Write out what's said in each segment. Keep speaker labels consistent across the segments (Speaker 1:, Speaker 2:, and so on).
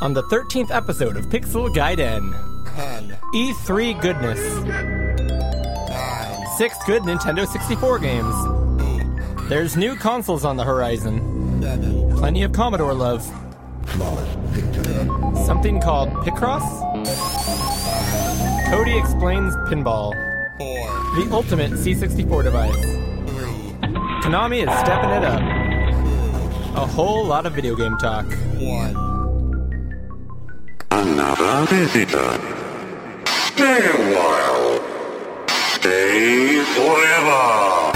Speaker 1: on the 13th episode of Pixel Gaiden.
Speaker 2: 10,
Speaker 1: E3 goodness.
Speaker 2: 9,
Speaker 1: Six good Nintendo 64 games.
Speaker 2: 8,
Speaker 1: There's new consoles on the horizon.
Speaker 2: 7,
Speaker 1: Plenty of Commodore love. Something called Picross? Cody explains pinball.
Speaker 2: 4,
Speaker 1: The ultimate C64 device.
Speaker 2: 3,
Speaker 1: Konami is stepping it up. A whole lot of video game talk.
Speaker 2: 1.
Speaker 3: Another visitor. Stay a while. Stay forever.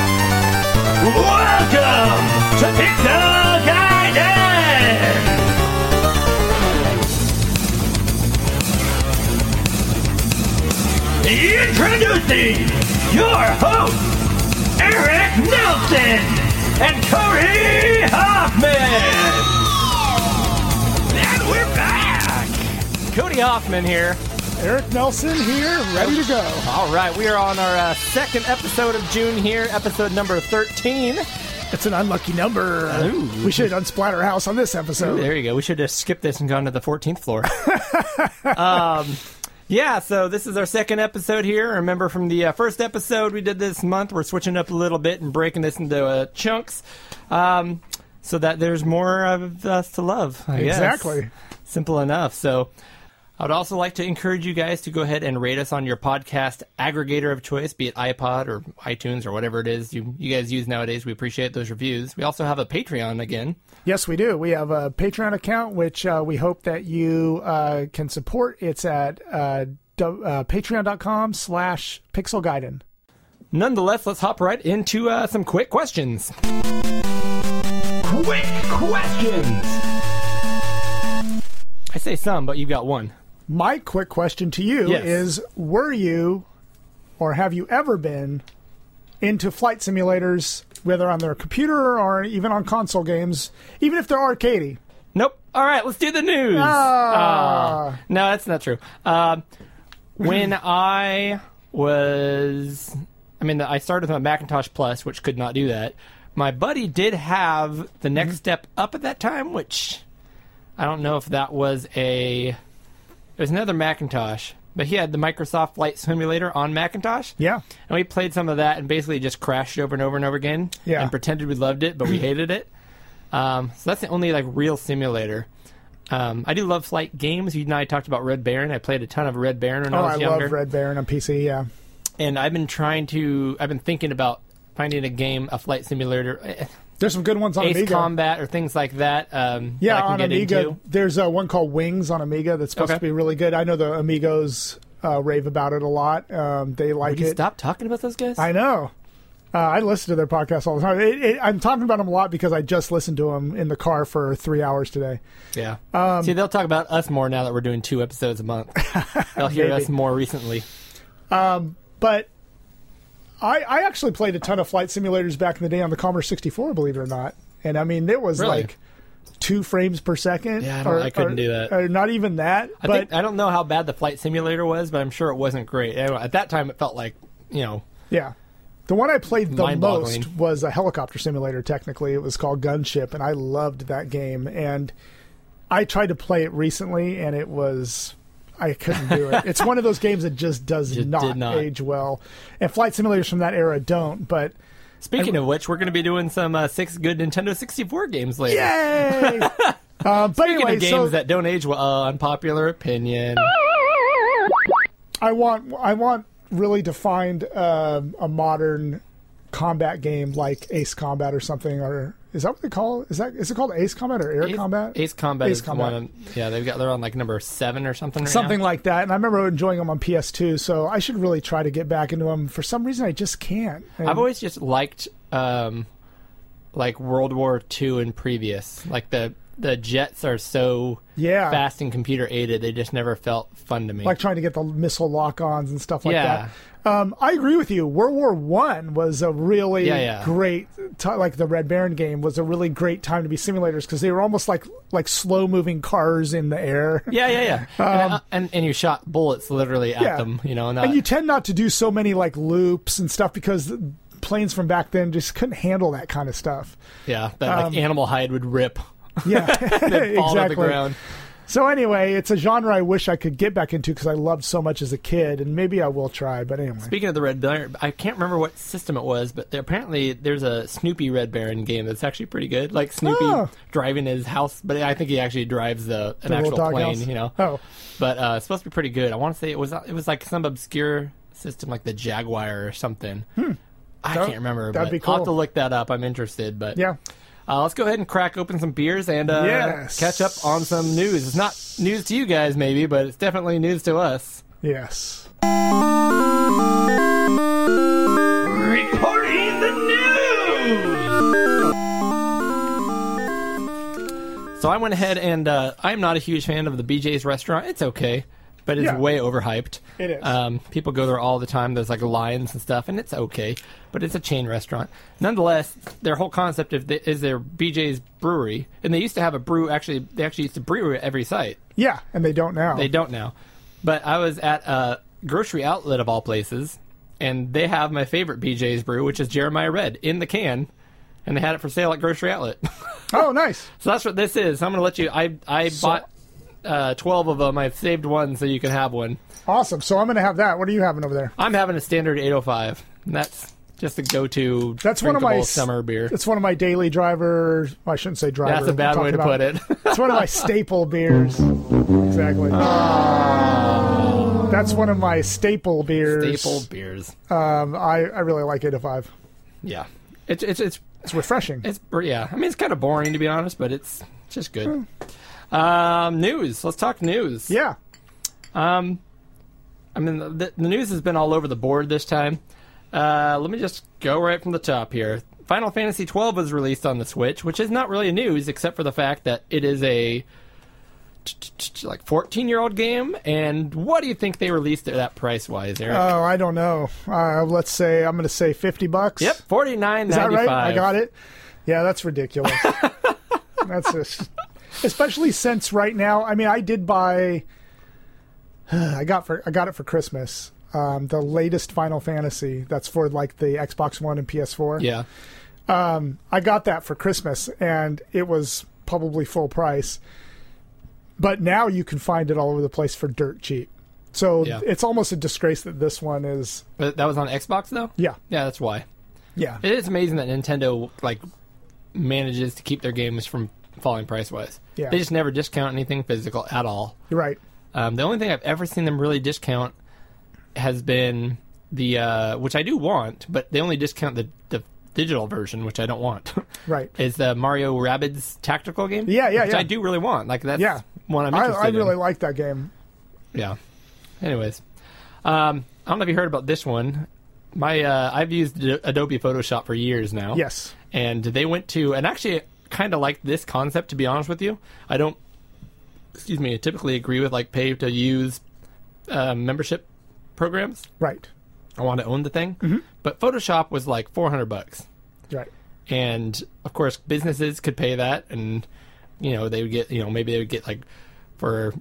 Speaker 4: Welcome to Pixel Guided! Introducing your hosts, Eric Nelson and Cody Hoffman! And we're back!
Speaker 1: Cody Hoffman here.
Speaker 5: Eric Nelson here, ready to go.
Speaker 1: All right, we are on our uh, second episode of June here, episode number 13.
Speaker 5: It's an unlucky number.
Speaker 1: Ooh.
Speaker 5: We should have done Splatterhouse on this episode.
Speaker 1: There you go. We should have skipped this and gone to the 14th floor. um, yeah, so this is our second episode here. Remember from the uh, first episode we did this month, we're switching up a little bit and breaking this into uh, chunks um, so that there's more of us to love. I guess.
Speaker 5: Exactly.
Speaker 1: Simple enough. So. I would also like to encourage you guys to go ahead and rate us on your podcast aggregator of choice, be it iPod or iTunes or whatever it is you, you guys use nowadays. We appreciate those reviews. We also have a Patreon again.
Speaker 5: Yes, we do. We have a Patreon account, which uh, we hope that you uh, can support. It's at uh, do- uh, patreon.com slash pixelguiden.
Speaker 1: Nonetheless, let's hop right into uh, some quick questions.
Speaker 4: Quick questions!
Speaker 1: I say some, but you've got one.
Speaker 5: My quick question to you
Speaker 1: Yes.
Speaker 5: is, were you or have you ever been into flight simulators, whether on their computer or even on console games, even if they're arcadey?
Speaker 1: Nope. All right, let's do the news.
Speaker 5: Oh.
Speaker 1: Ah, no, that's not true. Um when I was, I mean, I started with my Macintosh Plus, which could not do that. My buddy did have the next step up at that time, which I don't know if that was a. It was another Macintosh, but he had the Microsoft Flight Simulator on Macintosh.
Speaker 5: Yeah.
Speaker 1: And we played some of that and basically just crashed over and over and over again.
Speaker 5: Yeah.
Speaker 1: And pretended we loved it, but we hated it. Um, so that's the only like real simulator. Um, I do love flight games. You and I talked about Red Baron. I played a ton of Red Baron when
Speaker 5: Oh,
Speaker 1: I was
Speaker 5: I
Speaker 1: younger.
Speaker 5: love Red Baron on PC, yeah.
Speaker 1: And I've been trying to. I've been thinking about finding a game, a flight simulator, eh,
Speaker 5: There's some good ones on
Speaker 1: Ace
Speaker 5: Amiga.
Speaker 1: Combat, or things like that. Um,
Speaker 5: Yeah,
Speaker 1: that I can
Speaker 5: on
Speaker 1: get
Speaker 5: Amiga,
Speaker 1: into.
Speaker 5: there's uh, one called Wings on Amiga that's supposed
Speaker 1: Okay.
Speaker 5: to be really good. I know the Amigos uh, rave about it a lot. Um, they like
Speaker 1: Would you
Speaker 5: it.
Speaker 1: stop talking about those guys?
Speaker 5: I know. Uh, I listen to their podcast all the time. It, it, I'm talking about them a lot because I just listened to them in the car for three hours today.
Speaker 1: yeah.
Speaker 5: um,
Speaker 1: See, they'll talk about us more now that we're doing two episodes a month. they'll hear
Speaker 5: Maybe.
Speaker 1: us more recently.
Speaker 5: But I, I actually played a ton of flight simulators back in the day on the Commodore 64, believe it or not. And I mean, it was
Speaker 1: Really?
Speaker 5: like two frames per second.
Speaker 1: Yeah, I don't-
Speaker 5: or-
Speaker 1: I couldn't
Speaker 5: or-
Speaker 1: do that.
Speaker 5: Or not even that.
Speaker 1: I
Speaker 5: but
Speaker 1: think I don't know how bad the flight simulator was, but I'm sure it wasn't great. Anyway, At that time, it felt like you know.
Speaker 5: Yeah. The one I played the
Speaker 1: Mind-boggling.
Speaker 5: most was a helicopter simulator, technically. It was called Gunship, and I loved that game. And I tried to play it recently, and it was. I couldn't do it. It's one of those games that just does
Speaker 1: Just
Speaker 5: not,
Speaker 1: did not.
Speaker 5: age well. And flight simulators from that era don't, but.
Speaker 1: Speaking of which, we're going to be doing some uh, six good Nintendo 64 games later.
Speaker 5: Yay! uh, but
Speaker 1: Speaking
Speaker 5: anyway,
Speaker 1: of games
Speaker 5: so Ah,
Speaker 1: that don't age well, uh, unpopular opinion.
Speaker 5: I want I want really to find um, a modern combat game like Ace Combat or something, or is that what they call? Is that is it called Ace Combat or Air Combat?
Speaker 1: Ace Combat
Speaker 5: Ace
Speaker 1: is
Speaker 5: Combat.
Speaker 1: one. of- Yeah, they've got they're on like number seven or something. Right
Speaker 5: something
Speaker 1: now.
Speaker 5: like that. And I remember enjoying them on PS2, so I should really try to get back into them. For some reason, I just can't. And
Speaker 1: I've always just liked um, like World War II and previous. Like the the jets are so
Speaker 5: Yeah.
Speaker 1: fast and computer aided. They just never felt fun to me.
Speaker 5: like trying to get the missile lock-ons and stuff like
Speaker 1: Yeah.
Speaker 5: that. Um, I agree with you. World War One was a really
Speaker 1: Yeah, yeah.
Speaker 5: great, ti like the Red Baron game was a really great time to be simulators because they were almost like like slow-moving cars in the air.
Speaker 1: Yeah, yeah, yeah. and, uh, and and you shot bullets literally at
Speaker 5: Um, Yeah.
Speaker 1: them, you know. Not,
Speaker 5: And you tend not to do so many like loops and stuff because the planes from back then just couldn't handle that kind of stuff. um,
Speaker 1: yeah, that like animal hide would rip,
Speaker 5: Yeah,
Speaker 1: fall to the ground.
Speaker 5: So anyway, it's a genre I wish I could get back into because I loved so much as a kid, and maybe I will try. But anyway,
Speaker 1: Speaking of the Red Baron, I can't remember what system it was, but there, apparently there's a Snoopy Red Baron game that's actually pretty good. Like Snoopy
Speaker 5: Oh.
Speaker 1: driving his house, but I think he actually drives the, an
Speaker 5: The little
Speaker 1: actual plane,
Speaker 5: doghouse.
Speaker 1: you know.
Speaker 5: Oh,
Speaker 1: But uh, it's supposed to be pretty good. I want to say it was it was like some obscure system, like the Jaguar or something. I
Speaker 5: Hmm. That-
Speaker 1: can't remember.
Speaker 5: that'd
Speaker 1: but
Speaker 5: be
Speaker 1: I'll have to
Speaker 5: cool.
Speaker 1: look that up. I'm interested, but
Speaker 5: yeah.
Speaker 1: Uh, let's go ahead and crack open some beers and uh,
Speaker 5: Yes.
Speaker 1: catch up on some news. It's not news to you guys, maybe, but it's definitely news to us.
Speaker 5: Yes.
Speaker 4: Reporting the news!
Speaker 1: So I went ahead and uh, I'm not a huge fan of the BJ's restaurant. It's okay, but it's
Speaker 5: Yeah.
Speaker 1: way overhyped.
Speaker 5: It is.
Speaker 1: Um, people go there all the time. There's like lines and stuff, and it's okay, but it's a chain restaurant. Nonetheless, their whole concept of the, is their BJ's brewery, and they used to have a brew. Actually, they actually used to brew at every site.
Speaker 5: Yeah, and they don't now.
Speaker 1: They don't now. But I was at a grocery outlet of all places, and they have my favorite BJ's brew, which is Jeremiah Red in the can, and they had it for sale at grocery outlet.
Speaker 5: Oh, nice.
Speaker 1: so that's what this is. I'm gonna let you. I I bought uh, twelve of them. I've saved one so you can have one.
Speaker 5: Awesome. So I'm going to have that. What are you having over there?
Speaker 1: I'm having a standard 805. And that's just a go-to.
Speaker 5: That's one of my
Speaker 1: drinkable
Speaker 5: s-
Speaker 1: summer beer.
Speaker 5: It's one of my daily driver. well, I shouldn't say driver.
Speaker 1: That's a bad
Speaker 5: We're
Speaker 1: way to
Speaker 5: talking
Speaker 1: put
Speaker 5: about-
Speaker 1: it.
Speaker 5: It's one of my staple beers. Exactly. That's one of my staple beers.
Speaker 1: Staple beers.
Speaker 5: Um, I, I really like 8 to 5.
Speaker 1: Yeah. It's it's it's
Speaker 5: It's refreshing.
Speaker 1: It's yeah. I mean, it's kind of boring to be honest, but it's just good. Um, news. Let's talk news.
Speaker 5: yeah.
Speaker 1: I mean, the, the news has been all over the board this time. Uh, let me just go right from the top here. Final Fantasy twelve was released on the Switch, which is not really news except for the fact that it is a t- t- t- like fourteen year old game. And what do you think they released it at price wise, Eric?
Speaker 5: Oh, I don't know. Uh, let's say I'm going to say 50 bucks.
Speaker 1: yep, forty nine
Speaker 5: Is that
Speaker 1: ninety
Speaker 5: right?
Speaker 1: five.
Speaker 5: I got it. Yeah, that's ridiculous. that's just, especially since right now. I mean, I did buy. I got for I got it for Christmas. Um, the latest Final Fantasy that's for like the Xbox One and PS4.
Speaker 1: Yeah.
Speaker 5: I got that for Christmas, and it was probably full price. But now you can find it all over the place for dirt cheap. So
Speaker 1: Yeah.
Speaker 5: it's almost a disgrace that this one is.
Speaker 1: But that was on Xbox though.
Speaker 5: Yeah,
Speaker 1: Yeah, that's why.
Speaker 5: yeah.
Speaker 1: It is amazing that Nintendo like manages to keep their games from falling price wise.
Speaker 5: Yeah.
Speaker 1: They just never discount anything physical at all.
Speaker 5: You're right.
Speaker 1: Um, the only thing I've ever seen them really discount has been the uh, which I do want, but they only discount the, the digital version, which I don't want.
Speaker 5: Right.
Speaker 1: is the Mario Rabbids tactical game?
Speaker 5: Yeah, yeah,
Speaker 1: which
Speaker 5: yeah.
Speaker 1: I do really want. Like that's
Speaker 5: Yeah.
Speaker 1: one I'm
Speaker 5: I,
Speaker 1: interested
Speaker 5: I
Speaker 1: in.
Speaker 5: really like that game.
Speaker 1: Yeah. Anyways, um, I don't know if you heard about this one. My uh, I've used Ad- Adobe Photoshop for years now.
Speaker 5: Yes.
Speaker 1: and they went to and actually kind of like this concept to be honest with you i don't excuse me i typically agree with like pay to use uh, membership programs
Speaker 5: Right.
Speaker 1: i want to own the thing but photoshop was like 400 bucks
Speaker 5: Right.
Speaker 1: and of course businesses could pay that and you know they would get you know maybe they would get like for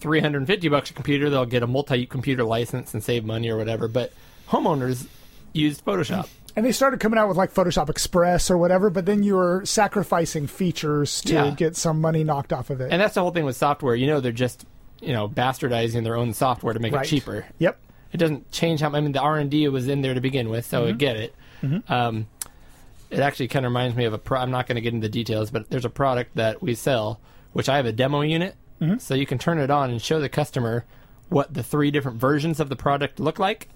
Speaker 1: 350 bucks a computer they'll get a multi-computer license and save money or whatever but homeowners used photoshop
Speaker 5: And they started coming out with like Photoshop Express or whatever, but then you were sacrificing features to
Speaker 1: Yeah.
Speaker 5: get some money knocked off of it.
Speaker 1: and that's the whole thing with software. You know, they're just you know bastardizing their own software to make
Speaker 5: Right.
Speaker 1: it cheaper.
Speaker 5: Yep.
Speaker 1: It doesn't change how. I mean, the R and D was in there to begin with, so I get it. Um, it actually kind of reminds me of a. Pro- I'm not going to get into the details, but there's a product that we sell, which I have a demo unit, so you can turn it on and show the customer what the three different versions of the product look like.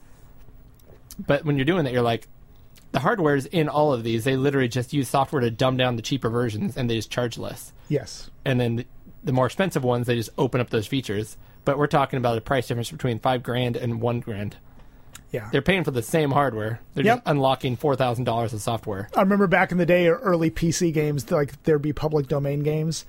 Speaker 1: But when you're doing that, you're like, the hardware is in all of these. They literally just use software to dumb down the cheaper versions, and they just charge less
Speaker 5: Yes.
Speaker 1: and then the, the more expensive ones they just open up those features but we're talking about a price difference between five grand and one grand
Speaker 5: Yeah.
Speaker 1: they're paying for the same hardware they're
Speaker 5: Yep.
Speaker 1: just unlocking four thousand dollars of software
Speaker 5: I remember back in the day, early PC games, like there'd be public domain games,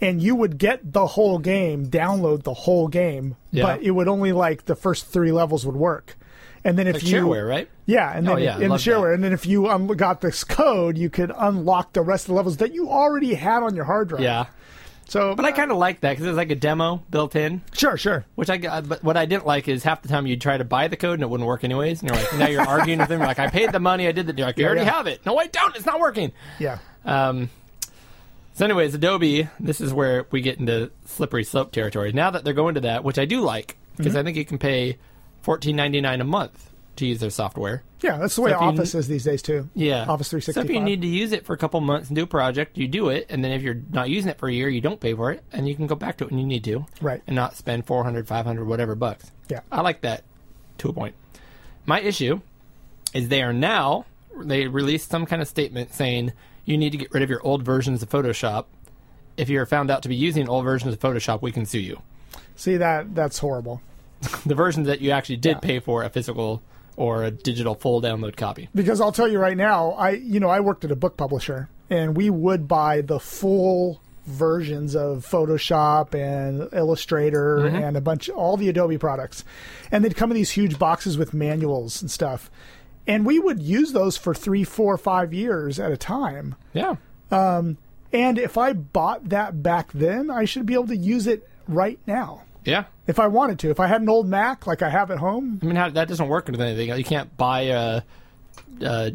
Speaker 5: and you would get the whole game, download the whole game,
Speaker 1: Yeah.
Speaker 5: but it would only like the first three levels would work. And then if
Speaker 1: like
Speaker 5: you
Speaker 1: shareware right
Speaker 5: Yeah, and then
Speaker 1: Oh, yeah, I
Speaker 5: in the
Speaker 1: love
Speaker 5: shareware,
Speaker 1: that.
Speaker 5: and then if you un- got this code, you could unlock the rest of the levels that you already had on your hard drive.
Speaker 1: yeah
Speaker 5: So,
Speaker 1: but i kind of like that because it's like a demo built in
Speaker 5: sure, sure.
Speaker 1: which i got but what i didn't like is half the time you'd try to buy the code and it wouldn't work anyways and you're like now you're arguing with them you're like i paid the money i did the you're like you already
Speaker 5: yeah.
Speaker 1: have it no i don't it's not working
Speaker 5: Yeah.
Speaker 1: um So, anyways, Adobe, this is where we get into slippery slope territory. Now that they're going to that, which I do like, because I think you can pay fourteen ninety nine a month to use their software.
Speaker 5: Yeah, that's the way
Speaker 1: if you-
Speaker 5: Office is these days too.
Speaker 1: Yeah,
Speaker 5: Office
Speaker 1: So if you
Speaker 5: 365.
Speaker 1: need to use it for a couple months and do a project, you do it, and then if you're not using it for a year, you don't pay for it, and you can go back to it when you need to,
Speaker 5: Right.
Speaker 1: And not spend 400, 500, whatever bucks.
Speaker 5: Yeah.
Speaker 1: I like that to a point. My issue is they are now they released some kind of statement saying you need to get rid of your old versions of Photoshop. If you're found out to be using old versions of Photoshop, we can sue you.
Speaker 5: See that that's horrible
Speaker 1: The versions that you actually did pay for a physical or a digital full download copy.
Speaker 5: because I'll tell you right now, I you know I worked at a book publisher and we would buy the full versions of Photoshop and Illustrator and a bunch all the Adobe products, and they'd come in these huge boxes with manuals and stuff, and we would use those for three, four, five years at a time.
Speaker 1: Yeah.
Speaker 5: And if I bought that back then, I should be able to use it right now.
Speaker 1: Yeah.
Speaker 5: If I wanted to, if I had an old Mac like I have at home,
Speaker 1: I mean, how, that doesn't work with anything. You can't buy a, a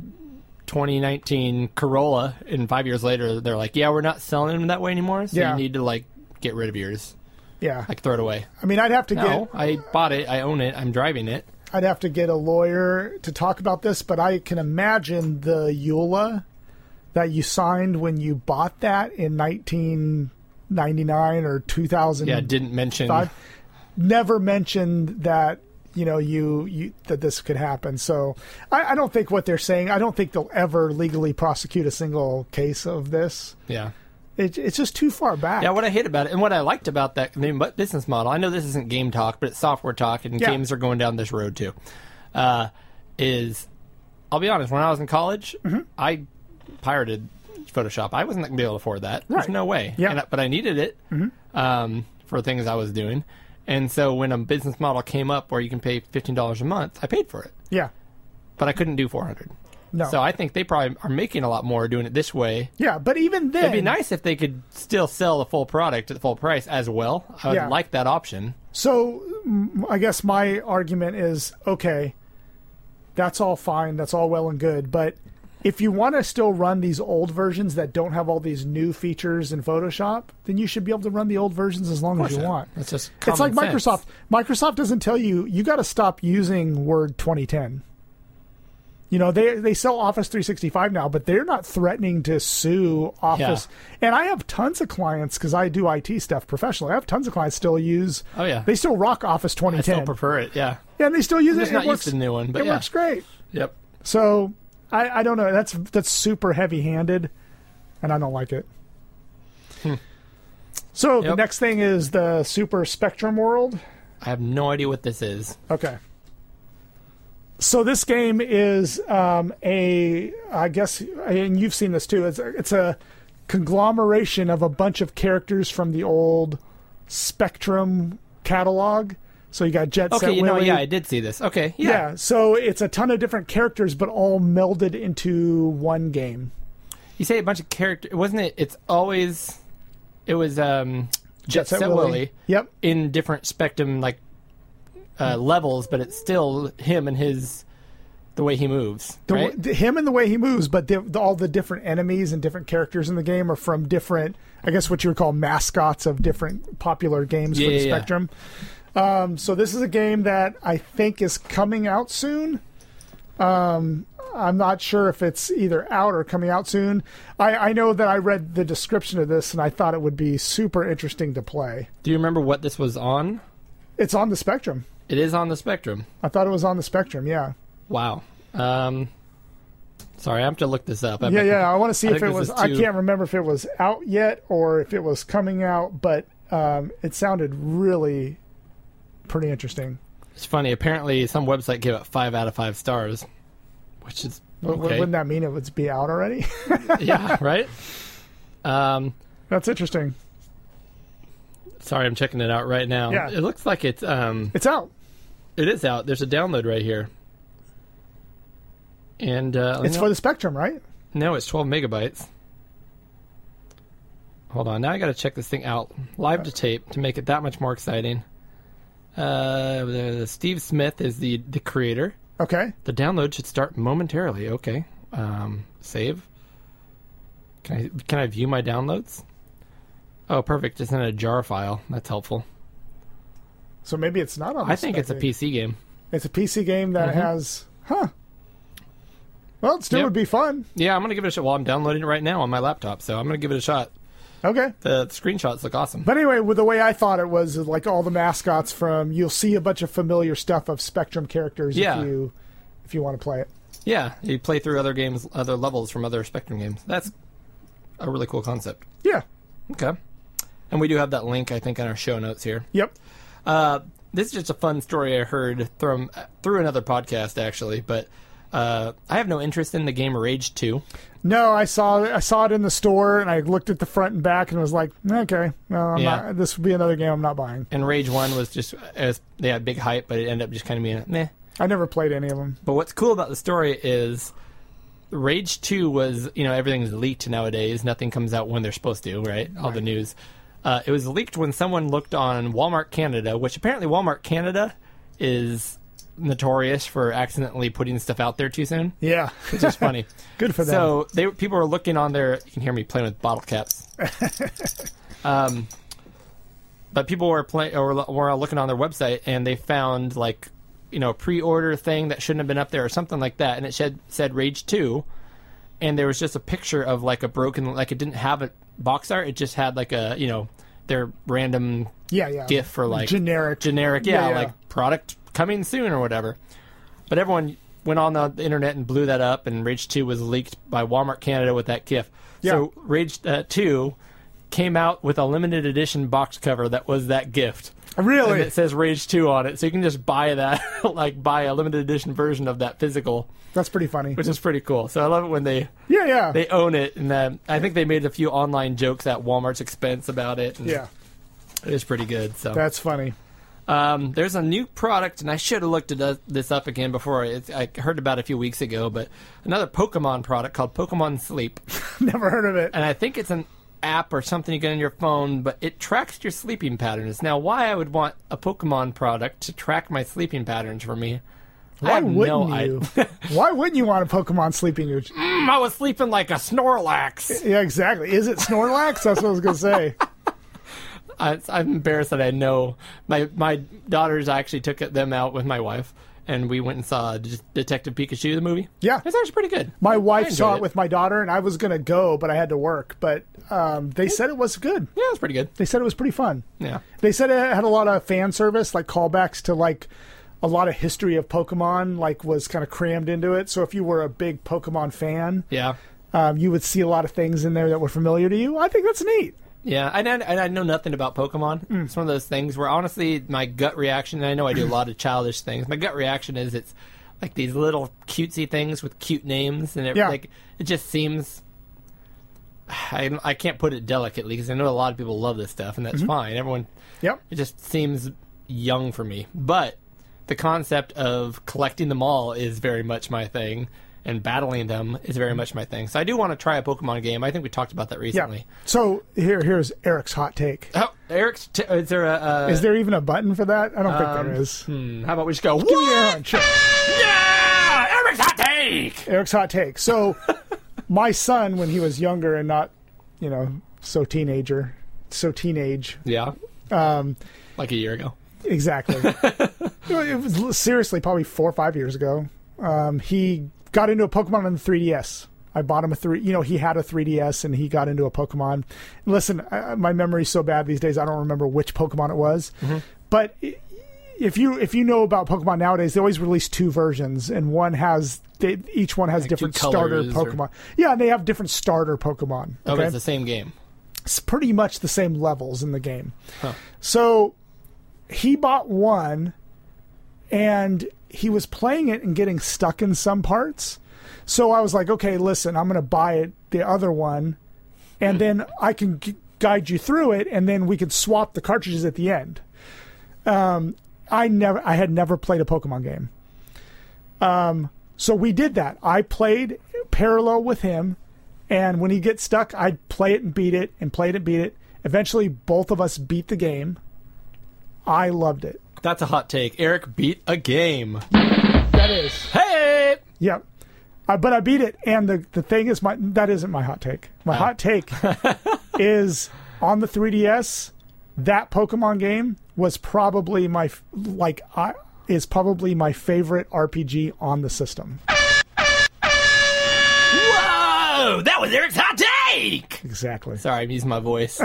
Speaker 1: 2019 Corolla, and five years later, they're like, "Yeah, we're not selling them that way anymore. So
Speaker 5: Yeah.
Speaker 1: you need to like get rid of yours,
Speaker 5: yeah,
Speaker 1: like throw it away."
Speaker 5: I mean I'd have to get
Speaker 1: No, I bought it. I own it. I'm driving it.
Speaker 5: I'd have to get a lawyer to talk about this, but I can imagine the EULA that you signed when you bought that in 1999 or 2000
Speaker 1: Yeah, didn't mention.
Speaker 5: I never mentioned that you know you, you that this could happen. So I, I don't think what they're saying. I don't think they'll ever legally prosecute a single case of this.
Speaker 1: Yeah.
Speaker 5: It, it's just too far back.
Speaker 1: Yeah, what I hate about it and what I liked about that I mean, but business model, I know this isn't game talk, but it's software talk, and
Speaker 5: Yeah.
Speaker 1: games are going down this road too. Uh, is I'll be honest, when I was in college,
Speaker 5: Mm-hmm.
Speaker 1: I pirated Photoshop. I wasn't going to be able to afford that. There's
Speaker 5: Right.
Speaker 1: no way.
Speaker 5: Yeah. Mm-hmm.
Speaker 1: And I- but I needed it um, for things I was doing. And so when a business model came up where you can pay $15 a month, I paid for it,
Speaker 5: yeah.
Speaker 1: but I couldn't do 400
Speaker 5: No.
Speaker 1: So I think they probably are making a lot more doing it this way
Speaker 5: yeah, but even then,
Speaker 1: It'd be nice if they could still sell the full product at the full price as well. I would
Speaker 5: Yeah.
Speaker 1: like that option.
Speaker 5: So m- I guess my argument is okay, that's all fine, that's all well and good, but if you want to still run these old versions that don't have all these new features in Photoshop, then you should be able to run the old versions as long as you want.
Speaker 1: That's just
Speaker 5: It's like
Speaker 1: common sense.
Speaker 5: Microsoft. Microsoft doesn't tell you you got to stop using Word 2010. You know, they they sell Office 365 now, but they're not threatening to sue Office. And I have tons of clients cuz I do IT stuff professionally. I have tons of clients still use
Speaker 1: Oh, yeah.
Speaker 5: They still rock Office
Speaker 1: I
Speaker 5: 2010.
Speaker 1: still prefer it. Yeah.
Speaker 5: yeah, and they still use
Speaker 1: Just
Speaker 5: it.
Speaker 1: not
Speaker 5: it works,
Speaker 1: used to the new one, but
Speaker 5: it
Speaker 1: yeah.
Speaker 5: works great.
Speaker 1: Yep.
Speaker 5: So, I I don't know. That's that's super heavy-handed and I don't like it. So, the
Speaker 1: Hmm. Yep.
Speaker 5: next thing is the Super Spectrum World.
Speaker 1: I have no idea what this is.
Speaker 5: Okay. So this game is um, a, I guess, and you've seen this too. It's a, it's a conglomeration of a bunch of characters from the old Spectrum catalog. So you got Jet
Speaker 1: Okay,
Speaker 5: Set
Speaker 1: you know,
Speaker 5: Willy.
Speaker 1: yeah, I did see this. Okay, yeah.
Speaker 5: yeah. So it's a ton of different characters, but all melded into one game.
Speaker 1: You say a bunch of character, wasn't it? It's always, it was um, Jet Set
Speaker 5: Willy.
Speaker 1: Willy
Speaker 5: Yep.
Speaker 1: in different spectrum like uh, levels, but it's still him and his the way he moves.
Speaker 5: The,
Speaker 1: right?
Speaker 5: the- him and the way he moves, but the, the, all the different enemies and different characters in the game are from different, I guess, what you would call mascots of different popular games
Speaker 1: Yeah,
Speaker 5: for the
Speaker 1: yeah, yeah.
Speaker 5: Spectrum. Um, so this is a game that I think is coming out soon. Um, I'm not sure if it's either out or coming out soon. I, I know that I read the description of this and I thought it would be super interesting to play.
Speaker 1: Do you remember what this was on?
Speaker 5: It's on the Spectrum.
Speaker 1: It is on the Spectrum.
Speaker 5: I thought it was on the Spectrum. Yeah,
Speaker 1: Wow. Um, sorry, I have to look this up. I
Speaker 5: yeah,
Speaker 1: bet-
Speaker 5: yeah. I want to see
Speaker 1: I
Speaker 5: if
Speaker 1: think
Speaker 5: it
Speaker 1: this
Speaker 5: was.
Speaker 1: is
Speaker 5: I
Speaker 1: too-
Speaker 5: can't remember if it was out yet or if it was coming out, but um, it sounded really pretty interesting.
Speaker 1: It's funny. Apparently, some website gave it five out of five stars, which is
Speaker 5: W-
Speaker 1: okay.
Speaker 5: Wouldn't that mean it would be out already?
Speaker 1: yeah, right. Um,
Speaker 5: That's interesting.
Speaker 1: sorry, I'm checking it out right now.
Speaker 5: Yeah.
Speaker 1: It looks like it's um,
Speaker 5: It's out.
Speaker 1: it is out. There's a download right here. And uh,
Speaker 5: It's
Speaker 1: no,
Speaker 5: for the Spectrum, right?
Speaker 1: no, it's 12 megabytes. Hold on, now I got to check this thing out live to tape to make it that much more exciting. Uh, the- the Steve Smith is the the creator.
Speaker 5: Okay.
Speaker 1: The download should start momentarily. Okay. Um, save. Can I, can I view my downloads? Oh, perfect. It's in a jar file. That's helpful.
Speaker 5: So maybe it's not on.
Speaker 1: I
Speaker 5: the
Speaker 1: think
Speaker 5: spec
Speaker 1: it's a
Speaker 5: thing.
Speaker 1: PC game.
Speaker 5: It's a PC game that has, huh? Well, it still
Speaker 1: Yep.
Speaker 5: would be fun.
Speaker 1: Yeah, I'm gonna give it a shot. Well, I'm downloading it right now on my laptop, so I'm gonna give it a shot.
Speaker 5: Okay.
Speaker 1: The screenshots look awesome.
Speaker 5: But anyway, with the way I thought it was like all the mascots from you'll see a bunch of familiar stuff of Spectrum characters
Speaker 1: Yeah.
Speaker 5: if you if you want to play it.
Speaker 1: yeah, you play through other games, other levels from other Spectrum games. That's a really cool concept.
Speaker 5: Yeah.
Speaker 1: Okay. And we do have that link, I think, in our show notes here.
Speaker 5: Yep.
Speaker 1: Uh, this is just a fun story I heard from uh, through another podcast, actually. But uh, I have no interest in the game Rage Two.
Speaker 5: No, I saw I saw it in the store and I looked at the front and back and was like, okay, no, I'm
Speaker 1: Yeah.
Speaker 5: not, this would be another game I'm not buying.
Speaker 1: And Rage One was just uh, as they had big hype, but it ended up just kind of being a meh.
Speaker 5: I never played any of them.
Speaker 1: But what's cool about the story is Rage 2 was, you know, everything's leaked nowadays. Nothing comes out when they're supposed to, right? All the news. Uh, it was leaked when someone looked on Walmart Canada, which apparently Walmart Canada is notorious for accidentally putting stuff out there too soon.
Speaker 5: Yeah.
Speaker 1: It's just funny.
Speaker 5: Good for them.
Speaker 1: so they people were looking on their. You can hear me playing with bottle caps. um, but people were playing or were looking on their website and they found like you know a pre-order thing that shouldn't have been up there or something like that, and it said said Rage Two, and there was just a picture of like a broken like it didn't have a box art. It just had like a you know their random
Speaker 5: yeah, yeah.
Speaker 1: gif for like
Speaker 5: generic.
Speaker 1: generic yeah,
Speaker 5: Yeah, yeah.
Speaker 1: like product coming soon or whatever but everyone went on the internet and blew that up and rage 2 was leaked by walmart canada with that gif so rage uh, 2 came out with a limited edition box cover that was that gift and
Speaker 5: really?
Speaker 1: it says rage 2 on it so you can just buy that like buy a limited edition version of that physical
Speaker 5: That's pretty funny.
Speaker 1: which is pretty cool so i love it when they
Speaker 5: yeah, yeah.
Speaker 1: they own it and um, i think they made a few online jokes at walmart's expense about it and
Speaker 5: yeah.
Speaker 1: it was pretty good so
Speaker 5: That's funny.
Speaker 1: um, there's a new product, and I should have looked it up, this up again before. It, I heard about it a few weeks ago, but another Pokemon product called Pokemon Sleep,
Speaker 5: never heard of it.
Speaker 1: and I think it's an app or something you get on your phone, but it tracks your sleeping patterns. Now, why I would want a Pokemon product to track my sleeping patterns for me? I
Speaker 5: Why
Speaker 1: have
Speaker 5: wouldn't
Speaker 1: no
Speaker 5: you?
Speaker 1: idea.
Speaker 5: Why wouldn't you want a Pokemon sleeping? Your...
Speaker 1: I was sleeping like a Snorlax.
Speaker 5: Yeah, exactly. Is it Snorlax? That's what I was gonna say.
Speaker 1: I, I'm embarrassed that I know my my daughters. I actually took them out with my wife, and we went and saw Det- Detective Pikachu the movie.
Speaker 5: Yeah.
Speaker 1: it's actually pretty good.
Speaker 5: My
Speaker 1: I
Speaker 5: wife saw
Speaker 1: enjoyed
Speaker 5: it with my daughter, and I was gonna go, but I had to work. But um, they said it was good.
Speaker 1: yeah, it's pretty good.
Speaker 5: They said it was pretty fun.
Speaker 1: Yeah,
Speaker 5: They said it had a lot of fan service, like callbacks to like a lot of history of Pokemon, like was kind of crammed into it. So if you were a big Pokemon fan,
Speaker 1: yeah,
Speaker 5: um, you would see a lot of things in there that were familiar to you. I think that's neat.
Speaker 1: yeah. And I, and I know nothing about Pokemon.
Speaker 5: Mm.
Speaker 1: It's one of those things where honestly, my gut reaction. And I know I do a lot of childish things. My gut reaction is it's like these little cutesy things with cute names, and it,
Speaker 5: Yeah.
Speaker 1: like it just seems. I, I can't put it delicately because I know a lot of people love this stuff, and that's
Speaker 5: Mm-hmm.
Speaker 1: fine. Everyone
Speaker 5: Yep.
Speaker 1: It just seems young for me. But the concept of collecting them all is very much my thing, and battling them is very much my thing. So I do want to try a Pokemon game. I think we talked about that
Speaker 5: Yeah.
Speaker 1: recently.
Speaker 5: So here, here's Eric's hot take.
Speaker 1: Oh, Eric's. T- is there a. Uh,
Speaker 5: Is there even a button for that? I don't think there is.
Speaker 1: hmm, how about we just go.
Speaker 5: Give me your
Speaker 1: "What?"
Speaker 5: own, sure.
Speaker 1: Yeah! Eric's hot take!
Speaker 5: Eric's hot take. So, my son, when he was younger and not, you know, so teenager, so teenage,
Speaker 1: Yeah. Um, like a year ago. Oh,
Speaker 5: exactly. You know, it was l- seriously probably four or five years ago. Um, he got into a Pokemon on the 3DS. I bought him a three. You know, he had a 3DS and he got into a Pokemon. Listen, I, I- my memory's so bad these days. I don't remember which Pokemon it was,
Speaker 1: Mm-hmm.
Speaker 5: but. i if you if you know about Pokemon nowadays, they always release two versions, and one has they, each one has different
Speaker 1: two
Speaker 5: starter
Speaker 1: colors or-
Speaker 5: Pokemon. Yeah, and they have different starter Pokemon.
Speaker 1: Oh, but
Speaker 5: okay?
Speaker 1: it's the same game.
Speaker 5: it's pretty much the same levels in the game. So he bought one and he was playing it and getting stuck in some parts. So I was like, okay, listen, I'm going to buy it, the other one, and then I can g- guide you through it, and then we can swap the cartridges at the end. Um, I never, I had never played a Pokemon game. Um, so we did that. I played parallel with him, and when he gets stuck, I'd play it and beat it, and play it and beat it. Eventually, both of us beat the game. I loved it.
Speaker 1: That's a hot take. Eric beat a game.
Speaker 5: That is.
Speaker 1: Hey!
Speaker 5: Yep. I, but I beat it, and the the thing is, my that isn't my hot take. My hot take is on the 3DS. That Pokemon game was probably my f- like I is probably my favorite RPG on the system.
Speaker 1: Whoa! That was Eric's hot take.
Speaker 5: Exactly.
Speaker 1: Sorry, I'm using my voice.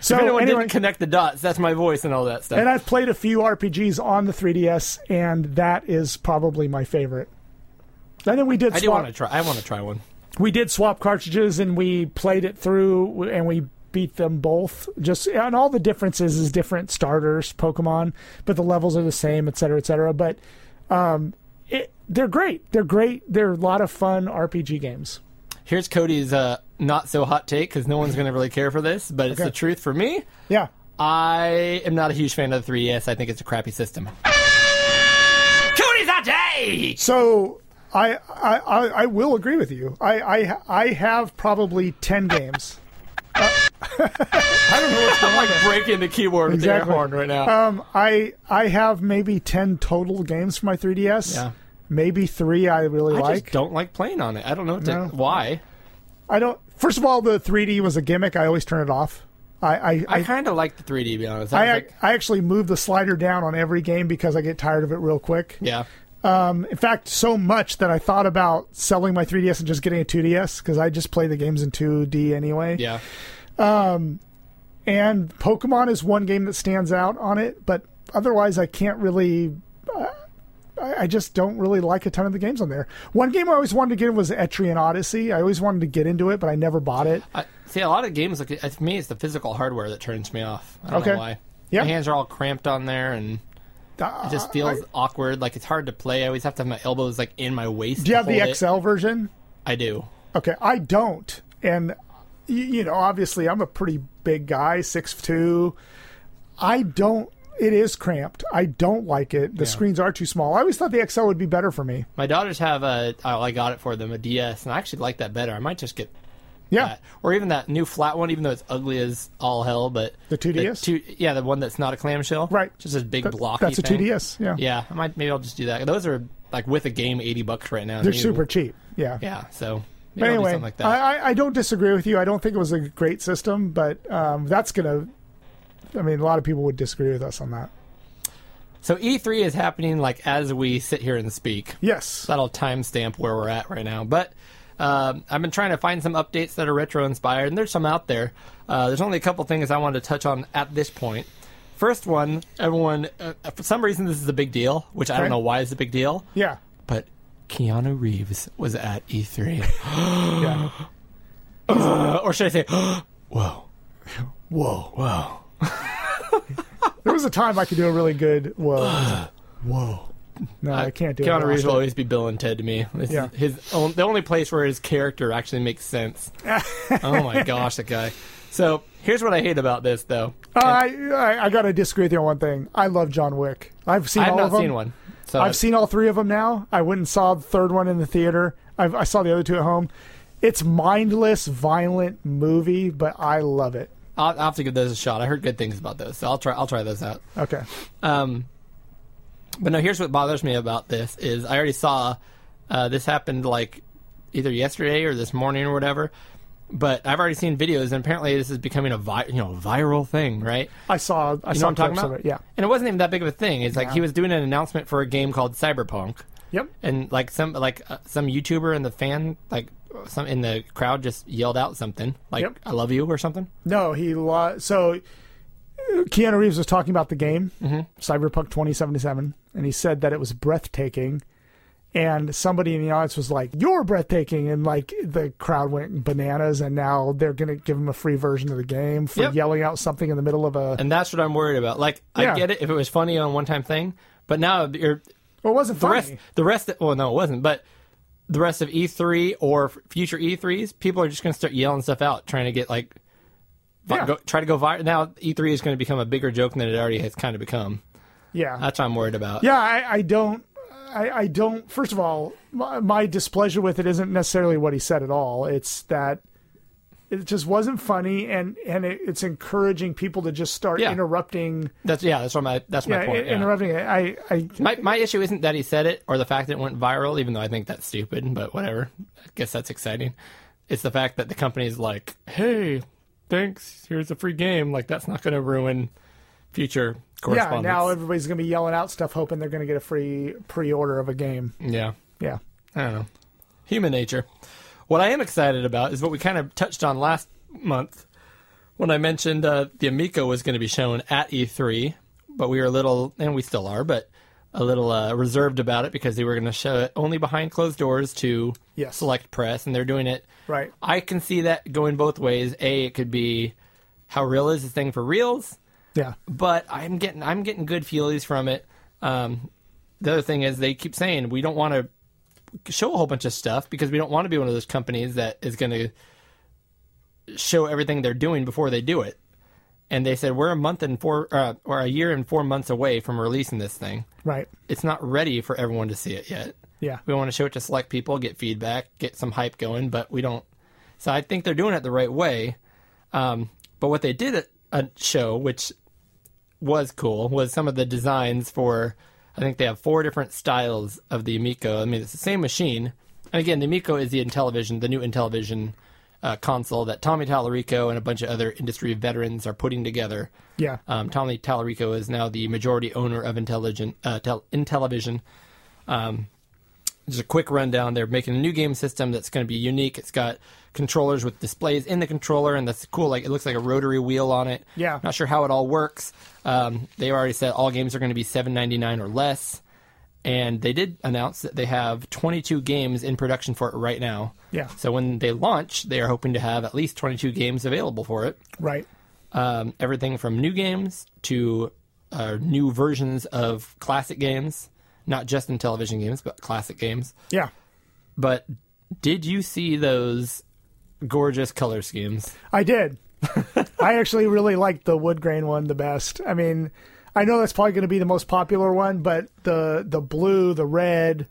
Speaker 5: So
Speaker 1: if anyone
Speaker 5: anyway,
Speaker 1: didn't connect the dots, that's my voice and all that stuff.
Speaker 5: Oh, and I've played a few RPGs on the 3DS, and that is probably my favorite. And then we did.
Speaker 1: I do
Speaker 5: swap-
Speaker 1: want to try. I want to try one.
Speaker 5: we did swap cartridges and we played it through and we beat them both just and all the differences is different starters pokemon but the levels are the same et cetera, et cetera. but um it, they're great they're great they're a lot of fun rpg games
Speaker 1: Here's Cody's uh, not so hot take because no one's going to really care for this, but it's
Speaker 5: Okay.
Speaker 1: the truth for me.
Speaker 5: yeah
Speaker 1: I am not a huge fan of the 3DS. I think it's a crappy system. Cody's hot take.
Speaker 5: so I, I i i will agree with you i i i have probably 10 games
Speaker 1: I don't know what's going on. I'm like breaking the keyboard with the air
Speaker 5: Exactly.
Speaker 1: horn right now.
Speaker 5: um i i have maybe 10 total games for my 3ds
Speaker 1: Yeah.
Speaker 5: maybe three i really
Speaker 1: I
Speaker 5: like
Speaker 1: just don't like playing on it. I don't know what to,
Speaker 5: No.
Speaker 1: why.
Speaker 5: I don't. First of all, the 3D was a gimmick. I always turn it off. I I
Speaker 1: I
Speaker 5: I,
Speaker 1: kind of like the 3D, to be honest.
Speaker 5: I,
Speaker 1: I, was like,
Speaker 5: I actually move the slider down on every game because I get tired of it real quick.
Speaker 1: yeah.
Speaker 5: Um, in fact, so much that I thought about selling my 3DS and just getting a 2DS because I just play the games in 2D anyway.
Speaker 1: Yeah.
Speaker 5: And Pokemon is one game that stands out on it, but otherwise I can't really. uh, I I just don't really like a ton of the games on there. One game I always wanted to get was Etrian Odyssey. I always wanted to get into it, but I never bought it.
Speaker 1: I, see, a lot of games, like to me, it's the physical hardware that turns me off. I don't
Speaker 5: Okay.
Speaker 1: know why.
Speaker 5: Yeah.
Speaker 1: My hands are all cramped on there, and
Speaker 5: Uh,
Speaker 1: it just feels awkward. Like it's hard to play. I always have to have my elbows like in my waist.
Speaker 5: Do you
Speaker 1: to
Speaker 5: have the
Speaker 1: hold it.
Speaker 5: XL version?
Speaker 1: I do.
Speaker 5: Okay, I don't, and you, you know, obviously, I'm a pretty big guy, six two. I don't. It is cramped. I don't like it. The screens are too small. I always thought the XL would be better for me.
Speaker 1: My daughters have a. Oh, I got it for them a DS, and I actually like that better. I might just get
Speaker 5: Yeah,
Speaker 1: that, or even that new flat one, even though it's ugly as all hell. But
Speaker 5: The 2DS?
Speaker 1: two, yeah, the one that's not a clamshell,
Speaker 5: Right.
Speaker 1: Just this big
Speaker 5: That-
Speaker 1: blocky.
Speaker 5: that's a
Speaker 1: thing.
Speaker 5: 2DS. Yeah,
Speaker 1: Yeah, I might maybe I'll just do that. Those are like with a game, eighty bucks right now.
Speaker 5: they're
Speaker 1: Maybe-
Speaker 5: super cheap. Yeah.
Speaker 1: Yeah, so maybe
Speaker 5: But
Speaker 1: I'll do
Speaker 5: anyway,
Speaker 1: something like that.
Speaker 5: I, I I don't disagree with you. I don't think it was a great system, but um, that's gonna. I mean, a lot of people would disagree with us on that.
Speaker 1: so E3 is happening like as we sit here and speak.
Speaker 5: Yes.
Speaker 1: That'll timestamp where we're at right now, but. Um, I've been trying to find some updates that are retro inspired, and there's some out there. Uh, there's only a couple things I wanted to touch on at this point. First one, everyone, uh, for some reason, this is a big deal, which I
Speaker 5: Okay.
Speaker 1: don't know why it's a big deal.
Speaker 5: Yeah.
Speaker 1: but Keanu Reeves was at E E3.
Speaker 5: Yeah.
Speaker 1: Uh, or should I say, whoa, whoa, whoa,
Speaker 5: There was a time I could do a really good. Whoa.
Speaker 1: whoa.
Speaker 5: No, I can't do it. Uh, I
Speaker 1: Keanu
Speaker 5: lost
Speaker 1: Reeves
Speaker 5: it.
Speaker 1: will always be Bill and Ted to me. This
Speaker 5: Yeah.
Speaker 1: is his own, the only place where his character actually makes sense. oh my gosh, that guy. So here's what I hate about this, though.
Speaker 5: I, I I gotta disagree with you on one thing. I love John Wick. I've seen
Speaker 1: I've
Speaker 5: all
Speaker 1: not
Speaker 5: of them.
Speaker 1: seen one. So
Speaker 5: I've seen all three of them now. I went and saw the third one in the theater. I've, I saw the other two at home. It's mindless, violent movie, but I love it.
Speaker 1: I'll, I'll have to give those a shot. I heard good things about those, so I'll try. I'll try those out.
Speaker 5: Okay,
Speaker 1: Um, but no, here's what bothers me about this is I already saw uh, this happened like either yesterday or this morning or whatever. But I've already seen videos, and apparently this is becoming a vi- you know viral thing, right?
Speaker 5: I saw. I
Speaker 1: You
Speaker 5: saw
Speaker 1: know what I'm talking
Speaker 5: clips
Speaker 1: about?
Speaker 5: Of it. Yeah.
Speaker 1: And it wasn't even that big of a thing. It's like he was doing an announcement for a game called Cyberpunk,
Speaker 5: Yep.
Speaker 1: and like some like uh, some YouTuber in the fan like some in the crowd just yelled out something like
Speaker 5: Yep.
Speaker 1: "I love you" or something.
Speaker 5: No, he lo- so uh, Keanu Reeves was talking about the game
Speaker 1: Mm-hmm.
Speaker 5: Cyberpunk 2077, and he said that it was breathtaking. And somebody in the audience was like, "You're breathtaking," and like the crowd went bananas. And now they're gonna give him a free version of the game for
Speaker 1: Yep.
Speaker 5: yelling out something in the middle of a.
Speaker 1: And that's what I'm worried about. Like
Speaker 5: Yeah.
Speaker 1: I get it if it was funny on one time thing, but now you're
Speaker 5: well, it wasn't
Speaker 1: the
Speaker 5: funny.
Speaker 1: rest the rest of, well no it wasn't but the rest of e3 or f- future e3s people are just going to start yelling stuff out trying to get like vi-
Speaker 5: Yeah.
Speaker 1: go, try to go viral now e3 is going to become a bigger joke than it already has kind of become
Speaker 5: yeah,
Speaker 1: that's what i'm worried about
Speaker 5: yeah. I, I don't. I, I don't. First of all, my, my displeasure with it isn't necessarily what he said at all. It's that it just wasn't funny, and and it, it's encouraging people to just start
Speaker 1: Yeah.
Speaker 5: interrupting,
Speaker 1: That's yeah. That's what my that's my
Speaker 5: yeah,
Speaker 1: point. yeah.
Speaker 5: interrupting it. I, I
Speaker 1: My my issue isn't that he said it or the fact that it went viral, even though I think that's stupid. But whatever. I guess that's exciting. It's the fact that the company's like, hey, thanks. Here's a free game. Like that's not going to ruin future
Speaker 5: yeah.
Speaker 1: correspondence.
Speaker 5: Now everybody's gonna be yelling out stuff, hoping they're gonna get a free pre-order of a game.
Speaker 1: yeah.
Speaker 5: Yeah.
Speaker 1: I don't know. Human nature. What I am excited about is what we kind of touched on last month when I mentioned uh, the Amico was going to be shown at E3, but we were a little, and we still are, but a little uh, reserved about it because they were going to show it only behind closed doors to
Speaker 5: Yes.
Speaker 1: select press, and they're doing it.
Speaker 5: Right.
Speaker 1: I can see that going both ways. A, it could be how real is this thing for reals?
Speaker 5: Yeah.
Speaker 1: but I'm getting I'm getting good feelies from it. Um, the other thing is they keep saying we don't want to show a whole bunch of stuff because we don't want to be one of those companies that is going to show everything they're doing before they do it. And they said we're a month and four uh, or a year and four months away from releasing this thing.
Speaker 5: Right.
Speaker 1: It's not ready for everyone to see it yet.
Speaker 5: Yeah.
Speaker 1: We want to show it to select people, get feedback, get some hype going, but we don't. So I think they're doing it the right way. Um, but what they did at a show, which was cool, was some of the designs for. I think they have four different styles of the Amico. I mean, it's the same machine. And again, the Amico is the Intellivision, the new Intellivision uh, console that Tommy Tallarico and a bunch of other industry veterans are putting together.
Speaker 5: Yeah.
Speaker 1: Um, Tommy Tallarico is now the majority owner of Intelligent uh, tel- Intellivision. Um, just a quick rundown. They're making a new game system that's going to be unique. It's got controllers with displays in the controller, and that's cool. Like it looks like a rotary wheel on it.
Speaker 5: Yeah.
Speaker 1: Not sure how it all works. Um, they already said all games are going to be seven ninety nine or less, and they did announce that they have twenty two games in production for it right now.
Speaker 5: Yeah.
Speaker 1: So when they launch, they are hoping to have at least twenty two games available for it
Speaker 5: Right.
Speaker 1: um, everything from new games to uh, new versions of classic games, not just in television games, but classic games.
Speaker 5: Yeah.
Speaker 1: But did you see those gorgeous color schemes?
Speaker 5: I did. I actually really liked the wood grain one the best. I mean, I know that's probably going to be the most popular one, but the the blue, the red,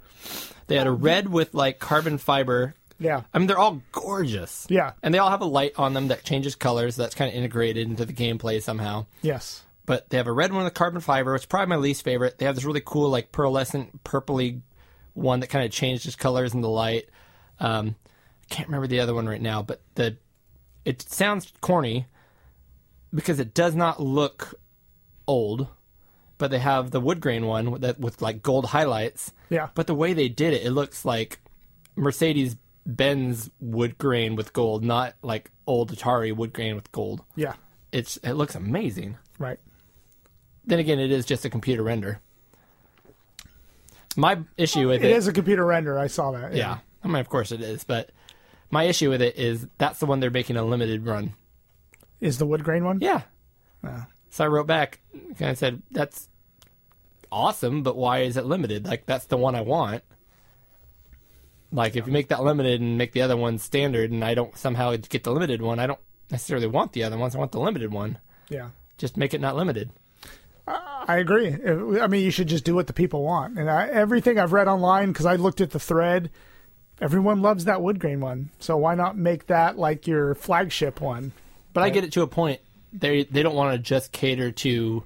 Speaker 1: They had a red with like carbon fiber.
Speaker 5: yeah,
Speaker 1: I mean, they're all gorgeous.
Speaker 5: Yeah.
Speaker 1: And they all have a light on them that changes colors. That's kind of integrated into the gameplay somehow.
Speaker 5: yes,
Speaker 1: but they have a red one with carbon fiber, which is probably my least favorite. They have this really cool, like pearlescent, purpley one that kind of changes colors in the light. Um, I can't remember the other one right now, but the it sounds corny because it does not look old. But they have the wood grain one with, that, with like gold highlights.
Speaker 5: yeah,
Speaker 1: But the way they did it, it looks like Mercedes Benz wood grain with gold, not like old Atari wood grain with gold.
Speaker 5: yeah,
Speaker 1: It's it looks amazing
Speaker 5: right,
Speaker 1: then again, it is just a computer render. My issue with it,
Speaker 5: It is a computer render. I saw that.
Speaker 1: yeah, I mean, of course it is, but my issue with it is that's the one they're making a limited run.
Speaker 5: is the wood grain one?
Speaker 1: Yeah. So I wrote back and I said, "That's awesome, but why is it limited? Like that's the one I want. Like if you make that limited and make the other one standard, and I don't somehow get the limited one, I don't necessarily want the other ones. I want the limited one.
Speaker 5: yeah.
Speaker 1: Just make it not limited."
Speaker 5: I agree. It- I mean, you should just do what the people want. And I, everything I've read online, because I looked at the thread, everyone loves that wood grain one. So why not make that like your flagship one?
Speaker 1: But I get it to a point. They they don't want to just cater to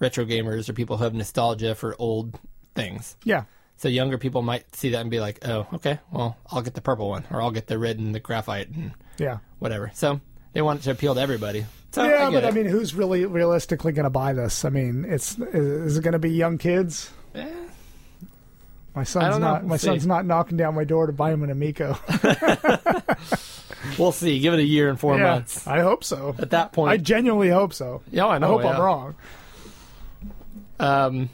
Speaker 1: retro gamers or people who have nostalgia for old things.
Speaker 5: Yeah,
Speaker 1: So younger people might see that and be like, "Oh, okay. Well, I'll get the purple one, or I'll get the red and the graphite and
Speaker 5: yeah,
Speaker 1: whatever." So they want it to appeal to everybody. So
Speaker 5: yeah.
Speaker 1: I get
Speaker 5: but I
Speaker 1: it.
Speaker 5: mean, who's really realistically going to buy this? I mean, it's is, is it going to be young kids?
Speaker 1: Eh,
Speaker 5: My
Speaker 1: I
Speaker 5: son's
Speaker 1: don't know.
Speaker 5: not. My
Speaker 1: We'll
Speaker 5: son's
Speaker 1: see.
Speaker 5: not knocking down my door to buy him an Amico.
Speaker 1: we'll see. Give it a year and four
Speaker 5: Yeah,
Speaker 1: months.
Speaker 5: I hope so.
Speaker 1: At that point,
Speaker 5: I genuinely hope so.
Speaker 1: Yeah, I
Speaker 5: I
Speaker 1: know,
Speaker 5: hope I'm
Speaker 1: yeah.
Speaker 5: wrong.
Speaker 1: Um,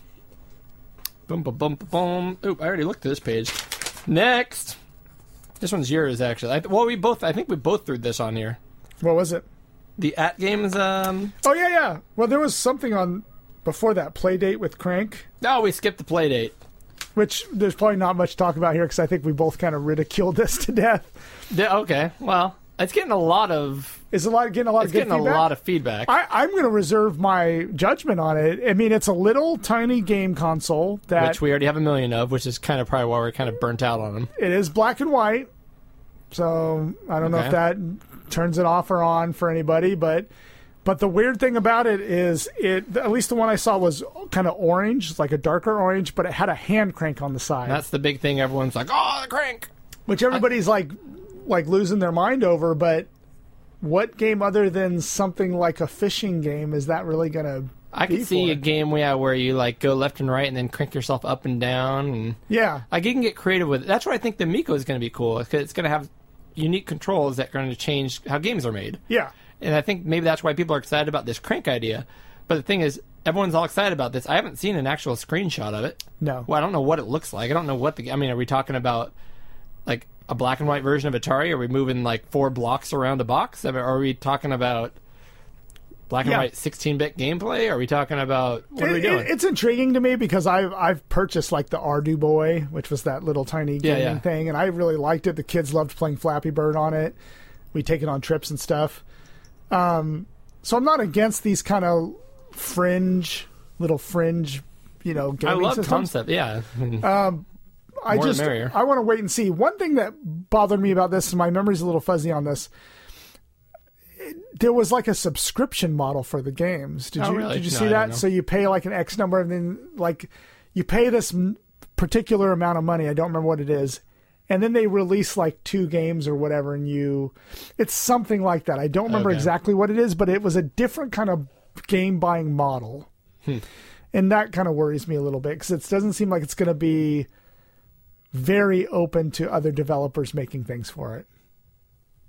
Speaker 1: boom, boom, boom, boom. Oop, I already looked at this page. Next, this one's yours actually. I, well, we both. I think we both threw this on here.
Speaker 5: What was it?
Speaker 1: The at games. Um,
Speaker 5: Oh yeah, yeah. Well, there was something on before that play date with Crank,
Speaker 1: No, Oh, we skipped the play date.
Speaker 5: which there's probably not much to talk about here because I think we both kind of ridiculed this to death.
Speaker 1: The- okay, well, it's getting a lot of
Speaker 5: Is a lot getting a lot
Speaker 1: it's
Speaker 5: of good
Speaker 1: getting
Speaker 5: feedback?
Speaker 1: a lot of feedback.
Speaker 5: I, I'm going to reserve my judgment on it. I mean, it's a little tiny game console that
Speaker 1: which we already have a million of, which is kind of probably why we're kind of burnt out on them.
Speaker 5: it is black and white. So I don't know if
Speaker 1: Okay.
Speaker 5: that turns it off or on for anybody. But but the weird thing about it is it at least the one I saw was kind of orange, like a darker orange, but it had a hand crank on the side,
Speaker 1: That's the big thing. Everyone's like, "Oh, the crank."
Speaker 5: which everybody's like like losing their mind over. But what game other than something like a fishing game is that really gonna?
Speaker 1: I
Speaker 5: be
Speaker 1: could see
Speaker 5: for
Speaker 1: a
Speaker 5: it?
Speaker 1: game yeah, where you like go left and right and then crank yourself up and down. And
Speaker 5: Yeah,
Speaker 1: like you can get creative with it. That's where I think the Miko is going to be cool because it's going to have unique controls that are going to change how games are made.
Speaker 5: yeah.
Speaker 1: And I think maybe that's why people are excited about this crank idea. But the thing is, everyone's all excited about this. I haven't seen an actual screenshot of it.
Speaker 5: No.
Speaker 1: Well, I don't know what it looks like. I don't know what the. I mean, are we talking about like a black and white version of Atari? Are we moving like four blocks around a box? I mean, are we talking about black and
Speaker 5: Yeah.
Speaker 1: white 16-bit gameplay? Are we talking about what are we
Speaker 5: It-
Speaker 1: doing?
Speaker 5: it- it's intriguing to me because I've I've purchased like the Ardu Boy, which was that little tiny
Speaker 1: Yeah,
Speaker 5: gaming
Speaker 1: yeah.
Speaker 5: thing, and I really liked it. The kids loved playing Flappy Bird on it. We take it on trips and stuff. Um, so I'm not against these kind of fringe, little fringe, you know,
Speaker 1: I
Speaker 5: gaming
Speaker 1: love
Speaker 5: systems.
Speaker 1: concept. Yeah.
Speaker 5: I
Speaker 1: More the
Speaker 5: just
Speaker 1: merrier.
Speaker 5: I want to wait and see. One thing that bothered me about this, and my memory's a little fuzzy on this. it- There was like a subscription model for the games. Did
Speaker 1: Oh,
Speaker 5: you
Speaker 1: really?
Speaker 5: did you
Speaker 1: No,
Speaker 5: see
Speaker 1: I didn't
Speaker 5: that?
Speaker 1: know.
Speaker 5: So you pay like an X number, and then like you pay this m- particular amount of money. I don't remember what it is, and then they release like two games or whatever, and you, it's something like that. I don't remember
Speaker 1: Okay.
Speaker 5: exactly what it is, but it was a different kind of game buying model,
Speaker 1: Hmm.
Speaker 5: and that kind of worries me a little bit because it doesn't seem like it's going to be very open to other developers making things for it,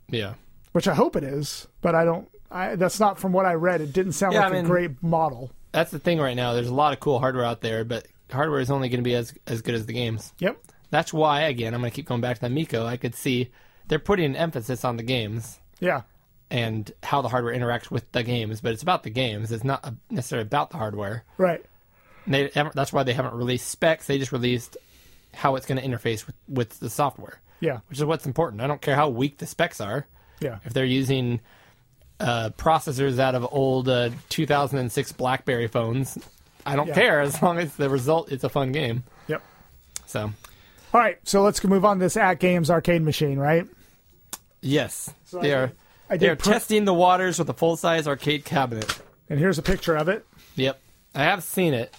Speaker 1: yeah.
Speaker 5: which I hope it is, but I don't. I, that's not from what I read. It didn't sound
Speaker 1: Yeah, I
Speaker 5: like a
Speaker 1: mean-
Speaker 5: great model.
Speaker 1: That's the thing right now. There's a lot of cool hardware out there, but hardware is only going to be as as good as the games.
Speaker 5: Yep.
Speaker 1: That's why, again, I'm going to keep going back to that Miko. I could see they're putting an emphasis on the games
Speaker 5: Yeah.
Speaker 1: and how the hardware interacts with the games, but it's about the games. It's not uh, necessarily about the hardware.
Speaker 5: Right.
Speaker 1: And they, haven't- that's why they haven't released specs. They just released how it's going to interface with, with the software,
Speaker 5: Yeah.
Speaker 1: which is what's important. I don't care how weak the specs are.
Speaker 5: Yeah.
Speaker 1: If they're using uh, processors out of old uh, 2006 BlackBerry phones, I don't
Speaker 5: Yeah.
Speaker 1: care as long as the result is a fun game.
Speaker 5: Yep.
Speaker 1: So,
Speaker 5: All right. So let's move on to this at games arcade machine, right?
Speaker 1: yes,
Speaker 5: I
Speaker 1: they
Speaker 5: did-
Speaker 1: are.
Speaker 5: I
Speaker 1: They are
Speaker 5: did. Pre-
Speaker 1: testing the waters with a full size arcade cabinet.
Speaker 5: and here's a picture of it.
Speaker 1: Yep, I have seen it.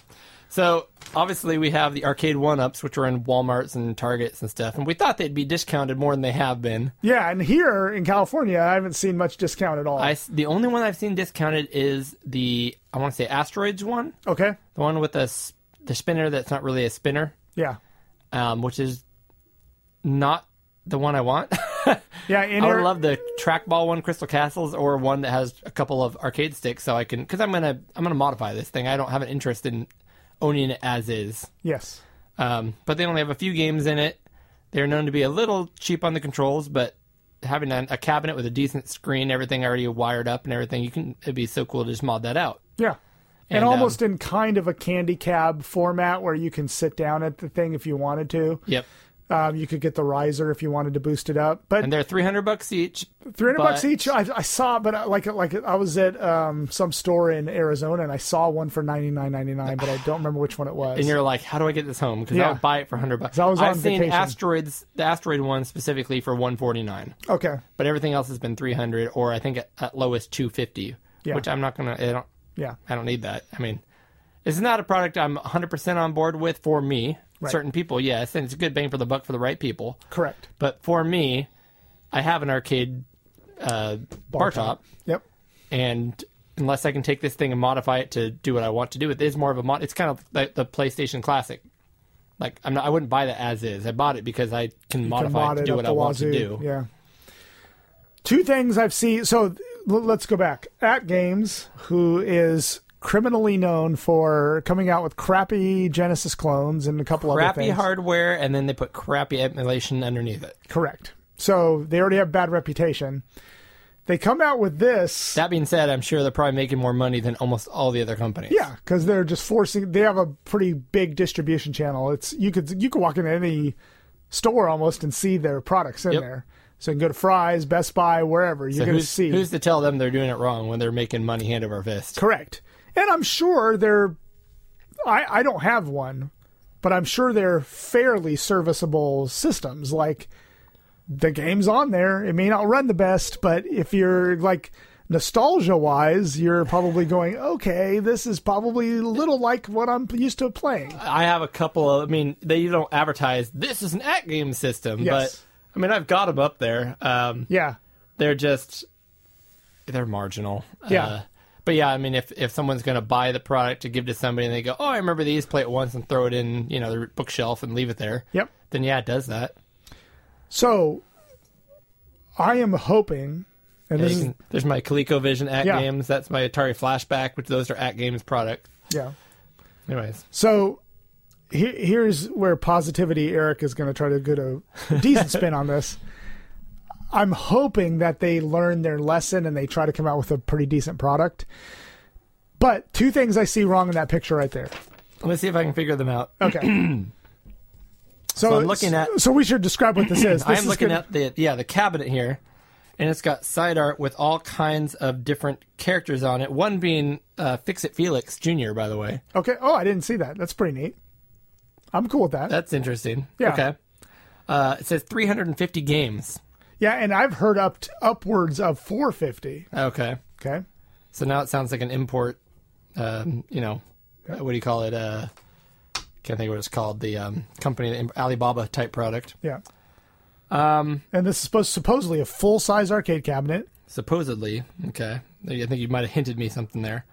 Speaker 1: So obviously we have the arcade one ups, which are in WalMarts and Targets and stuff, and we thought they'd be discounted more than they have been.
Speaker 5: Yeah. And here in California, I haven't seen much discount at all.
Speaker 1: I s the only one I've seen discounted is the I want to say asteroids one,
Speaker 5: okay.
Speaker 1: the one with the s- the spinner that's not really a spinner,
Speaker 5: Yeah.
Speaker 1: um, which is not the one I want.
Speaker 5: Yeah. In
Speaker 1: I
Speaker 5: here,
Speaker 1: would love the trackball one, Crystal Castles, or one that has a couple of arcade sticks, so I can because I'm gonna I'm gonna modify this thing. I don't have an interest in owning it as is.
Speaker 5: Yes.
Speaker 1: Um, but they only have a few games in it. They're known to be a little cheap on the controls, but having a, a cabinet with a decent screen, everything already wired up and everything, you can it'd be so cool to just mod that out.
Speaker 5: Yeah. And,
Speaker 1: And, um,
Speaker 5: almost in kind of a candy cab format where you can sit down at the thing if you wanted to.
Speaker 1: Yep.
Speaker 5: Um, you could get the riser if you wanted to boost it up, but
Speaker 1: And they're three hundred bucks each.
Speaker 5: three hundred bucks
Speaker 1: but-
Speaker 5: each. I, I saw, but I, like like I was at um, some store in Arizona and I saw one for ninety nine ninety nine, but I don't remember which one it was.
Speaker 1: And you're like, how do I get this home? Because
Speaker 5: Yeah.
Speaker 1: I would buy it for hundred bucks.
Speaker 5: I was
Speaker 1: I've
Speaker 5: on
Speaker 1: seen
Speaker 5: vacation.
Speaker 1: asteroids, the asteroid one specifically for one forty nine,
Speaker 5: okay,
Speaker 1: but everything else has been three hundred or I think at, at lowest two fifty.
Speaker 5: Yeah.
Speaker 1: Which I'm not gonna. I don't.
Speaker 5: yeah,
Speaker 1: I don't need that. I mean, it's not a product I'm 100% on board with for me.
Speaker 5: Right.
Speaker 1: Certain people, yes, and it's a good bang for the buck for the right people.
Speaker 5: correct.
Speaker 1: But for me, I have an arcade uh, bar, top,
Speaker 5: Yep,
Speaker 1: and unless I can take this thing and modify it to do what I want to do, it is more of a mod. It's kind of like the PlayStation Classic. Like I'm not, I wouldn't buy that as is. I bought it because I can
Speaker 5: Can
Speaker 1: modify
Speaker 5: mod
Speaker 1: it to
Speaker 5: it
Speaker 1: do
Speaker 5: up
Speaker 1: what
Speaker 5: the
Speaker 1: I want
Speaker 5: wazoo.
Speaker 1: to do.
Speaker 5: Yeah. Two things I've seen. So l- let's go back at Games, who is criminally known for coming out with crappy Genesis clones and a couple other
Speaker 1: Crappy
Speaker 5: things.
Speaker 1: hardware, and then they put crappy emulation underneath it.
Speaker 5: Correct. So they already have bad reputation. They come out with this.
Speaker 1: That being said, I'm sure they're probably making more money than almost all the other companies.
Speaker 5: Yeah, because they're just forcing. They have a pretty big distribution channel. It's you could you could walk into any store almost and see their products in
Speaker 1: Yep.
Speaker 5: there. So you can go to Fry's, Best Buy, wherever you're
Speaker 1: So
Speaker 5: going to
Speaker 1: who's,
Speaker 5: see.
Speaker 1: who's to tell them they're doing it wrong when they're making money hand over fist?
Speaker 5: Correct. And I'm sure they're. I I don't have one, but I'm sure they're fairly serviceable systems. Like the game's on there. It may not run the best, but if you're like nostalgia wise, you're probably going, okay, this is probably a little like what I'm used to playing.
Speaker 1: I have a couple of. I mean, they don't advertise this is an at game system,
Speaker 5: Yes.
Speaker 1: but I mean, I've got them up there. Um,
Speaker 5: Yeah.
Speaker 1: they're just they're marginal. Uh,
Speaker 5: Yeah.
Speaker 1: but yeah, I mean, if if someone's going to buy the product to give to somebody and they go, "Oh, I remember these," play it once and throw it in, you know, their bookshelf and leave it there.
Speaker 5: Yep.
Speaker 1: Then yeah, it does that.
Speaker 5: So I am hoping, and
Speaker 1: Yeah,
Speaker 5: this
Speaker 1: you
Speaker 5: is
Speaker 1: can- there's my ColecoVision at
Speaker 5: Yeah.
Speaker 1: games. That's my Atari Flashback, which those are at games products.
Speaker 5: yeah.
Speaker 1: Anyways,
Speaker 5: So he- here's where positivity Eric is going to try to get a decent spin on this. I'm hoping that they learn their lesson and they try to come out with a pretty decent product. But two things I see wrong in that picture right there.
Speaker 1: let's see if I can figure them out.
Speaker 5: Okay. so,
Speaker 1: I'm looking at-
Speaker 5: So we should describe what this is. This
Speaker 1: I'm
Speaker 5: is
Speaker 1: looking
Speaker 5: gonna-
Speaker 1: at the yeah the cabinet here, and it's got side art with all kinds of different characters on it. One being uh, Fix It Felix Jr. By the way,
Speaker 5: Okay. Oh, I didn't see that. That's pretty neat. I'm cool with that.
Speaker 1: that's interesting.
Speaker 5: Yeah.
Speaker 1: Okay. Uh, it says 350 games.
Speaker 5: yeah, and I've heard up upwards of 450.
Speaker 1: Okay.
Speaker 5: Okay.
Speaker 1: So now it sounds like an import. Um, you know, uh, what do you call it? Uh, can't think of what it's called. The um, company, the Alibaba type product,
Speaker 5: Yeah. Um, and this is supposed supposedly a full size arcade cabinet.
Speaker 1: supposedly. Okay, I think you might have hinted me something there.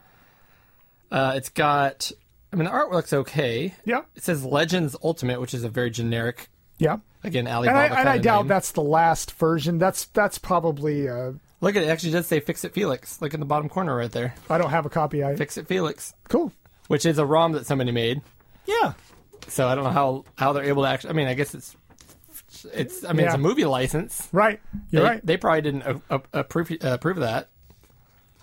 Speaker 1: Uh, it's got. I mean, the art looks okay.
Speaker 5: Yeah.
Speaker 1: It says Legends Ultimate, which is a very generic,
Speaker 5: Yeah.
Speaker 1: again,
Speaker 5: And
Speaker 1: Alibaba.
Speaker 5: I, and I
Speaker 1: kinda
Speaker 5: doubt
Speaker 1: name.
Speaker 5: that's the last version. That's that's probably uh,
Speaker 1: Look at it. it actually does say Fix It Felix. Look in the bottom corner right there.
Speaker 5: I don't have a copy. I
Speaker 1: Fix It Felix,
Speaker 5: cool.
Speaker 1: which is a ROM that somebody made.
Speaker 5: Yeah.
Speaker 1: So I don't know how, how they're able to actually. I mean, I guess it's. It's. I mean, it's
Speaker 5: Yeah.
Speaker 1: a movie license.
Speaker 5: Right. You're
Speaker 1: they,
Speaker 5: right.
Speaker 1: They probably didn't a- a- approve, uh, approve that.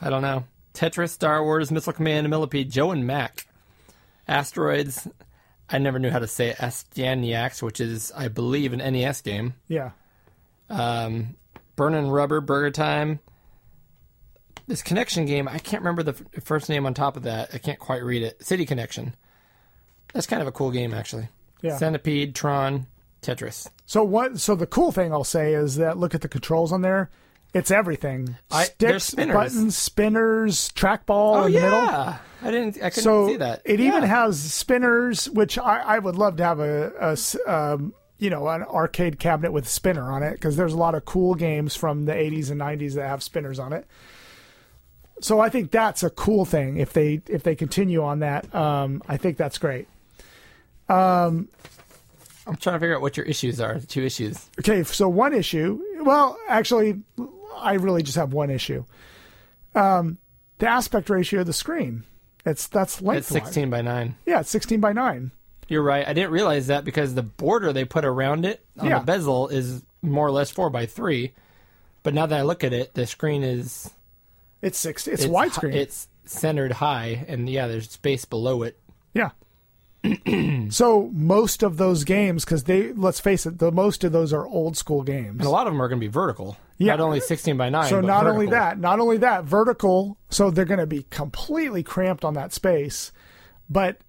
Speaker 1: I don't know. Tetris, Star Wars, Missile Command, Millipede, Joe and Mac, Asteroids. I never knew how to say Astaniacs, which is, I believe, an NES game.
Speaker 5: yeah.
Speaker 1: um, Burning Rubber, Burger Time. This connection game, I can't remember the f- first name on top of that. I can't quite read it. City Connection. That's kind of a cool game, actually.
Speaker 5: Yeah.
Speaker 1: Centipede, Tron, Tetris.
Speaker 5: So what? So the cool thing I'll say is that look at the controls on there. It's everything.
Speaker 1: I- they're
Speaker 5: Sticks,
Speaker 1: spinners. Oh,
Speaker 5: buttons, spinners, trackball Oh, in the middle.
Speaker 1: I didn't. I couldn't
Speaker 5: So
Speaker 1: see that.
Speaker 5: it even
Speaker 1: Yeah.
Speaker 5: has spinners, which I, I would love to have a, a s- um, you know an arcade cabinet with spinner on it because there's a lot of cool games from the 80s and 90s that have spinners on it. So I think that's a cool thing if they if they continue on that. Um, I think that's great.
Speaker 1: I'm trying to figure out what your issues are. The two issues.
Speaker 5: Okay, so one issue. Well, actually, I really just have one issue. Um, the aspect ratio of the screen. It's that's
Speaker 1: It's
Speaker 5: lengthwise.
Speaker 1: 16 by 9.
Speaker 5: Yeah, it's 16 by 9.
Speaker 1: You're right. I didn't realize that because the border they put around it on
Speaker 5: Yeah.
Speaker 1: the bezel is more or less four by three. But now that I look at it, the screen is
Speaker 5: It's six. It's,
Speaker 1: it's
Speaker 5: widescreen.
Speaker 1: hi- It's centered high, and yeah, there's space below it.
Speaker 5: Yeah. so most of those games, because they let's face it, the most of those are old school games.
Speaker 1: A lot of them are going to be vertical.
Speaker 5: Yeah.
Speaker 1: Not only 16 by 9.
Speaker 5: So
Speaker 1: but
Speaker 5: not only
Speaker 1: vertical.
Speaker 5: that, not only that, vertical. So they're going to be completely cramped on that space. But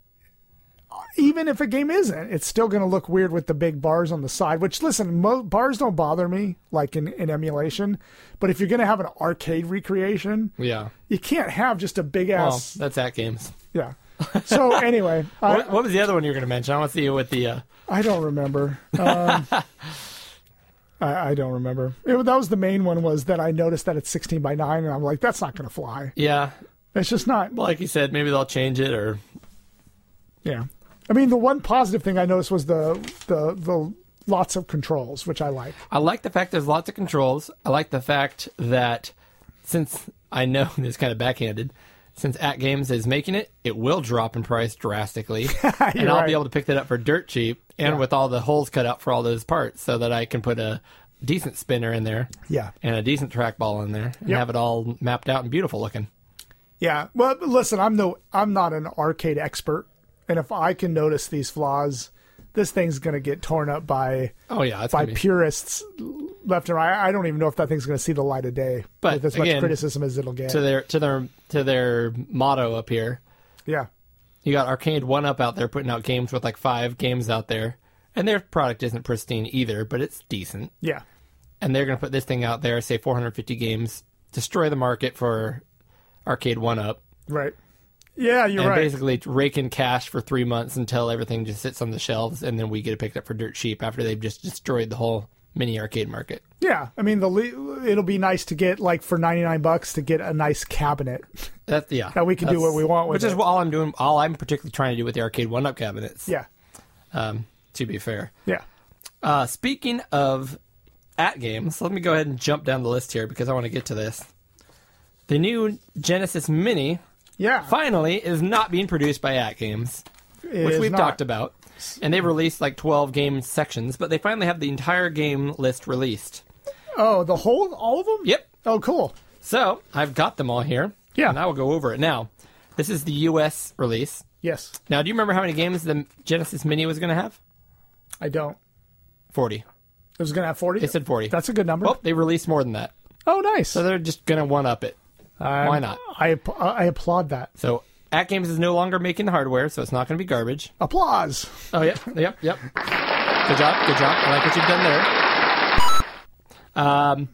Speaker 5: uh, even if a game isn't, it's still going to look weird with the big bars on the side. Which listen, mo- bars don't bother me like in, in emulation. But if you're going to have an arcade recreation,
Speaker 1: Yeah.
Speaker 5: you can't have just a big
Speaker 1: Well,
Speaker 5: ass.
Speaker 1: that's at games.
Speaker 5: yeah. So anyway, I,
Speaker 1: What, what was the other one you were going to mention? I want to see you with the. Uh,
Speaker 5: I don't remember. Um, I, I don't remember. It, that was the main one. Was that I noticed that it's 16 by 9, and I'm like, that's not going to fly.
Speaker 1: yeah.
Speaker 5: It's just not.
Speaker 1: Like you said, maybe they'll change it or.
Speaker 5: Yeah. I mean, the one positive thing I noticed was the the the lots of controls, which I like.
Speaker 1: I like the fact there's lots of controls. I like the fact that since I know this is kind of backhanded, since At Games is making it, it will drop in price drastically, and I'll
Speaker 5: right.
Speaker 1: be able to pick that up for dirt cheap and with all the holes cut out for all those parts, so that I can put a decent spinner in there,
Speaker 5: Yeah.
Speaker 1: and a decent trackball in there, and
Speaker 5: Yep.
Speaker 1: have it all mapped out and beautiful looking.
Speaker 5: Yeah. Well, but listen, I'm no, I'm not an arcade expert, and if I can notice these flaws, this thing's going to get torn up by
Speaker 1: Oh yeah, that's
Speaker 5: by
Speaker 1: gonna be-
Speaker 5: purists left and right. I don't even know if that thing's going to see the light of day
Speaker 1: But
Speaker 5: with as much
Speaker 1: again,
Speaker 5: criticism as it'll get.
Speaker 1: to their to their to their motto up here.
Speaker 5: yeah.
Speaker 1: You got Arcade One Up out there putting out games with like five games out there, and their product isn't pristine either, but it's decent.
Speaker 5: Yeah.
Speaker 1: and they're going to put this thing out there, say 450 games, destroy the market for Arcade One Up,
Speaker 5: Right. Yeah, you're
Speaker 1: and
Speaker 5: right.
Speaker 1: basically rake in cash for three months until everything just sits on the shelves, and then we get it picked up for dirt cheap after they've just destroyed the whole mini arcade market.
Speaker 5: Yeah, I mean the le- it'll be nice to get like for 99 bucks to get a nice cabinet.
Speaker 1: That's yeah.
Speaker 5: That we can do
Speaker 1: That's-
Speaker 5: what we want with
Speaker 1: which is
Speaker 5: it.
Speaker 1: all I'm doing. All I'm particularly trying to do with the arcade one up cabinets.
Speaker 5: Yeah.
Speaker 1: Um, to be fair.
Speaker 5: Yeah.
Speaker 1: Uh, speaking of at games, let me go ahead and jump down the list here because I want to get to this. The new Genesis Mini
Speaker 5: Yeah.
Speaker 1: finally is not being produced by at games,
Speaker 5: It
Speaker 1: which
Speaker 5: is
Speaker 1: we've
Speaker 5: not-
Speaker 1: talked about, and they've released like 12 game sections, but they finally have the entire game list released.
Speaker 5: Oh, the whole all of them?
Speaker 1: Yep.
Speaker 5: Oh, cool.
Speaker 1: So I've got them all here.
Speaker 5: Yeah.
Speaker 1: And I will go over it now. This is the U.S. release.
Speaker 5: Yes.
Speaker 1: Now, do you remember how many games the Genesis Mini was going to have?
Speaker 5: I don't.
Speaker 1: 40.
Speaker 5: It was going to have 40.
Speaker 1: They said 40.
Speaker 5: That's a good number.
Speaker 1: Well, they released more than that.
Speaker 5: oh, nice.
Speaker 1: So they're just going to one up it. Why not?
Speaker 5: I app- uh, I applaud that.
Speaker 1: So, At Games is no longer making the hardware, so it's not going to be garbage.
Speaker 5: Applause.
Speaker 1: Oh, yep, yep, yep. Good job, good job. I like what you've done there. Um,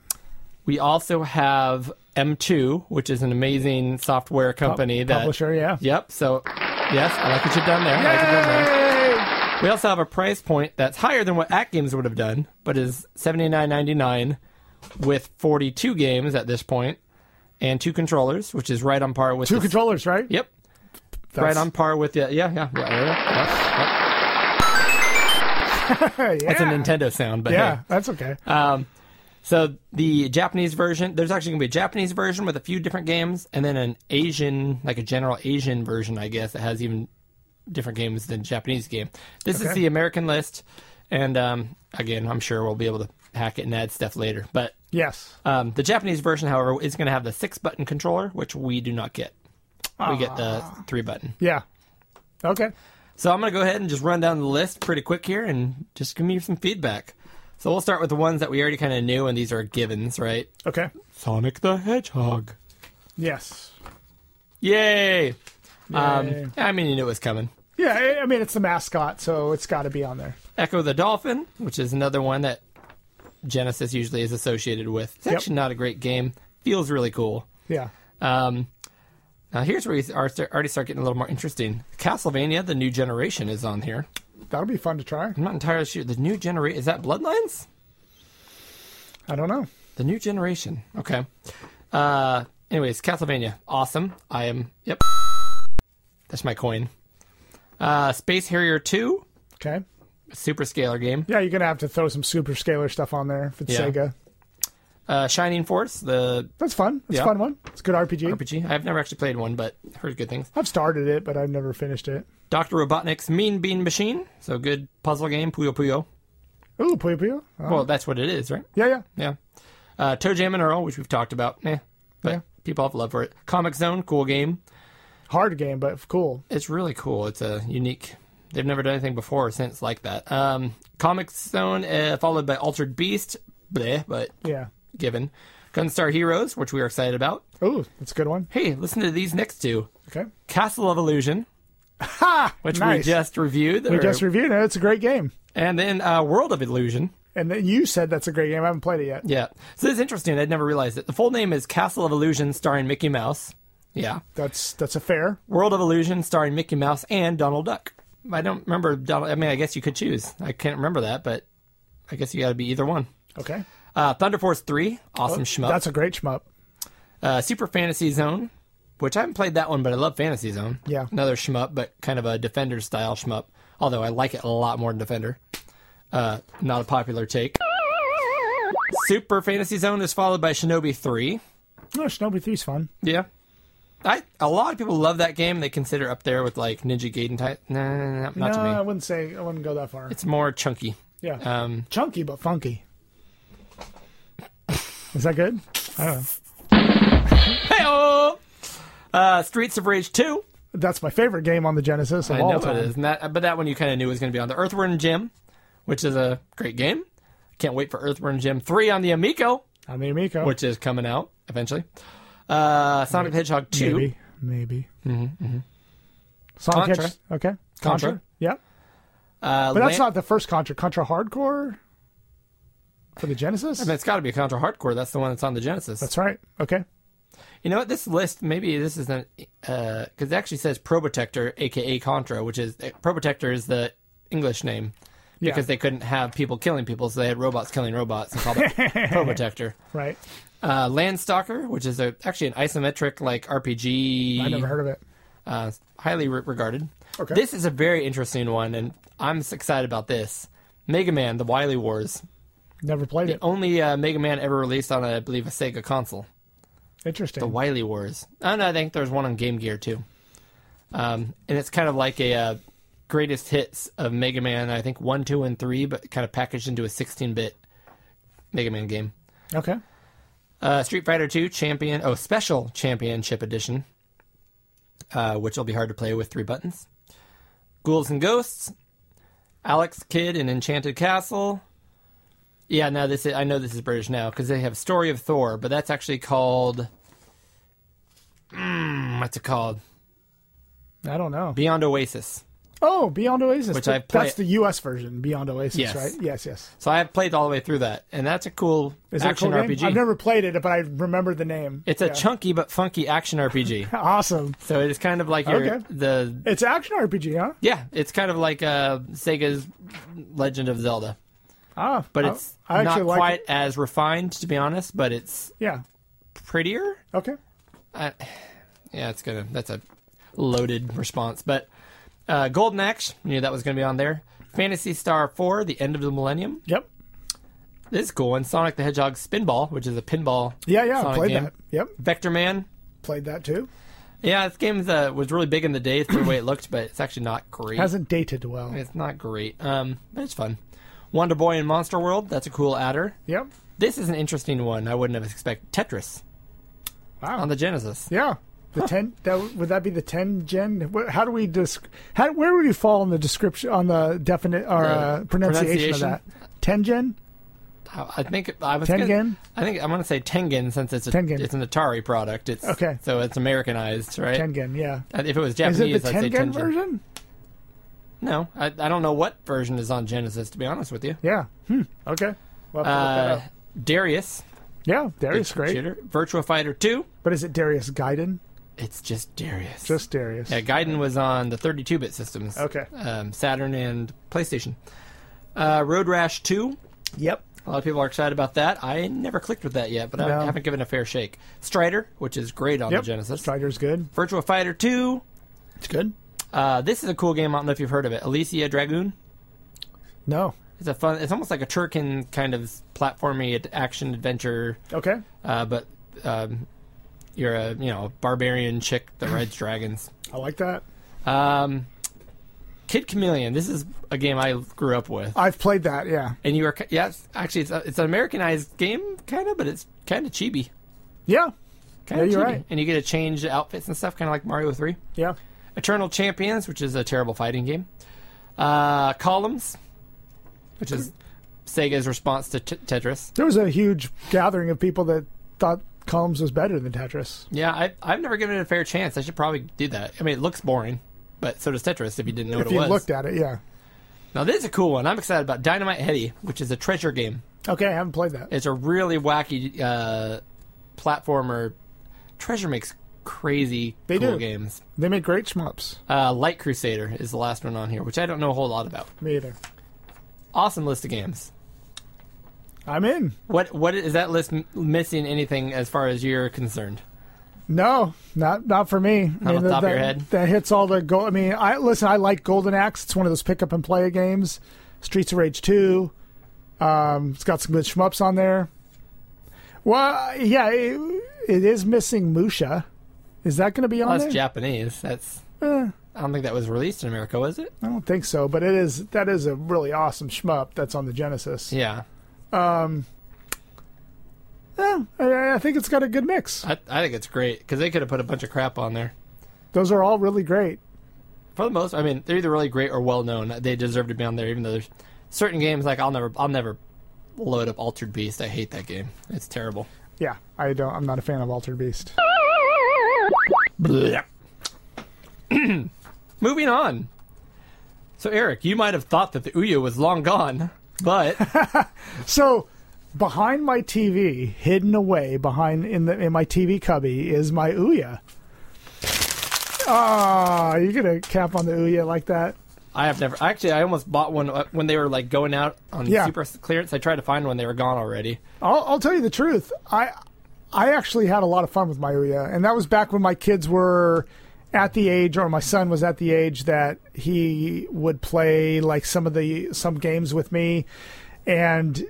Speaker 1: we also have M2, which is an amazing software company that.
Speaker 5: Publisher, yeah.
Speaker 1: Yep, so, yes, I like what you've done there. I like what you've done there.
Speaker 5: Yay!
Speaker 1: We also have a price point that's higher than what At Games would have done, but is seventy nine ninety nine, with forty two games at this point, and two controllers, which is right on par with
Speaker 5: Two
Speaker 1: the-
Speaker 5: controllers, right?
Speaker 1: Yep,
Speaker 5: That's-
Speaker 1: right on par with the yeah yeah yeah. yeah, yeah, yeah, yeah.
Speaker 5: Hey, yeah.
Speaker 1: It's a Uh, Nintendo sound, but
Speaker 5: yeah,
Speaker 1: hey.
Speaker 5: that's okay.
Speaker 1: So the Japanese version, there's actually gonna be a Japanese version with a few different games, and then an Asian, like a general Asian version, I guess, that has even different games than Japanese game. This is
Speaker 5: Okay.
Speaker 1: the American list, and um, again, I'm sure we'll be able to hack it and add stuff later. But
Speaker 5: yes.
Speaker 1: um, the Japanese version, however, is gonna have the six button controller, which we do not get. We get the three button.
Speaker 5: Yeah. Okay.
Speaker 1: So I'm going to go ahead and just run down the list pretty quick here and just give me some feedback. So we'll start with the ones that we already kind of knew, and these are givens, right?
Speaker 5: Okay.
Speaker 1: Sonic the Hedgehog.
Speaker 5: Yes.
Speaker 1: Yay!
Speaker 5: Yay.
Speaker 1: Um, I mean, you knew it was coming.
Speaker 5: Yeah, I- I mean it's the mascot, so it's got to be on there.
Speaker 1: Echo the Dolphin, which is another one that Genesis usually is associated with. It's
Speaker 5: Yep.
Speaker 1: actually not a great game. Feels really cool.
Speaker 5: Yeah.
Speaker 1: Um, now here's where we are start- already start getting a little more interesting. Castlevania: The New Generation is on here.
Speaker 5: That'll be fun to try.
Speaker 1: I'm not entirely sure. The New Generation is that Bloodlines?
Speaker 5: I don't know.
Speaker 1: The New Generation. Okay. Uh, anyways, Castlevania. Awesome. I am. Yep. That's my coin. Uh, Space Harrier 2,
Speaker 5: Okay.
Speaker 1: super scalar game.
Speaker 5: Yeah, you're gonna have to throw some super scalar stuff on there for the
Speaker 1: Yeah.
Speaker 5: Sega.
Speaker 1: Uh, Shining Force, the
Speaker 5: That's fun. It's
Speaker 1: Yeah.
Speaker 5: a fun one. It's a good RPG.
Speaker 1: RPG. I've never actually played one, but heard good things.
Speaker 5: I've started it, but I've never finished it.
Speaker 1: Dr. Robotnik's Mean Bean Machine. So good puzzle game. Puyo Puyo.
Speaker 5: Ooh, Puyo Puyo. Oh.
Speaker 1: Well, that's what it is, right?
Speaker 5: Yeah, yeah.
Speaker 1: Yeah. Uh, Toe Jam and Earl, which we've talked about. Eh, but people have love for it. Comic Zone, cool game.
Speaker 5: Hard game, but cool.
Speaker 1: It's really cool. It's a unique. They've never done anything before or since like that. Um, Comic Zone, uh, followed by Altered Beast. Bleh, but
Speaker 5: Yeah.
Speaker 1: given. Gunstar Heroes, which we are excited about.
Speaker 5: Ooh, that's a good one.
Speaker 1: Hey, listen to these next two.
Speaker 5: Okay.
Speaker 1: Castle of Illusion,
Speaker 5: Ha!
Speaker 1: which
Speaker 5: nice.
Speaker 1: we just reviewed.
Speaker 5: We just reviewed it. It's a great game.
Speaker 1: and then uh, World of Illusion.
Speaker 5: And then you said that's a great game. I haven't played it yet.
Speaker 1: Yeah. So this is interesting. I'd never realized it. The full name is Castle of Illusion starring Mickey Mouse. Yeah.
Speaker 5: That's that's a fair.
Speaker 1: World of Illusion starring Mickey Mouse and Donald Duck. I don't remember Donald. I mean, I guess you could choose. I can't remember that, but I guess you got to be either one.
Speaker 5: Okay.
Speaker 1: Uh, Thunder Force 3, awesome shmup.
Speaker 5: Oh, That's a great shmup.
Speaker 1: uh, Super Fantasy Zone, which I haven't played that one, but I love Fantasy Zone.
Speaker 5: Yeah.
Speaker 1: Another shmup, but kind of a Defender style shmup. Although I like it a lot more than Defender. Uh, not a popular take. Super Fantasy Zone is followed by Shinobi 3.
Speaker 5: No, Shinobi 3's fun.
Speaker 1: Yeah. I, a lot of people love that game. They consider it up there with like Ninja Gaiden type. No, no, no, no, not
Speaker 5: no, I
Speaker 1: to me.
Speaker 5: wouldn't say I wouldn't go that far.
Speaker 1: It's more chunky.
Speaker 5: yeah.
Speaker 1: Um,
Speaker 5: Chunky but funky. Is that good? I don't
Speaker 1: hey
Speaker 5: know.
Speaker 1: uh, Streets of Rage 2.
Speaker 5: That's my favorite game on the Genesis of
Speaker 1: I
Speaker 5: all
Speaker 1: know
Speaker 5: time.
Speaker 1: it is. And that, but that one you kind of knew was going to be on the Earthworm Jim, which is a great game. Can't wait for Earthworm Jim 3 on the Amico,
Speaker 5: On the Amico.
Speaker 1: which is coming out eventually. Uh, Sonic the Hedgehog 2.
Speaker 5: maybe, maybe. Mm-hmm, Sonic
Speaker 1: Contra.
Speaker 5: Hedge- okay.
Speaker 1: Contra.
Speaker 5: Yeah,
Speaker 1: Uh,
Speaker 5: but that's
Speaker 1: Lan-
Speaker 5: not the first Contra. Contra Hardcore. for the Genesis.
Speaker 1: That's got to be Contra Hardcore. That's the one that's on the Genesis.
Speaker 5: That's right. Okay.
Speaker 1: You know what? This list, maybe this isn't, because it actually says Probotector, aka Contra, which is eh, Probotector is the English name
Speaker 5: Yeah.
Speaker 1: because they couldn't have people killing people, so they had robots killing robots and called it Probotector.
Speaker 5: Right.
Speaker 1: Uh, Landstalker, which is a, actually an isometric like RPG,
Speaker 5: I never heard of it.
Speaker 1: uh, highly re- regarded.
Speaker 5: Okay.
Speaker 1: This is a very interesting one, and I'm s- excited about this. Mega Man: The Wily Wars,
Speaker 5: Never played it.
Speaker 1: only uh, Mega Man ever released on, a, I believe, a Sega console.
Speaker 5: Interesting.
Speaker 1: The Wily Wars. Oh no, I think there's one on Game Gear too. Um, and it's kind of like a uh, greatest hits of Mega Man. I think one, two, and three, but kind of packaged into a 16-bit Mega Man game.
Speaker 5: okay.
Speaker 1: Uh, Street Fighter Two Champion. Oh, Special Championship Edition, uh, which will be hard to play with three buttons. Ghouls and Ghosts. Alex Kidd in Enchanted Castle. Yeah, no, this is, I know this is British now because they have Story of Thor, but that's actually called. Mm, what's it called?
Speaker 5: I don't know.
Speaker 1: Beyond Oasis.
Speaker 5: oh, Beyond Oasis.
Speaker 1: Which
Speaker 5: Th-
Speaker 1: I play-
Speaker 5: that's the U.S. version. Beyond Oasis.
Speaker 1: Yes.
Speaker 5: Right. Yes. Yes.
Speaker 1: So I've played all the way through that, and that's a cool
Speaker 5: Is that a
Speaker 1: action
Speaker 5: cool game?
Speaker 1: RPG.
Speaker 5: I've never played it, but I remember the name.
Speaker 1: It's a
Speaker 5: Yeah.
Speaker 1: chunky but funky action RPG.
Speaker 5: Awesome.
Speaker 1: so it's kind of like your,
Speaker 5: Okay.
Speaker 1: the
Speaker 5: It's action RPG, huh?
Speaker 1: Yeah, it's kind of like uh, Sega's Legend of Zelda,
Speaker 5: Ah,
Speaker 1: but
Speaker 5: I-
Speaker 1: it's
Speaker 5: I,
Speaker 1: not
Speaker 5: actually like
Speaker 1: quite
Speaker 5: It.
Speaker 1: as refined, to be honest. But it's
Speaker 5: Yeah.
Speaker 1: prettier.
Speaker 5: Okay.
Speaker 1: I, yeah, it's gonna. That's a loaded response. But uh, Golden Axe, knew that was gonna be on there. Fantasy Star Four: The End of the Millennium.
Speaker 5: Yep.
Speaker 1: This is a cool one. Sonic the Hedgehog Spinball, which is a pinball.
Speaker 5: Yeah. Yeah.
Speaker 1: Sonic
Speaker 5: played
Speaker 1: game.
Speaker 5: that. Yep.
Speaker 1: Vector Man.
Speaker 5: Played that too.
Speaker 1: Yeah, this game uh, was really big in the day for the way it looked, but it's actually not great.
Speaker 5: Hasn't dated well.
Speaker 1: It's not great, um, but it's fun. Wonder Boy and Monster World. That's a cool adder.
Speaker 5: Yep.
Speaker 1: This is an interesting one. I wouldn't have expected Tetris
Speaker 5: Wow.
Speaker 1: on the Genesis.
Speaker 5: yeah. The ten that would that be the ten gen? What, how do we disc? How, where would you fall on the description on the definite or uh, pronunciation, of
Speaker 1: pronunciation?
Speaker 5: that? Ten gen?
Speaker 1: I I think I was
Speaker 5: Tengen?
Speaker 1: Gonna, I think I'm going to say Tengen since it's a,
Speaker 5: Tengen.
Speaker 1: it's an Atari product. It's
Speaker 5: Okay.
Speaker 1: So it's Americanized, right?
Speaker 5: Ten gen? Yeah.
Speaker 1: And If it was
Speaker 5: Is it
Speaker 1: Japanese,
Speaker 5: the
Speaker 1: I'd say
Speaker 5: ten gen
Speaker 1: Tengen.
Speaker 5: version?
Speaker 1: No, I, I don't know what version is on Genesis. To be honest with you,
Speaker 5: Yeah. Hmm. Okay. We'll have to look that
Speaker 1: uh,
Speaker 5: up.
Speaker 1: Darius,
Speaker 5: Yeah, Darius great.
Speaker 1: shooter, Virtua Fighter Two.
Speaker 5: But is it Darius Gaiden?
Speaker 1: It's just Darius.
Speaker 5: Just Darius.
Speaker 1: Yeah, Gaiden was on the 32-bit systems.
Speaker 5: Okay.
Speaker 1: Um, Saturn and PlayStation. Uh, Road Rash 2.
Speaker 5: Yep.
Speaker 1: A lot of people are excited about that. I never clicked with that yet, but
Speaker 5: No.
Speaker 1: I haven't given it a fair shake. Strider, which is great on
Speaker 5: Yep.
Speaker 1: the Genesis.
Speaker 5: Strider's good.
Speaker 1: Virtual Fighter 2.
Speaker 5: It's good.
Speaker 1: Uh, this is a cool game. I don't know if you've heard of it. Alicia Dragoon.
Speaker 5: No.
Speaker 1: It's a fun. It's almost like a Turkin kind of platformy ad- action adventure,
Speaker 5: Okay.
Speaker 1: uh, but um, you're a you know barbarian chick that rides dragons.
Speaker 5: I like that.
Speaker 1: Um, Kid Chameleon. This is a game I grew up with,
Speaker 5: I've played that. Yeah.
Speaker 1: and you are yes. Actually, it's a, it's an Americanized game, kind of, but it's kind of chibi.
Speaker 5: Yeah.
Speaker 1: Kinda
Speaker 5: Yeah, you're
Speaker 1: chibi.
Speaker 5: right.
Speaker 1: And you get to change outfits and stuff, kind of like Mario Three.
Speaker 5: Yeah.
Speaker 1: Eternal Champions, which is a terrible fighting game. Uh, Columns, which is Sega's response to t- Tetris.
Speaker 5: There was a huge gathering of people that thought Columns was better than Tetris.
Speaker 1: Yeah, I, I've never given it a fair chance. I should probably do that. I mean, it looks boring, but so does Tetris if you didn't know what
Speaker 5: if
Speaker 1: it
Speaker 5: you
Speaker 1: was.
Speaker 5: looked at it, yeah.
Speaker 1: now this is a cool one. I'm excited about Dynamite Heady, which is a treasure game.
Speaker 5: Okay, I haven't played that.
Speaker 1: It's a really wacky uh, platformer. Treasure makes crazy
Speaker 5: They
Speaker 1: cool
Speaker 5: do.
Speaker 1: games.
Speaker 5: They make great shmups.
Speaker 1: Uh, Light Crusader is the last one on here, which I don't know a whole lot about.
Speaker 5: Me either.
Speaker 1: Awesome list of games.
Speaker 5: I'm in.
Speaker 1: What what is that list m- missing anything as far as you're concerned?
Speaker 5: No, not not for me. I
Speaker 1: off the top of
Speaker 5: that,
Speaker 1: your head?
Speaker 5: that hits all the gold. I mean, I listen. I like Golden Axe. It's one of those pick up and play games. Streets of Rage two. Um, it's got some good shmups on there. Well, yeah, it, it is missing Musha. Is that going to be on
Speaker 1: Well, that's
Speaker 5: there?
Speaker 1: Japanese. That's
Speaker 5: Eh,
Speaker 1: I don't think that was released in America, was it?
Speaker 5: I don't think so, but it is. That is a really awesome shmup that's on the Genesis.
Speaker 1: Yeah,
Speaker 5: Yeah, I, I think it's got a good mix.
Speaker 1: I, I think it's great because they could have put a bunch of crap on there.
Speaker 5: Those are all really great.
Speaker 1: For the most, I mean, they're either really great or well known. They deserve to be on there, even though there's certain games like I'll never I'll never load up Altered Beast. I hate that game. It's terrible.
Speaker 5: Yeah, I don't. I'm not a fan of Altered Beast.
Speaker 1: Moving on. So Eric, you might have thought that the Ouya was long gone, but
Speaker 5: So behind my TV, hidden away behind in the in my TV cubby, is my Ouya. Ah, you gonna cap on the Ouya like that?
Speaker 1: I have never actually. I almost bought one uh, when they were like going out on
Speaker 5: Yeah.
Speaker 1: super clearance. I tried to find one; they were gone already.
Speaker 5: I'll, I'll tell you the truth. I I actually had a lot of fun with my Ouya, and that was back when my kids were at the age, or my son was at the age that he would play like some of the some games with me, and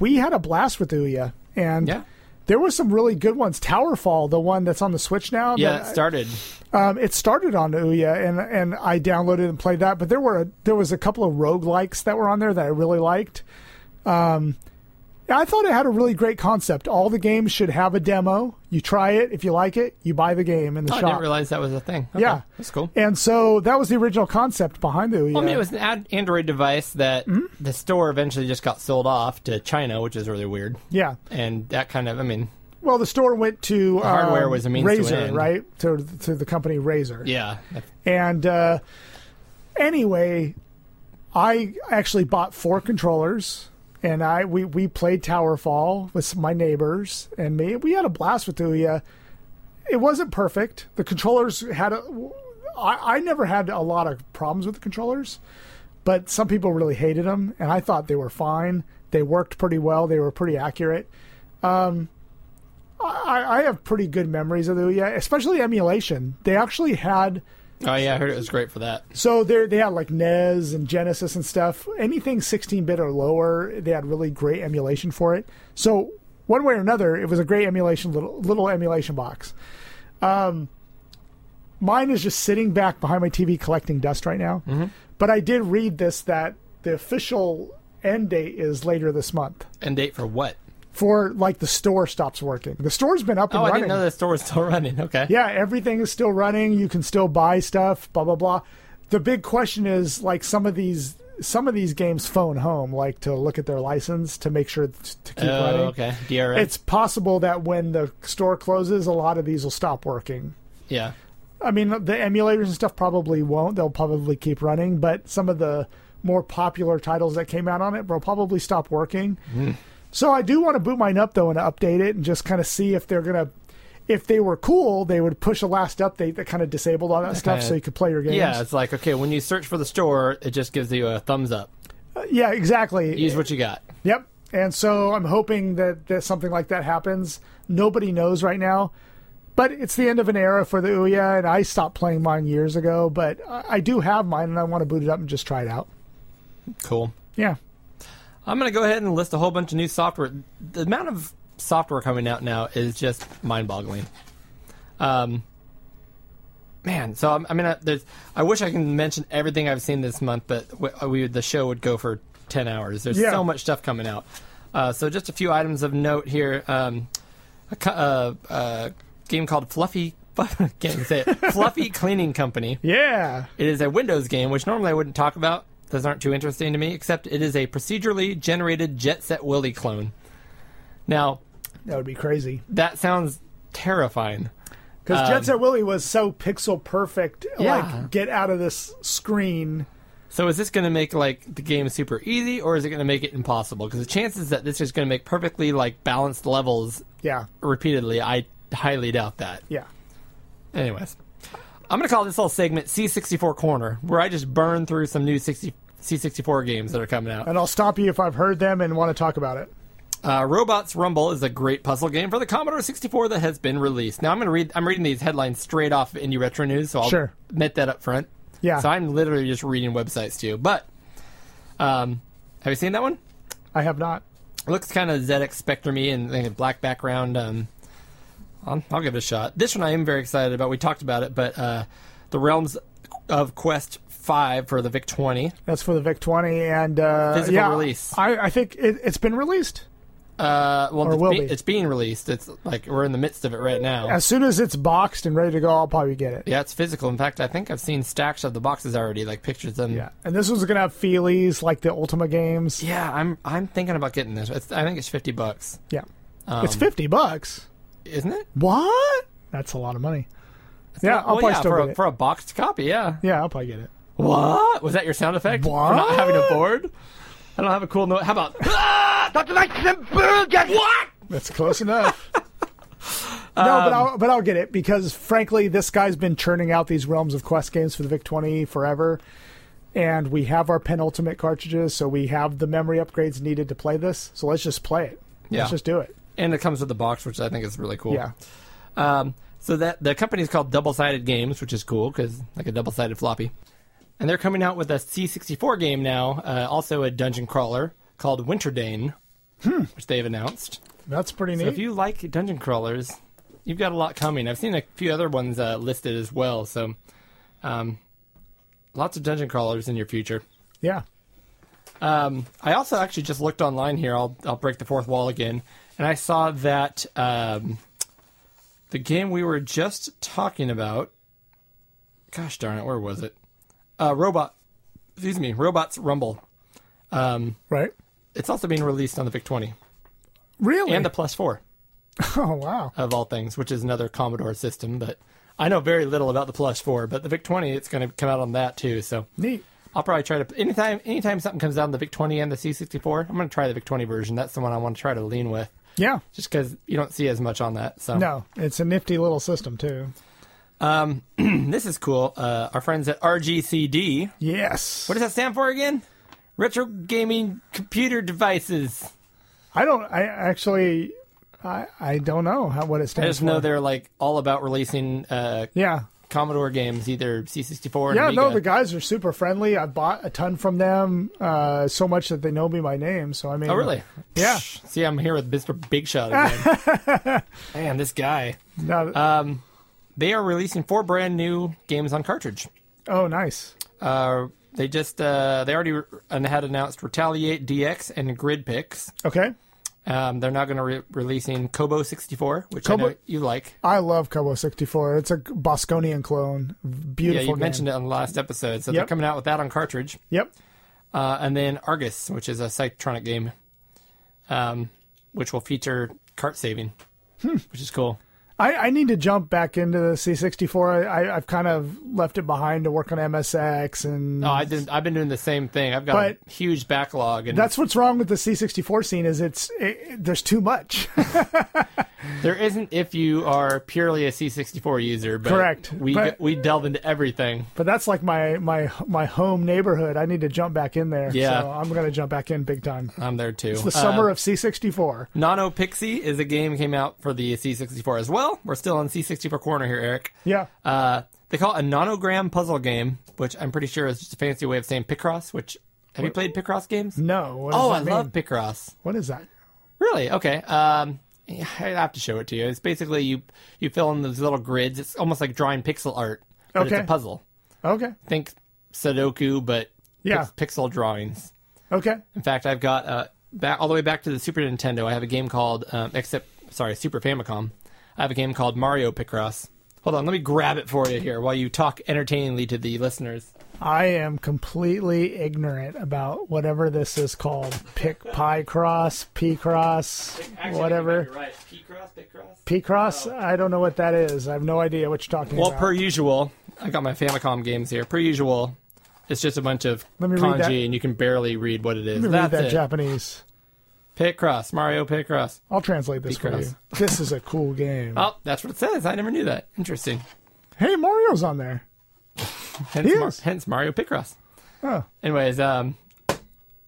Speaker 5: we had a blast with Ouya, and.
Speaker 1: Yeah.
Speaker 5: There were some really good ones. Towerfall, the one that's on the Switch now.
Speaker 1: Yeah,
Speaker 5: that-
Speaker 1: it started.
Speaker 5: um, it started on Ouya, and and I downloaded and played that. But there were a, there was a couple of roguelikes that were on there that I really liked. Um, I thought it had a really great concept. All the games should have a demo. You try it. If you like it, you buy the game in the
Speaker 1: Oh, I
Speaker 5: shop.
Speaker 1: didn't realize that was a thing. Okay,
Speaker 5: Yeah.
Speaker 1: that's cool.
Speaker 5: And uh, so that was the original concept behind the Ouya.
Speaker 1: Well, I mean, it was an ad- Android device that
Speaker 5: Mm-hmm.
Speaker 1: the store eventually just got sold off to China, which is really weird.
Speaker 5: yeah.
Speaker 1: And that kind of, I mean,
Speaker 5: Well, the store went to um,
Speaker 1: hardware was a means to an
Speaker 5: Razor,
Speaker 1: end.
Speaker 5: right? To to the company Razor.
Speaker 1: yeah, Oh,
Speaker 5: And uh, anyway, I actually bought four controllers, and I we we played Towerfall with some- my neighbors and me. We had a blast with Ouya. It wasn't perfect. The controllers had a. I, I never had a lot of problems with the controllers, but some people really hated them, and I thought they were fine. They worked pretty well. They were pretty accurate. Um, I, I have pretty good memories of the Ouya, especially emulation. They actually had
Speaker 1: oh yeah, I heard it was great for that.
Speaker 5: so they they had like NES and Genesis and stuff. Anything 16 bit or lower, they had really great emulation for it. So one way or another, it was a great emulation little little emulation box. Um, mine is just sitting back behind my TV collecting dust right now.
Speaker 1: Mm-hmm.
Speaker 5: But I did read this that the official end date is later this month
Speaker 1: And date for what?
Speaker 5: for like the store stops working. The store's been up and
Speaker 1: Oh, I
Speaker 5: running.
Speaker 1: didn't know the store was still running. Okay.
Speaker 5: Yeah, everything is still running. You can still buy stuff. Blah blah blah. The big question is like some of these some of these games phone home like to look at their license to make sure t- to keep
Speaker 1: Oh,
Speaker 5: running.
Speaker 1: okay. DRM.
Speaker 5: It's possible that when the store closes, a lot of these will stop working.
Speaker 1: yeah.
Speaker 5: I mean, the emulators and stuff probably won't. They'll probably keep running, but some of the more popular titles that came out on it will probably stop working.
Speaker 1: Hmm.
Speaker 5: So I do want to boot mine up though and update it and just kind of see if they're gonna. If they were cool, they would push a last update that kind of disabled all that stuff,
Speaker 1: kinda-
Speaker 5: so you could play your games.
Speaker 1: Yeah, it's like okay, when you search for the store, it just gives you a thumbs up.
Speaker 5: Uh, yeah, exactly.
Speaker 1: Use what you got.
Speaker 5: Yep. And so I'm hoping that, that something like that happens. Nobody knows right now. But it's the end of an era for the Ouya, and I stopped playing mine years ago. But I, I do have mine, and I want to boot it up and just try it out.
Speaker 1: Cool.
Speaker 5: Yeah.
Speaker 1: I'm gonna go ahead and list a whole bunch of new software. The amount of software coming out now is just mind-boggling. Um, man, so I'm, I mean, I, there's, I wish I can mention everything I've seen this month, but we, we the show would go for ten hours. There's
Speaker 5: Yeah.
Speaker 1: so much stuff coming out. Uh, so just a few items of note here. Um, a, co- uh, uh, game called Fluffy. Can't even say it. Fluffy Cleaning Company.
Speaker 5: Yeah.
Speaker 1: It is a Windows game, which normally I wouldn't talk about. Those aren't too interesting to me, except it is a procedurally generated Jet Set Willy clone. Now,
Speaker 5: That would be crazy.
Speaker 1: that sounds terrifying.
Speaker 5: Because Jet Set Willy was so pixel perfect.
Speaker 1: Um, Yeah.
Speaker 5: Like, get out of this screen.
Speaker 1: So is this going to make like the game super easy or is it going to make it impossible? Cuz the chances that this is going to make perfectly like balanced levels
Speaker 5: Yeah.
Speaker 1: repeatedly, I highly doubt that.
Speaker 5: Yeah.
Speaker 1: Anyways, I'm going to call this little segment C64 Corner, where I just burn through some new 60 C64 games that are coming out.
Speaker 5: And I'll stop you if I've heard them and want to talk about it.
Speaker 1: Uh, Robots Rumble is a great puzzle game for the Commodore 64 that has been released. Now I'm going to read. I'm reading these headlines straight off of Indie Retro News, so I'll
Speaker 5: Sure.
Speaker 1: admit that up front.
Speaker 5: Yeah.
Speaker 1: So I'm literally just reading websites to you. But um, have you seen that one?
Speaker 5: I have not.
Speaker 1: It looks kind of ZX Spectrum-y and like, a black background. Um, I'll, I'll give it a shot. This one I am very excited about. We talked about it, but uh, the Realms of Quest 5 for the VIC 20.
Speaker 5: That's for the VIC 20 and uh,
Speaker 1: Physical
Speaker 5: yeah,
Speaker 1: release.
Speaker 5: I, I think it, it's been released.
Speaker 1: Uh, well, it's,
Speaker 5: will
Speaker 1: be-
Speaker 5: be.
Speaker 1: it's being released. It's like we're in the midst of it right now.
Speaker 5: As soon as it's boxed and ready to go, I'll probably get it.
Speaker 1: Yeah, it's physical. In fact, I think I've seen stacks of the boxes already, like pictures of them.
Speaker 5: Yeah, and this one's gonna have feelies like the Ultima games.
Speaker 1: Yeah, I'm I'm thinking about getting this. It's, I think it's fifty bucks,
Speaker 5: Yeah,
Speaker 1: Um,
Speaker 5: it's fifty bucks.
Speaker 1: isn't it?
Speaker 5: What? That's a lot of money. Yeah, I'll
Speaker 1: well,
Speaker 5: probably
Speaker 1: yeah,
Speaker 5: still
Speaker 1: for
Speaker 5: get
Speaker 1: a,
Speaker 5: it.
Speaker 1: for a boxed copy. Yeah.
Speaker 5: yeah, I'll probably get it.
Speaker 1: What was that? Your sound effect? For not having a board? I don't have a cool note. How about? Ah!
Speaker 4: Not like them burgers! What?
Speaker 5: That's close enough. no, but I'll but I'll get it because frankly, this guy's been churning out these realms of quest games for the Vic Twenty forever, and we have our penultimate cartridges, so we have the memory upgrades needed to play this. So let's just play it.
Speaker 1: Yeah.
Speaker 5: Let's just do it.
Speaker 1: and it comes with the box, which I think is really cool.
Speaker 5: Yeah.
Speaker 1: Um, so that the company is called Double Sided Games, which is cool because like a double sided floppy, and they're coming out with a C64 game now, uh, also a dungeon crawler called Winterdane,
Speaker 5: Hmm.
Speaker 1: which they've announced.
Speaker 5: That's pretty neat.
Speaker 1: So if you like dungeon crawlers, you've got a lot coming. I've seen a few other ones uh, listed as well. So, um, lots of dungeon crawlers in your future.
Speaker 5: yeah.
Speaker 1: Um, I also actually just looked online here. I'll I'll break the fourth wall again, and I saw that um, the game we were just talking about. Gosh darn it, where was it? Uh, Robot. Excuse me, Robots Rumble.
Speaker 5: Right.
Speaker 1: It's also being released on the Vic 20
Speaker 5: Really?
Speaker 1: and the Plus 4
Speaker 5: oh wow.
Speaker 1: of all things, which is another Commodore system. But I know very little about the Plus 4, but the Vic 20 it's going to come out on that too. So
Speaker 5: Neat.
Speaker 1: I'll probably try to anytime anytime something comes out on the Vic 20 and the C64, I'm going to try the Vic 20 version. That's the one I want to try to lean with.
Speaker 5: Yeah.
Speaker 1: just because you don't see as much on that. So
Speaker 5: No, it's a nifty little system too.
Speaker 1: this is cool. Uh, our friends at RGCD.
Speaker 5: Yes.
Speaker 1: What does that stand for again? Retro gaming computer devices.
Speaker 5: I don't. I actually. I I don't know how what it
Speaker 1: I
Speaker 5: stands
Speaker 1: just know
Speaker 5: for.
Speaker 1: they're like all about releasing uh,
Speaker 5: yeah.
Speaker 1: Commodore games, either C64. Or
Speaker 5: Yeah, no,
Speaker 1: Amiga.
Speaker 5: the guys are super friendly. I bought a ton from them, uh, so much that they know me by name. So I mean,
Speaker 1: Oh really?
Speaker 5: Yeah.
Speaker 1: See, I'm here with Mr. Big Shot again. Man, this guy.
Speaker 5: No,
Speaker 1: Uh, They are releasing four brand new games on cartridge.
Speaker 5: oh, nice.
Speaker 1: Uh, they just uh, they already re- had announced Retaliate DX and Grid Picks.
Speaker 5: Okay,
Speaker 1: Um, they're now going to re- releasing Kobo 64, which I
Speaker 5: Kobo-
Speaker 1: know you like.
Speaker 5: I love Kobo sixty four. It's a Bosconian clone. Beautiful.
Speaker 1: Yeah, you
Speaker 5: game.
Speaker 1: mentioned it on the last episode. So they're
Speaker 5: Yep.
Speaker 1: coming out with that on cartridge,
Speaker 5: Yep.
Speaker 1: uh, and then Argus, which is a Psychotronic game, um, which will feature cart saving,
Speaker 5: Hmm.
Speaker 1: which is cool.
Speaker 5: I, I need to jump back into the C sixty four. I've kind of left it behind to work on MSX and.
Speaker 1: No, I didn't, I've been doing the same thing. I've got a
Speaker 5: But-
Speaker 1: huge backlog, and
Speaker 5: that's what's wrong with the C64 scene is it's it, it- there's too much.
Speaker 1: there isn't if you are purely a C64 user. But
Speaker 5: Correct.
Speaker 1: We
Speaker 5: But-
Speaker 1: we delve into everything.
Speaker 5: but that's like my my my home neighborhood. I need to jump back in there.
Speaker 1: Yeah. Uh,
Speaker 5: So I'm going to jump back in big time.
Speaker 1: I'm there too.
Speaker 5: The summer of C64.
Speaker 1: Nano Pixie is a game came out for the C64 as well. We're still on C64 corner here, Eric.
Speaker 5: Yeah.
Speaker 1: Uh, they call it a nonogram puzzle game, which I'm pretty sure is just a fancy way of saying Picross. Which have you played Picross games?
Speaker 5: No. What does
Speaker 1: Oh,
Speaker 5: that
Speaker 1: I
Speaker 5: mean?
Speaker 1: love Picross.
Speaker 5: What is that?
Speaker 1: Really? Okay. Um, yeah, I'd have to show it to you. It's basically you you fill in those little grids. It's almost like drawing pixel art, but it's
Speaker 5: Okay.
Speaker 1: a puzzle.
Speaker 5: Okay.
Speaker 1: Think Sudoku, but
Speaker 5: Yeah.
Speaker 1: pix- pixel drawings.
Speaker 5: Okay.
Speaker 1: In fact, I've got uh, back all the way back to the Super Nintendo. I have a game called um, except sorry Super Famicom. I have a game called Mario Picross. Hold on, let me grab it for you here while you talk entertainingly to the listeners.
Speaker 5: I am completely ignorant about whatever this is called. Pick pie cross, p cross, whatever.
Speaker 1: right. P-cross, cross.
Speaker 5: P cross. I don't know what that is. I have no idea what you're talking
Speaker 1: Well,
Speaker 5: about.
Speaker 1: per usual, I got my Famicom games here. Per usual, it's just a bunch of
Speaker 5: Let me read
Speaker 1: kanji,
Speaker 5: that.
Speaker 1: and you can barely read what it is.
Speaker 5: Let me read
Speaker 1: That's
Speaker 5: that
Speaker 1: it.
Speaker 5: Japanese.
Speaker 1: Picross, Mario Picross.
Speaker 5: I'll translate this for you.
Speaker 1: P-cross.
Speaker 5: This is a cool game.
Speaker 1: Oh, that's what it says. I never knew that. Interesting.
Speaker 5: hey, Mario's on there.
Speaker 1: Hence,
Speaker 5: He
Speaker 1: Mar-
Speaker 5: is.
Speaker 1: hence Mario Picross.
Speaker 5: Oh.
Speaker 1: Anyways, um,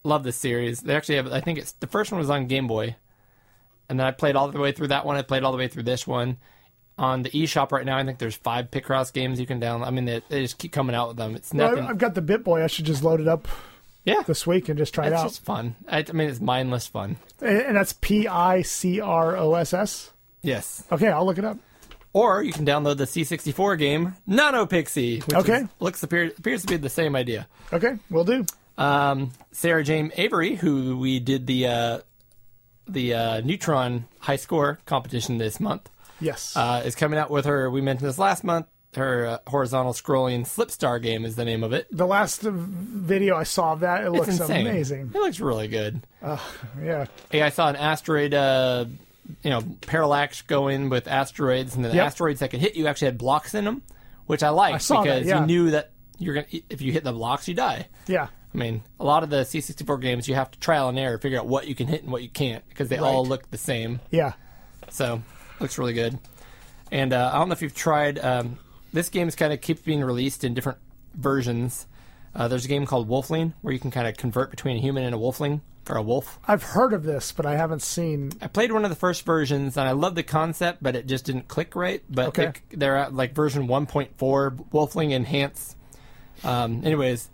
Speaker 1: love this series. They actually have. I think it's the first one was on Game Boy, and then I played all the way through that one. I played all the way through this one. On the eShop right now, I think there's five Picross games you can download. I mean, they, they just keep coming out with them. It's
Speaker 5: Well,
Speaker 1: nothing.
Speaker 5: I- I've got the Bit Boy. I should just load it up
Speaker 1: yeah,
Speaker 5: this week and just try it
Speaker 1: it's
Speaker 5: out.
Speaker 1: just fun. I, I mean, it's mindless fun.
Speaker 5: And and that's P I C R O S S.
Speaker 1: Yes.
Speaker 5: Okay, I'll look it up.
Speaker 1: Or you can download the C64 game Nano Pixie, which
Speaker 5: Okay.
Speaker 1: is- looks appear, appears to be the same idea.
Speaker 5: Okay, we'll do.
Speaker 1: Um, Sarah Jane Avery, who we did the uh, the uh, Neutron High Score competition this month,
Speaker 5: Yes.
Speaker 1: uh, is coming out with her. We mentioned this last month. Her uh, horizontal scrolling Slipstar game is the name of it.
Speaker 5: the last video I saw of that, it
Speaker 1: It's
Speaker 5: looks
Speaker 1: insane.
Speaker 5: amazing.
Speaker 1: It looks really good.
Speaker 5: Yeah.
Speaker 1: Hey, I saw an asteroid, uh, you know, parallax going with asteroids, and the
Speaker 5: Yep.
Speaker 1: asteroids that could hit you actually had blocks in them, which I liked
Speaker 5: saw that,
Speaker 1: because
Speaker 5: yeah.
Speaker 1: you knew that you're gonna if you hit the blocks, you die.
Speaker 5: Yeah.
Speaker 1: I mean, a lot of the C64 games you have to trial and error, figure out what you can hit and what you can't because they all
Speaker 5: Right.
Speaker 1: look the same.
Speaker 5: Yeah.
Speaker 1: So looks really good. And uh, I don't know if you've tried. Um, this game's kind of keeps being released in different versions. Uh, there's a game called Wolfling where you can kind of convert between a human and a wolfling or a wolf.
Speaker 5: I've heard of this, but I haven't seen.
Speaker 1: I played one of the first versions and I loved the concept, but it just didn't click right. But
Speaker 5: Okay.
Speaker 1: they, they're at like version 1.4 Wolfling Enhance. Um, anyways,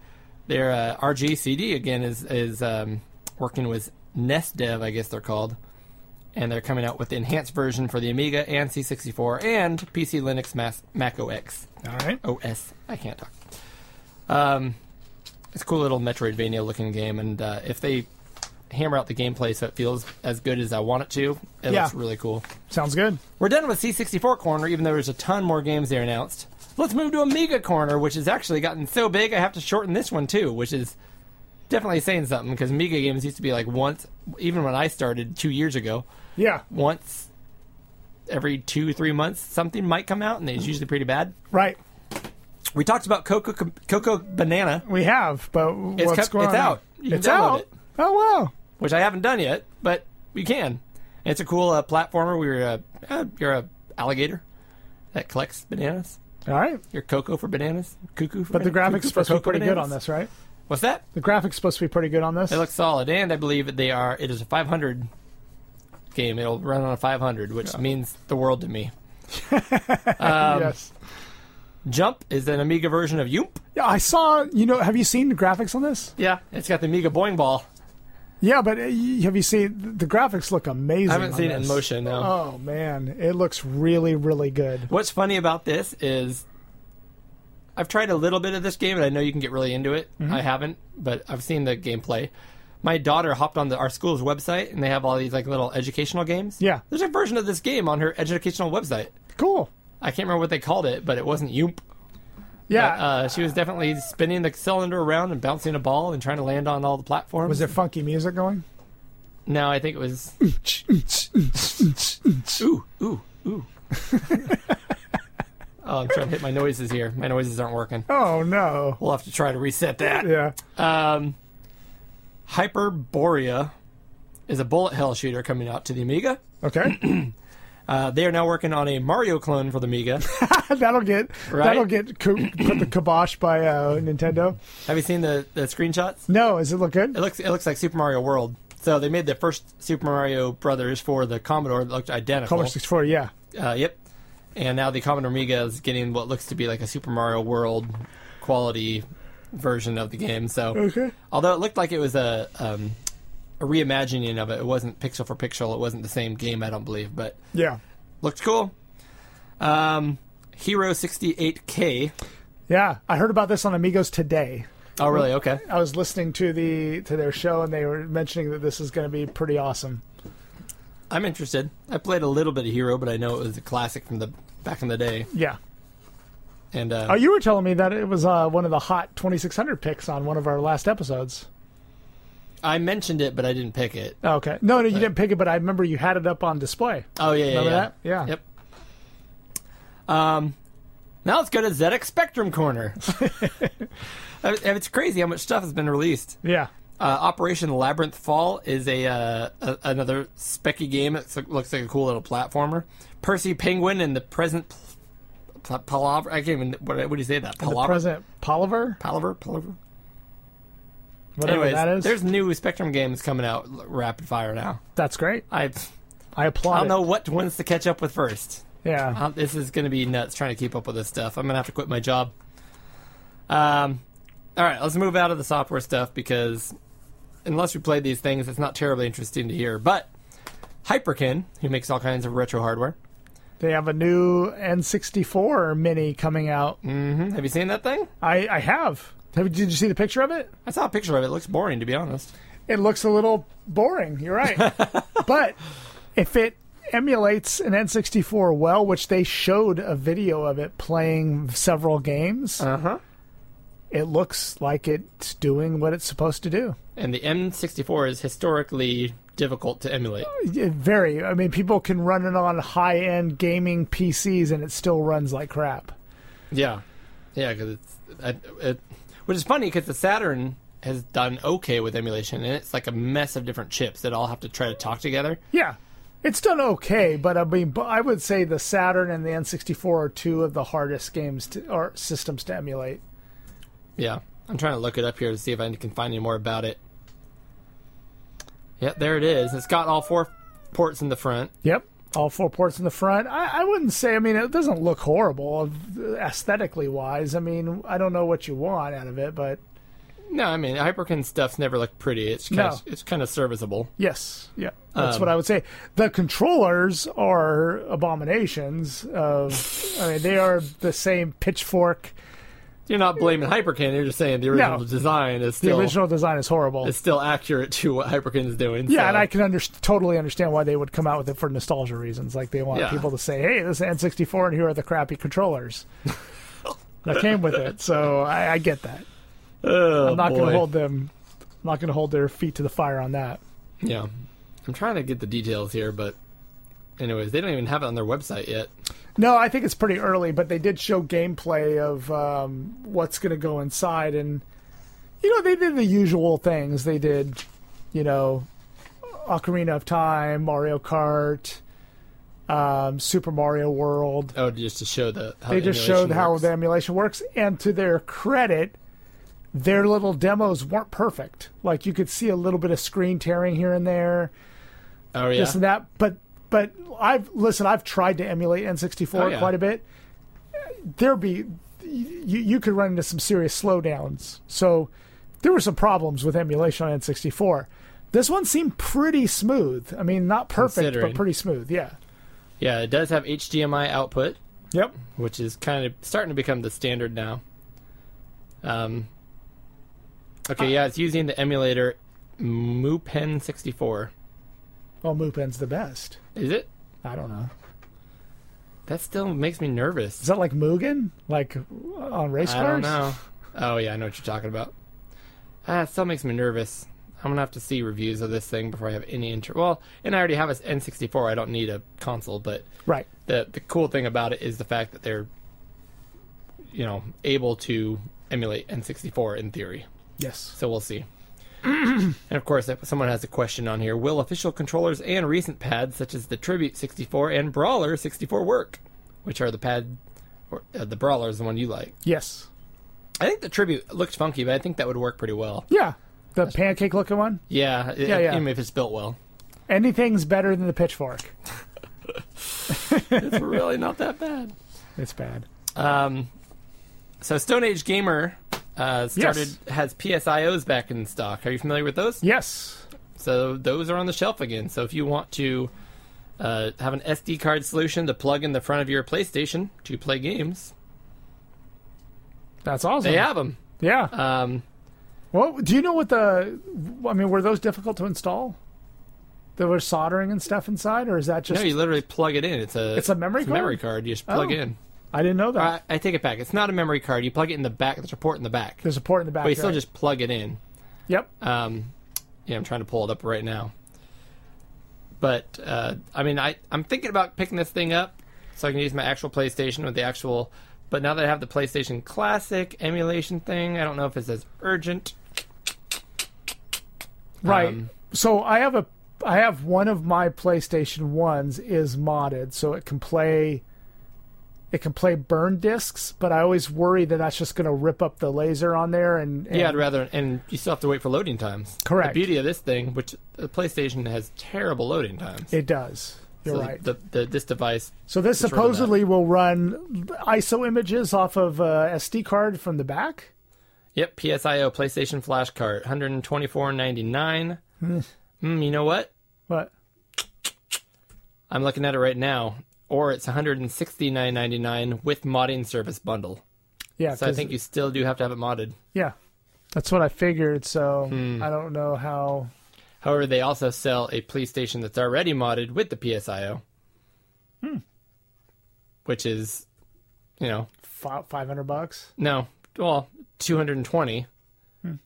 Speaker 1: their uh, RGCD again is is um, working with Nest Dev, I guess they're called, and they're coming out with the enhanced version for the Amiga and C64 and PC Linux Mas- Mac OS.
Speaker 5: All right.
Speaker 1: OS. I can't talk. Um, it's a cool little Metroidvania looking game, and uh, if they hammer out the gameplay so it feels as good as I want it to, it
Speaker 5: Yeah.
Speaker 1: looks really cool.
Speaker 5: Sounds good.
Speaker 1: We're done with C64 Corner, even though there's a ton more games they announced. Let's move to Amiga Corner, which has actually gotten so big I have to shorten this one too, which is definitely saying something because Amiga games used to be like once, even when I started two years ago,
Speaker 5: Yeah.
Speaker 1: once every two, three months something might come out, and it's usually pretty bad.
Speaker 5: Right.
Speaker 1: We talked about Coco Coco Banana,
Speaker 5: We have, but what's
Speaker 1: kept-
Speaker 5: going
Speaker 1: it's
Speaker 5: on?
Speaker 1: out. You can
Speaker 5: It's
Speaker 1: download
Speaker 5: out.
Speaker 1: it.
Speaker 5: Oh wow.
Speaker 1: which I haven't done yet, but we can. It's a cool uh, platformer. where you're a, uh, you're a alligator that collects bananas.
Speaker 5: All right.
Speaker 1: You're Coco for bananas, cuckoo for
Speaker 5: But the
Speaker 1: ban- cuckoo
Speaker 5: graphics
Speaker 1: for
Speaker 5: supposed to be
Speaker 1: cocoa
Speaker 5: pretty good
Speaker 1: bananas.
Speaker 5: on this, right?
Speaker 1: What's that?
Speaker 5: The graphics supposed to be pretty good on this.
Speaker 1: It looks solid, and I believe that they are. It is a 500 game. It'll run on a 500, which means the world to me.
Speaker 5: yes.
Speaker 1: Jump is an Amiga version of Yoomp.
Speaker 5: Yeah, I saw. You know, have you seen the graphics on this?
Speaker 1: Yeah, it's got the Amiga Boing Ball.
Speaker 5: Yeah, but uh, y- have you seen the graphics? Look amazing.
Speaker 1: I haven't
Speaker 5: on
Speaker 1: seen it in
Speaker 5: this.
Speaker 1: motion. No.
Speaker 5: Oh man, it looks really, really good.
Speaker 1: What's funny about this is I've tried a little bit of this game, and I know you can get really into it.
Speaker 5: Mm-hmm.
Speaker 1: I haven't, but I've seen the gameplay. My daughter hopped on the, our school's website, and they have all these like little educational games.
Speaker 5: Yeah.
Speaker 1: there's a version of this game on her educational website.
Speaker 5: Cool.
Speaker 1: I can't remember what they called it, but it wasn't Yoomp.
Speaker 5: Yeah.
Speaker 1: Uh, she was definitely spinning the cylinder around and bouncing a ball and trying to land on all the platforms.
Speaker 5: was there funky music going?
Speaker 1: No, I think it was. ooh, ooh, ooh. oh, I'm trying to hit my noises here. My noises aren't working.
Speaker 5: Oh no.
Speaker 1: We'll have to try to reset that.
Speaker 5: Yeah.
Speaker 1: Um, Hyperborea is a bullet hell shooter coming out to the Amiga.
Speaker 5: Okay.
Speaker 1: Uh, they are now working on a Mario clone for the Amiga.
Speaker 5: that'll get
Speaker 1: Right?
Speaker 5: that'll get co- put the kibosh by uh, Nintendo.
Speaker 1: have you seen the, the screenshots?
Speaker 5: No, does it look good?
Speaker 1: It looks it looks like Super Mario World. So they made the first Super Mario Brothers for the Commodore that looked identical.
Speaker 5: Color sixty four. Yeah.
Speaker 1: Uh, yep. And now the Commodore Amiga is getting what looks to be like a Super Mario World quality version of the game. So,
Speaker 5: Okay.
Speaker 1: although it looked like it was a um, a reimagining of it, it wasn't pixel for pixel. It wasn't the same game, I don't believe, but
Speaker 5: Yeah.
Speaker 1: looked cool. Um, Hero 68K.
Speaker 5: Yeah. I heard about this on Amigos today.
Speaker 1: Oh, really? Okay.
Speaker 5: I was listening to the to their show and they were mentioning that this is going to be pretty awesome.
Speaker 1: I'm interested. I played a little bit of Hero, but I know it was a classic from the back in the day.
Speaker 5: Yeah.
Speaker 1: And uh,
Speaker 5: Oh, you were telling me that it was uh, one of the hot 2600 picks on one of our last episodes.
Speaker 1: I mentioned it, but I didn't pick it.
Speaker 5: Oh, okay. No, no, you didn't pick it, but I remember you had it up on display.
Speaker 1: Oh yeah, yeah,
Speaker 5: Remember
Speaker 1: yeah.
Speaker 5: that? Yeah.
Speaker 1: Yep. Um, now let's go to ZX Spectrum Corner. Uh, it's crazy how much stuff has been released.
Speaker 5: Yeah.
Speaker 1: Uh, Operation Labyrinth Fall is a, uh, a another specky game. It looks like a cool little platformer. Percy Penguin and the present pl- pl- palaver. I can't even. What, what do you say that?
Speaker 5: The
Speaker 1: Palaver.
Speaker 5: President Poliver,
Speaker 1: Palaver. Palaver.
Speaker 5: whatever
Speaker 1: Anyways,
Speaker 5: that is.
Speaker 1: there's new Spectrum games coming out l- rapid fire now.
Speaker 5: That's great.
Speaker 1: I
Speaker 5: I applaud.
Speaker 1: I don't
Speaker 5: it.
Speaker 1: know what ones to catch up with first.
Speaker 5: Yeah.
Speaker 1: Uh, this is going to be nuts trying to keep up with this stuff. I'm going to have to quit my job. Um, all right, let's move out of the software stuff because unless we play these things, it's not terribly interesting to hear. But Hyperkin, who makes all kinds of retro hardware,
Speaker 5: They have a new N64 Mini coming out.
Speaker 1: hmm, have you seen that thing?
Speaker 5: I, I have. have. Did you see the picture of it?
Speaker 1: I saw a picture of it. It looks boring, to be honest.
Speaker 5: It looks a little boring. You're right. but if it emulates an N64 well, which they showed a video of it playing several games,
Speaker 1: Uh huh.
Speaker 5: it looks like it's doing what it's supposed to do.
Speaker 1: And the M64 is historically difficult to emulate.
Speaker 5: It very. I mean, people can run it on high-end gaming PCs and it still runs like crap.
Speaker 1: Yeah, yeah, because it's I- it, which is funny because the Saturn has done okay with emulation, and it's like a mess of different chips that all have to try to talk together.
Speaker 5: Yeah. It's done okay, but I mean, but I would say the Saturn and the N64 are two of the hardest games to, or systems to emulate.
Speaker 1: Yeah, I'm trying to look it up here to see if I can find any more about it. Yeah, there it is. It's got all four ports in the front.
Speaker 5: Yep. All four ports in the front. I, I wouldn't say, I mean, it doesn't look horrible uh, aesthetically wise. I mean, I don't know what you want out of it, but
Speaker 1: No, I mean Hyperkin stuff's never looked pretty. It's kind of
Speaker 5: No.
Speaker 1: it's kind of serviceable.
Speaker 5: yes. Yeah. That's what I would say. The controllers are abominations of, I mean, they are the same pitchfork.
Speaker 1: You're not blaming Hyperkin. You're just saying the original design is
Speaker 5: The
Speaker 1: still
Speaker 5: original design is horrible.
Speaker 1: is still accurate to what Hyperkin is doing.
Speaker 5: Yeah,
Speaker 1: so-
Speaker 5: and I can under- totally understand why they would come out with it for nostalgia reasons. Like they want
Speaker 1: Yeah.
Speaker 5: people to say, "Hey, this is N64, and here are the crappy controllers that came with it." So I, I get that.
Speaker 1: Oh,
Speaker 5: I'm not going
Speaker 1: boy.
Speaker 5: to hold them. I'm not going to hold their feet to the fire on that.
Speaker 1: Yeah, I'm trying to get the details here, but anyways, they don't even have it on their website yet.
Speaker 5: No, I think it's pretty early, but they did show gameplay of um, what's going to go inside, and you know they did the usual things. They did, you know, Ocarina of Time, Mario Kart, um, Super Mario World.
Speaker 1: Oh, just to show the how
Speaker 5: they
Speaker 1: the
Speaker 5: just showed
Speaker 1: emulation
Speaker 5: how
Speaker 1: works.
Speaker 5: the emulation works and to their credit their little demos weren't perfect like you could see a little bit of screen tearing here and there
Speaker 1: oh yeah
Speaker 5: this and that but but i've listen i've tried to emulate n64
Speaker 1: Oh, yeah.
Speaker 5: quite a bit there be you, you could run into some serious slowdowns so there were some problems with emulation on n64 this one seemed pretty smooth i mean not perfect
Speaker 1: Considering.
Speaker 5: but pretty smooth yeah
Speaker 1: yeah it does have HDMI output,
Speaker 5: yep
Speaker 1: which is kind of starting to become the standard now. Um. Okay, yeah, it's using the emulator MuPen 64.
Speaker 5: well mupin's the best
Speaker 1: Is it?
Speaker 5: i don't know
Speaker 1: That still makes me nervous.
Speaker 5: Is that like Mugen? Like on race
Speaker 1: I don't
Speaker 5: cars?
Speaker 1: know. Oh yeah, I know what you're talking about. Ah, it still makes me nervous. I'm gonna have to see reviews of this thing before I have any interest. Well, and I already have an N64. I don't need a console, but
Speaker 5: Right.
Speaker 1: the the cool thing about it is the fact that they're, you know, able to emulate N64 in theory.
Speaker 5: Yes.
Speaker 1: So we'll see. and of course, if someone has a question on here. Will official controllers and recent pads such as the Tribute 64 and Brawler 64 work? Which are the pad, or uh, the Brawler is the one you like.
Speaker 5: Yes.
Speaker 1: I think the tribute looked funky, but I think that would work pretty well.
Speaker 5: Yeah. The pancake looking one.
Speaker 1: Yeah,
Speaker 5: Yeah, yeah.
Speaker 1: even if it's built well.
Speaker 5: Anything's better than the pitchfork.
Speaker 1: It's really not that bad.
Speaker 5: It's bad.
Speaker 1: Um, so Stone Age Gamer uh, started has PSIOs back in stock. Are you familiar with those?
Speaker 5: Yes.
Speaker 1: So those are on the shelf again. So if you want to uh, have an SD card solution to plug in the front of your PlayStation to play games,
Speaker 5: That's awesome.
Speaker 1: they have them.
Speaker 5: Yeah.
Speaker 1: Um,
Speaker 5: well, do you know what the? I mean, were those difficult to install? There was soldering and stuff inside, or is that just?
Speaker 1: no, you literally plug it in. It's a
Speaker 5: It's a memory card?
Speaker 1: memory card. You just plug
Speaker 5: Oh.
Speaker 1: in.
Speaker 5: I didn't know that.
Speaker 1: I, I take it back. It's not a memory card. You plug it in the back. There's a port in the back.
Speaker 5: There's a port in the back.
Speaker 1: but you still
Speaker 5: right?
Speaker 1: just plug it in.
Speaker 5: Yep.
Speaker 1: Um, yeah, I'm trying to pull it up right now. But uh, I mean, I I'm thinking about picking this thing up so I can use my actual PlayStation with the actual. But now that I have the PlayStation Classic emulation thing, I don't know if it's as urgent.
Speaker 5: Right.
Speaker 1: Um,
Speaker 5: so I have a I have one of my PlayStation ones is modded, so it can play it can play burn discs, but I always worry that that's just going to rip up the laser on there and, and
Speaker 1: Yeah, I'd rather, and you still have to wait for loading times.
Speaker 5: Correct.
Speaker 1: The beauty of this thing, which the PlayStation has terrible loading times.
Speaker 5: it does. You're
Speaker 1: So
Speaker 5: right.
Speaker 1: The, the this device
Speaker 5: so this
Speaker 1: rid of that.
Speaker 5: supposedly will run ISO images off of a SD card from the back.
Speaker 1: Yep, PSIO PlayStation Flash Cart, 124.99.
Speaker 5: Hmm.
Speaker 1: mm, you know what?
Speaker 5: But
Speaker 1: I'm looking at it right now, or it's 169.99 with modding service bundle.
Speaker 5: yeah,
Speaker 1: So I
Speaker 5: 'cause-
Speaker 1: think you still do have to have it modded.
Speaker 5: yeah, that's what I figured. So
Speaker 1: Hmm.
Speaker 5: I don't know how.
Speaker 1: However, they also sell a PlayStation that's already modded with the PSIO, which is, you know,
Speaker 5: fi- 500 bucks.
Speaker 1: no, well, 220,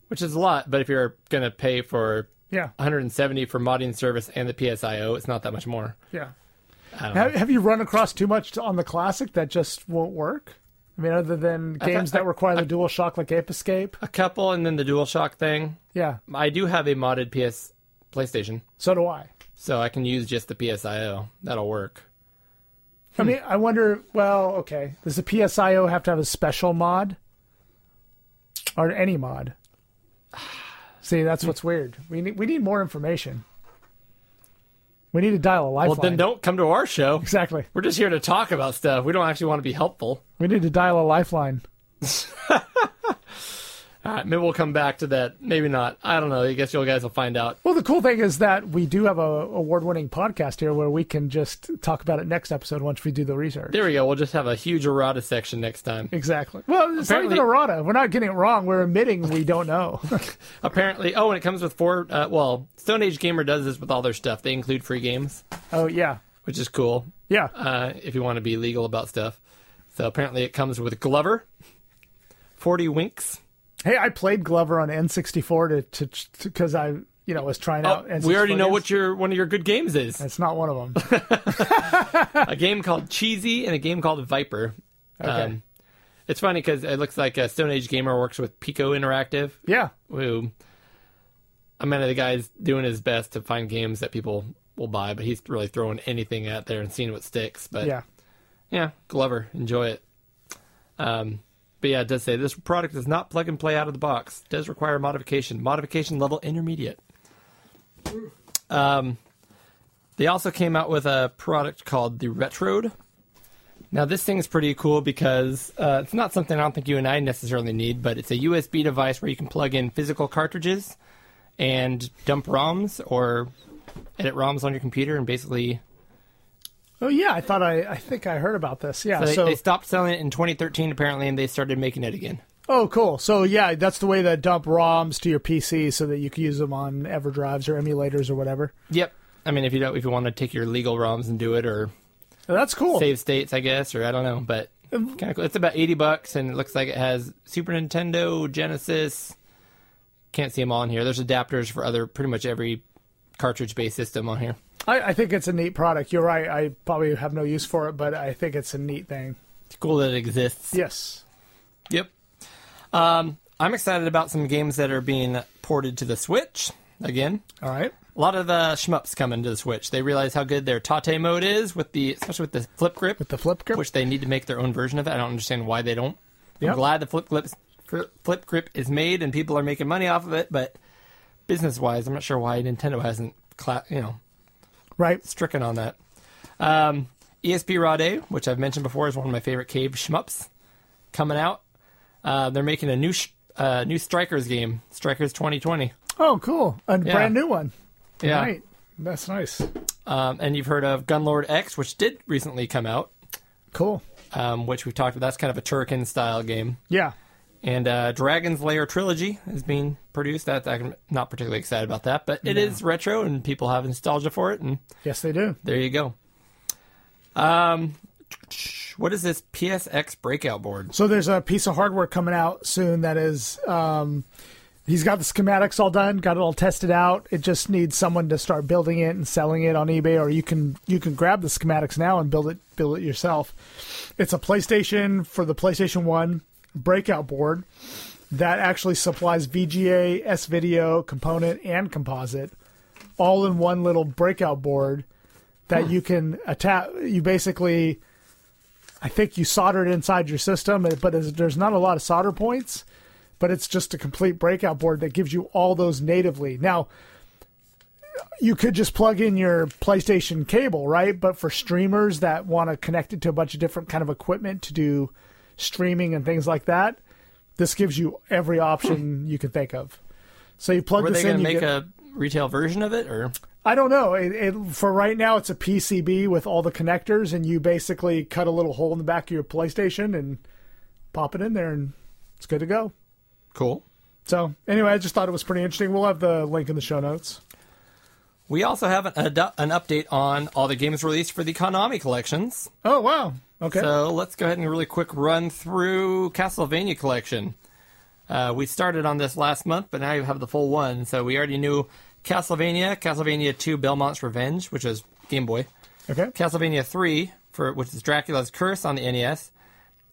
Speaker 1: which is a lot. But if you're gonna pay for
Speaker 5: Yeah,
Speaker 1: 170 for modding service and the PSIO, it's not that much more.
Speaker 5: yeah.
Speaker 1: I don't know.
Speaker 5: Have, have you run across too much on the classic that just won't work? I mean, other than games that require the Dual Shock, like Ape Escape.
Speaker 1: A couple, and then the DualShock thing.
Speaker 5: Yeah,
Speaker 1: I do have a modded PS PlayStation,
Speaker 5: so do I.
Speaker 1: so I can use just the PSIO. That'll work.
Speaker 5: I
Speaker 1: Hmm.
Speaker 5: mean, I wonder. Well, okay. Does the PSIO have to have a special mod, or any mod? See,
Speaker 1: Hmm.
Speaker 5: that's what's weird. We need we need more information. We need to dial a
Speaker 1: Well,
Speaker 5: lifeline.
Speaker 1: then don't come to our show.
Speaker 5: exactly.
Speaker 1: We're just here to talk about stuff. We don't actually want to be helpful.
Speaker 5: We need to dial a lifeline.
Speaker 1: All right, maybe we'll come back to that. Maybe not. I don't know. I guess you guys will find out.
Speaker 5: Well, the cool thing is that we do have a award-winning podcast here where we can just talk about it next episode once we do the research.
Speaker 1: There we go. We'll just have a huge errata section next time.
Speaker 5: Exactly. Well, it's
Speaker 1: Apparently-
Speaker 5: not even errata. We're not getting it wrong. We're admitting we don't know.
Speaker 1: Apparently, oh, and it comes with four. Uh, well, Stone Age Gamer does this with all their stuff. They include free games,
Speaker 5: oh yeah,
Speaker 1: which is cool
Speaker 5: yeah.
Speaker 1: uh, if you want to be legal about stuff. So apparently, it comes with Glover, Forty Winks.
Speaker 5: Hey, I played Glover on N64 to to because I you know was trying
Speaker 1: Oh,
Speaker 5: out. N64
Speaker 1: we already know
Speaker 5: games.
Speaker 1: what your one of your good games is:
Speaker 5: That's not one of them.
Speaker 1: a game called Cheesy and a game called Viper. Um, it's funny because it looks like uh, Stone Age Gamer works with Pico Interactive,
Speaker 5: yeah,
Speaker 1: who I mean the guy's doing his best to find games that people will buy, but he's really throwing anything out there and seeing what sticks. But
Speaker 5: yeah.
Speaker 1: yeah, Glover, enjoy it. Um, but yeah, it does say this product is not plug and play out of the box. Does require modification. Modification level intermediate. Um, they also came out with a product called the Retrode. Now this thing's pretty cool because uh, it's not something I don't think you and I necessarily need, but it's a USB device where you can plug in physical cartridges and dump ROMs or edit ROMs on your computer and basically
Speaker 5: Oh yeah, I thought I I think I heard about this. Yeah.
Speaker 1: So Uh, they,
Speaker 5: So,
Speaker 1: they stopped selling it in 2013 apparently, and they started making it again.
Speaker 5: oh cool. So yeah, that's the way to dump ROMs to your PC so that you can use them on EverDrives or emulators or whatever.
Speaker 1: Yep. I mean, if you don't, if you want to take your legal ROMs and do it, or
Speaker 5: Oh, that's cool.
Speaker 1: save states, I guess, or I don't know, but kind of cool. It's about 80 bucks, and it looks like it has Super Nintendo, Genesis. Can't see them all in here. There's adapters for other pretty much every cartridge-based system on here.
Speaker 5: I, I think it's a neat product. You're right. I probably have no use for it, but I think it's a neat thing.
Speaker 1: It's cool that it exists.
Speaker 5: Yes.
Speaker 1: Yep. Um, I'm excited about some games that are being ported to the Switch again.
Speaker 5: All right.
Speaker 1: A lot of the shmups come into the Switch. They realize how good their Tate mode is with the, especially with the flip grip,
Speaker 5: The flip grip.
Speaker 1: which they need to make their own version of it. I don't understand why they don't.
Speaker 5: Yep.
Speaker 1: I'm glad the flip grips, flip grip is made and people are making money off of it, but business wise, I'm not sure why Nintendo hasn't, cla- you know,
Speaker 5: right.
Speaker 1: stricken on that. Um, ESP Rade, which I've mentioned before, is one of my favorite cave shmups coming out. Uh, they're making a new sh- uh, new Strikers game, Strikers 2020.
Speaker 5: Oh cool. A
Speaker 1: Yeah.
Speaker 5: brand new one.
Speaker 1: Yeah.
Speaker 5: Right. That's nice.
Speaker 1: Um, and you've heard of Gunlord X, which did recently come out,
Speaker 5: Cool.
Speaker 1: um, which we've talked about. That's kind of a Turrican style game.
Speaker 5: Yeah.
Speaker 1: And uh, Dragon's Lair Trilogy is being produced. That I'm not particularly excited about that, but it is retro and people have nostalgia for it. And
Speaker 5: Yes, they do.
Speaker 1: there you go. Um, what is this PSX breakout board?
Speaker 5: So there's a piece of hardware coming out soon that is. Um, he's got the schematics all done, got it all tested out. It just needs someone to start building it and selling it on eBay, or you can you can grab the schematics now and build it build it yourself. It's a PlayStation for the PlayStation One breakout board that actually supplies VGA, S video, component, and composite, all in one little breakout board that you can attach. You basically. I think you solder it inside your system, eh, but there's- there's not a lot of solder points. But it's just a complete breakout board that gives you all those natively. Now, you could just plug in your PlayStation cable, right? But for streamers that want to connect it to a bunch of different kind of equipment to do streaming and things like that, this gives you every option you can think of. So you plug
Speaker 1: Hmm. Were
Speaker 5: this
Speaker 1: they going
Speaker 5: in.
Speaker 1: to
Speaker 5: you
Speaker 1: make
Speaker 5: get-
Speaker 1: a retail version of it, or
Speaker 5: I don't know. It, it, for right now, it's a PCB with all the connectors, and you basically cut a little hole in the back of your PlayStation and pop it in there, and it's good to go.
Speaker 1: cool?
Speaker 5: So, anyway, I just thought it was pretty interesting. We'll have the link in the show notes.
Speaker 1: We also have an, ad- an update on all the games released for the Konami collections.
Speaker 5: Oh, wow. Okay.
Speaker 1: So let's go ahead and really quick run through Castlevania Collection. Uh, we started on this last month, but now you have the full one. So we already knew Castlevania, Castlevania 2 Belmont's Revenge, which is Game Boy,
Speaker 5: okay.
Speaker 1: Castlevania 3, for which is Dracula's Curse on the NES, E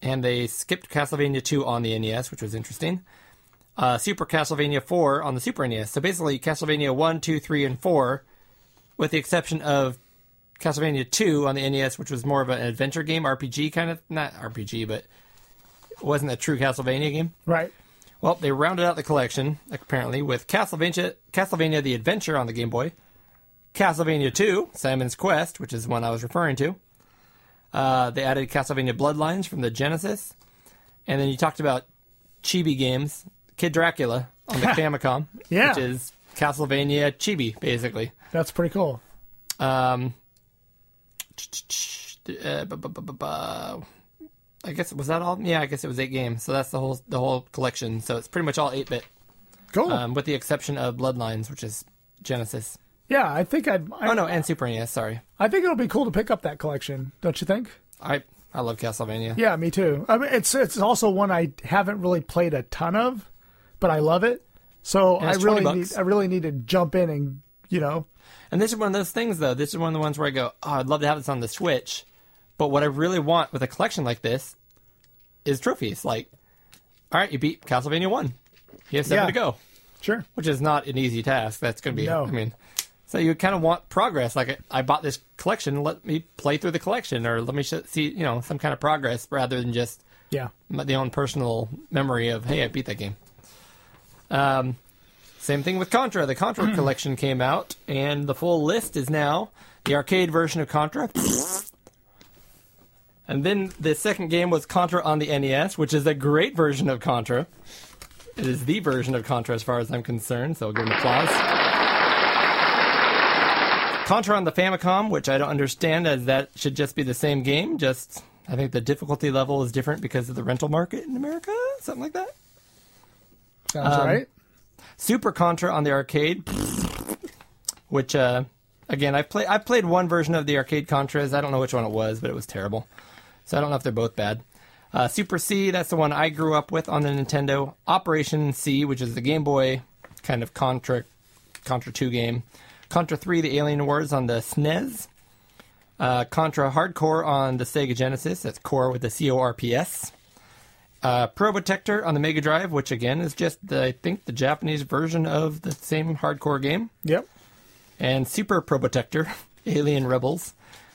Speaker 1: and they skipped Castlevania 2 on the NES, which was interesting. Uh, Super Castlevania 4 on the Super NES. So basically, Castlevania 1, 2, 3, and 4, with the exception of Castlevania 2 on the NES, which was more of an adventure game, RPG kind of, not RPG, but it wasn't a true Castlevania game.
Speaker 5: Right.
Speaker 1: Well, they rounded out the collection apparently with Castlevania, Castlevania: The Adventure on the Game Boy, Castlevania II: Simon's Quest, which is one I was referring to. Uh, they added Castlevania Bloodlines from the Genesis, and then you talked about Chibi games, Kid Dracula on the Famicom,
Speaker 5: Yeah.
Speaker 1: which is Castlevania Chibi basically.
Speaker 5: That's pretty cool.
Speaker 1: Um, uh, bu- bu- bu- bu- bu- I guess was that all? Yeah, I guess it was eight games. So that's the whole the whole collection. So it's pretty much all eight bit,
Speaker 5: Cool.
Speaker 1: um, with the exception of Bloodlines, which is Genesis.
Speaker 5: yeah, I think I'd, I.
Speaker 1: Oh no, and Super NES. Sorry,
Speaker 5: I think it'll be cool to pick up that collection. Don't you think?
Speaker 1: I I love Castlevania.
Speaker 5: Yeah, me too. I mean, it's it's also one I haven't really played a ton of, but I love it. So I
Speaker 1: it's
Speaker 5: really
Speaker 1: 20
Speaker 5: need
Speaker 1: bucks.
Speaker 5: I really need to jump in and you know
Speaker 1: And this is one of those things though. This is one of the ones where I go, oh, I'd love to have this on the Switch, but what I really want with a collection like this is trophies. Like, all right, you beat Castlevania one. You have seven
Speaker 5: Yeah.
Speaker 1: to go.
Speaker 5: sure
Speaker 1: which is not an easy task. That's going to be,
Speaker 5: No.
Speaker 1: I mean, so you kind of want progress. Like, I, I bought this collection, let me play through the collection, or let me sh- see, you know, some kind of progress rather than just
Speaker 5: yeah
Speaker 1: my, the own personal memory of, hey, I beat that game. Um, same thing with Contra. The Contra collection came out, and the full list is now the arcade version of Contra. And then the second game was Contra on the NES, which is a great version of Contra. It is the version of Contra as far as I'm concerned, so I'll give an applause. Contra on the Famicom, which I don't understand as that should just be the same game, just I think the difficulty level is different because of the rental market in America, something like that.
Speaker 5: sounds
Speaker 1: Um,
Speaker 5: right.
Speaker 1: Super Contra on the arcade, which uh, again I play I played one version of the arcade Contras. I don't know which one it was, but it was terrible. So I don't know if they're both bad. Uh, Super C, that's the one I grew up with on the Nintendo. Operation C, which is the Game Boy kind of Contra Contra 2 game. Contra 3, the Alien Wars on the SNES. Uh, Contra Hardcore on the Sega Genesis. That's Core with the C O R P S. Uh, Probotector on the Mega Drive, which again is just, the, I think, the Japanese version of the same hardcore game.
Speaker 5: Yep.
Speaker 1: And Super Probotector, Alien Rebels,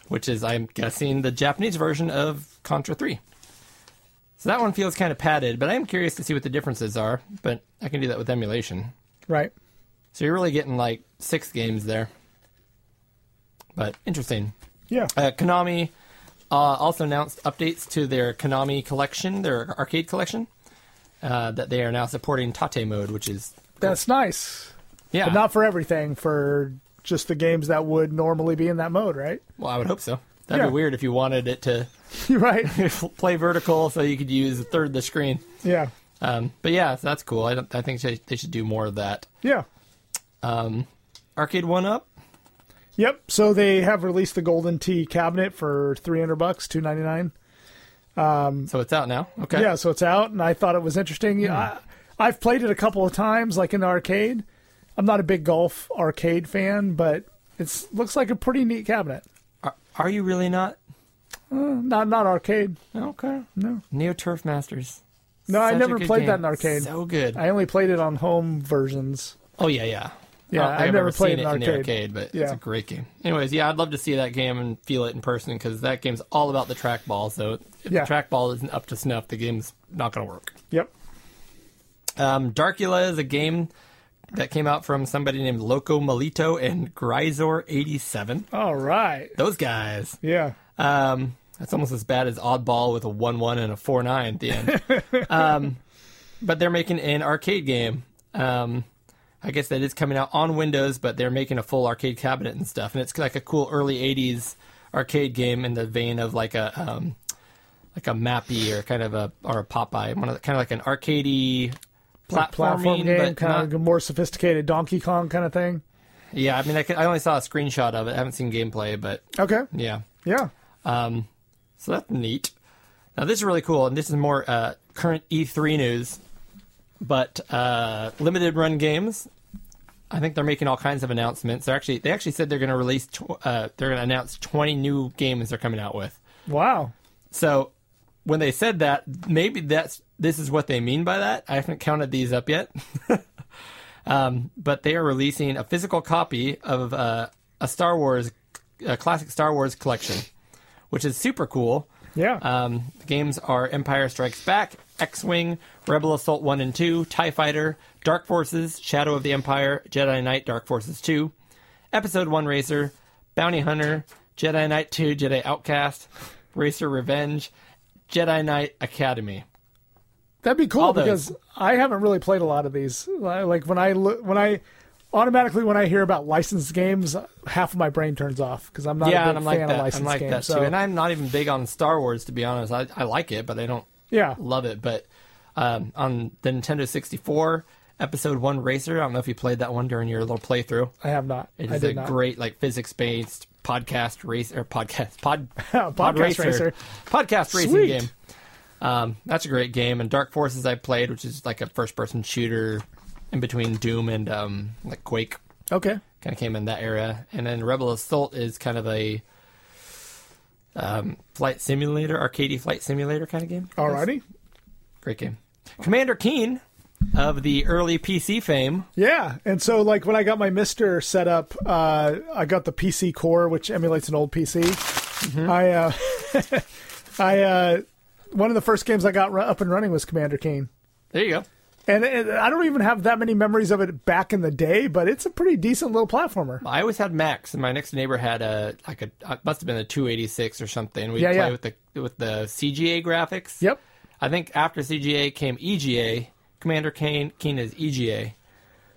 Speaker 1: which is, I'm guessing, the Japanese version of Contra 3. So that one feels kind of padded, but I am curious to see what the differences are, but I can do that with emulation.
Speaker 5: Right.
Speaker 1: So you're really getting like six games there. But interesting.
Speaker 5: Yeah.
Speaker 1: Uh, Konami uh, also announced updates to their Konami collection, their arcade collection, uh, that they are now supporting Tate mode, which is
Speaker 5: That's nice.
Speaker 1: yeah.
Speaker 5: But not for everything, for just the games that would normally be in that mode, right?
Speaker 1: well, I would hope so. That'd
Speaker 5: Yeah.
Speaker 1: be weird if you wanted it to
Speaker 5: You're right.
Speaker 1: play vertical so you could use a third of the screen.
Speaker 5: yeah.
Speaker 1: Um, but yeah, so that's cool. I, don't, I think they, they should do more of that.
Speaker 5: Yeah.
Speaker 1: Arcade One Up.
Speaker 5: Yep. So they have released the Golden Tea cabinet for 300 bucks, 299.
Speaker 1: So it's out now. Okay. Hmm.
Speaker 5: Yeah, so it's out, and I thought it was interesting. Yeah, I, I've played it a couple of times, like in the arcade. I'm not a big golf arcade fan, but it's looks like a pretty neat cabinet.
Speaker 1: Are, are you really not?
Speaker 5: Not not arcade.
Speaker 1: Okay. No. Neo Turf Masters.
Speaker 5: No, I
Speaker 1: Such a
Speaker 5: never
Speaker 1: good
Speaker 5: played
Speaker 1: game.
Speaker 5: that in arcade.
Speaker 1: So good.
Speaker 5: I only played it on home versions.
Speaker 1: Oh yeah, yeah. I
Speaker 5: Yeah,
Speaker 1: don't think I've
Speaker 5: I've never
Speaker 1: ever
Speaker 5: played
Speaker 1: seen
Speaker 5: an
Speaker 1: it in the
Speaker 5: arcade.
Speaker 1: arcade, but it's
Speaker 5: Yeah.
Speaker 1: a great game. Anyways, yeah, I'd love to see that game and feel it in person because that game's all about the trackball. So if
Speaker 5: Yeah.
Speaker 1: the trackball isn't up to snuff, the game's not going to work.
Speaker 5: Yep.
Speaker 1: Um, Darkula is a game that came out from somebody named Loco Melito and Grisor87.
Speaker 5: All right.
Speaker 1: Those guys.
Speaker 5: Yeah.
Speaker 1: Um, that's almost as bad as Oddball with a 1 1 and a 4 9 at the end. um, but they're making an arcade game. Um, I guess that is coming out on Windows, but they're making a full arcade cabinet and stuff. And it's like a cool early 80s arcade game in the vein of like a. Um, like a mappy or kind of a or a Popeye, one of the, kind of like an arcadey platforming,
Speaker 5: Platform game,
Speaker 1: but
Speaker 5: kind
Speaker 1: not-
Speaker 5: of a more sophisticated Donkey Kong kind of thing.
Speaker 1: yeah. I mean, I, could, I only saw a screenshot of it. I haven't seen gameplay, but
Speaker 5: Okay.
Speaker 1: yeah,
Speaker 5: Yeah.
Speaker 1: So that's neat. Now this is really cool, and this is more uh, current E3 news. But uh, limited run games, I think they're making all kinds of announcements. They're actually they actually said they're going to release tw- uh, they're going to announce 20 new games they're coming out with.
Speaker 5: Wow.
Speaker 1: So when they said that, maybe that's this is what they mean by that. I haven't counted these up yet, um, but they are releasing a physical copy of uh, a Star Wars, a classic Star Wars collection, which is super cool.
Speaker 5: Yeah.
Speaker 1: Um, the games are Empire Strikes Back, X Wing, Rebel Assault 1 and 2, TIE E Fighter, Dark Forces, Shadow of the Empire, Jedi Knight, Dark Forces 2, Episode 1 Racer, Bounty Hunter, Jedi Knight 2, Jedi Outcast, Racer Revenge, Jedi Knight Academy.
Speaker 5: That'd be
Speaker 1: All
Speaker 5: cool
Speaker 1: those.
Speaker 5: because I haven't really played a lot of these. Li- Like when I lo- when I automatically when I hear about licensed games, half of my brain turns off because I'm not
Speaker 1: yeah,
Speaker 5: a
Speaker 1: and
Speaker 5: big
Speaker 1: I'm
Speaker 5: fan
Speaker 1: like
Speaker 5: of
Speaker 1: that. I'm
Speaker 5: licensed
Speaker 1: like
Speaker 5: games.
Speaker 1: that too.
Speaker 5: so-
Speaker 1: And I'm not even big on Star Wars, to be honest. I, I like it, but I don't
Speaker 5: yeah,
Speaker 1: love it. But um, on the Nintendo 64, Episode 1 Racer, I don't know if you played that one during your little playthrough.
Speaker 5: I have not.
Speaker 1: It
Speaker 5: I
Speaker 1: is
Speaker 5: did
Speaker 1: a
Speaker 5: not.
Speaker 1: great like physics based podcast race or podcast pod
Speaker 5: Podcast
Speaker 1: pod
Speaker 5: racer.
Speaker 1: podcast racing
Speaker 5: Sweet.
Speaker 1: game. Um, that's a great game. And Dark Forces I played, which is like a first person shooter in between Doom and um, like Quake,
Speaker 5: okay.
Speaker 1: kind of came in that era. And then Rebel Assault is kind of a um, flight simulator, arcade flight simulator kind of game.
Speaker 5: Alrighty.
Speaker 1: Great game. Commander Keen of the early PC fame.
Speaker 5: Yeah, and so like when I got my Mister set up, uh, I got the PC Core, which emulates an old PC. I uh, I uh, one of the first games I got ru- up and running was Commander Keen.
Speaker 1: There you go.
Speaker 5: And, and I don't even have that many memories of it back in the day, but it's a pretty decent little platformer.
Speaker 1: I always had Max, and my next neighbor had a like a it must have been a 286 or something. We would
Speaker 5: Yeah,
Speaker 1: play
Speaker 5: yeah.
Speaker 1: with the with the CGA graphics.
Speaker 5: Yep.
Speaker 1: I think after CGA came EGA. Commander Keen Keen is EGA,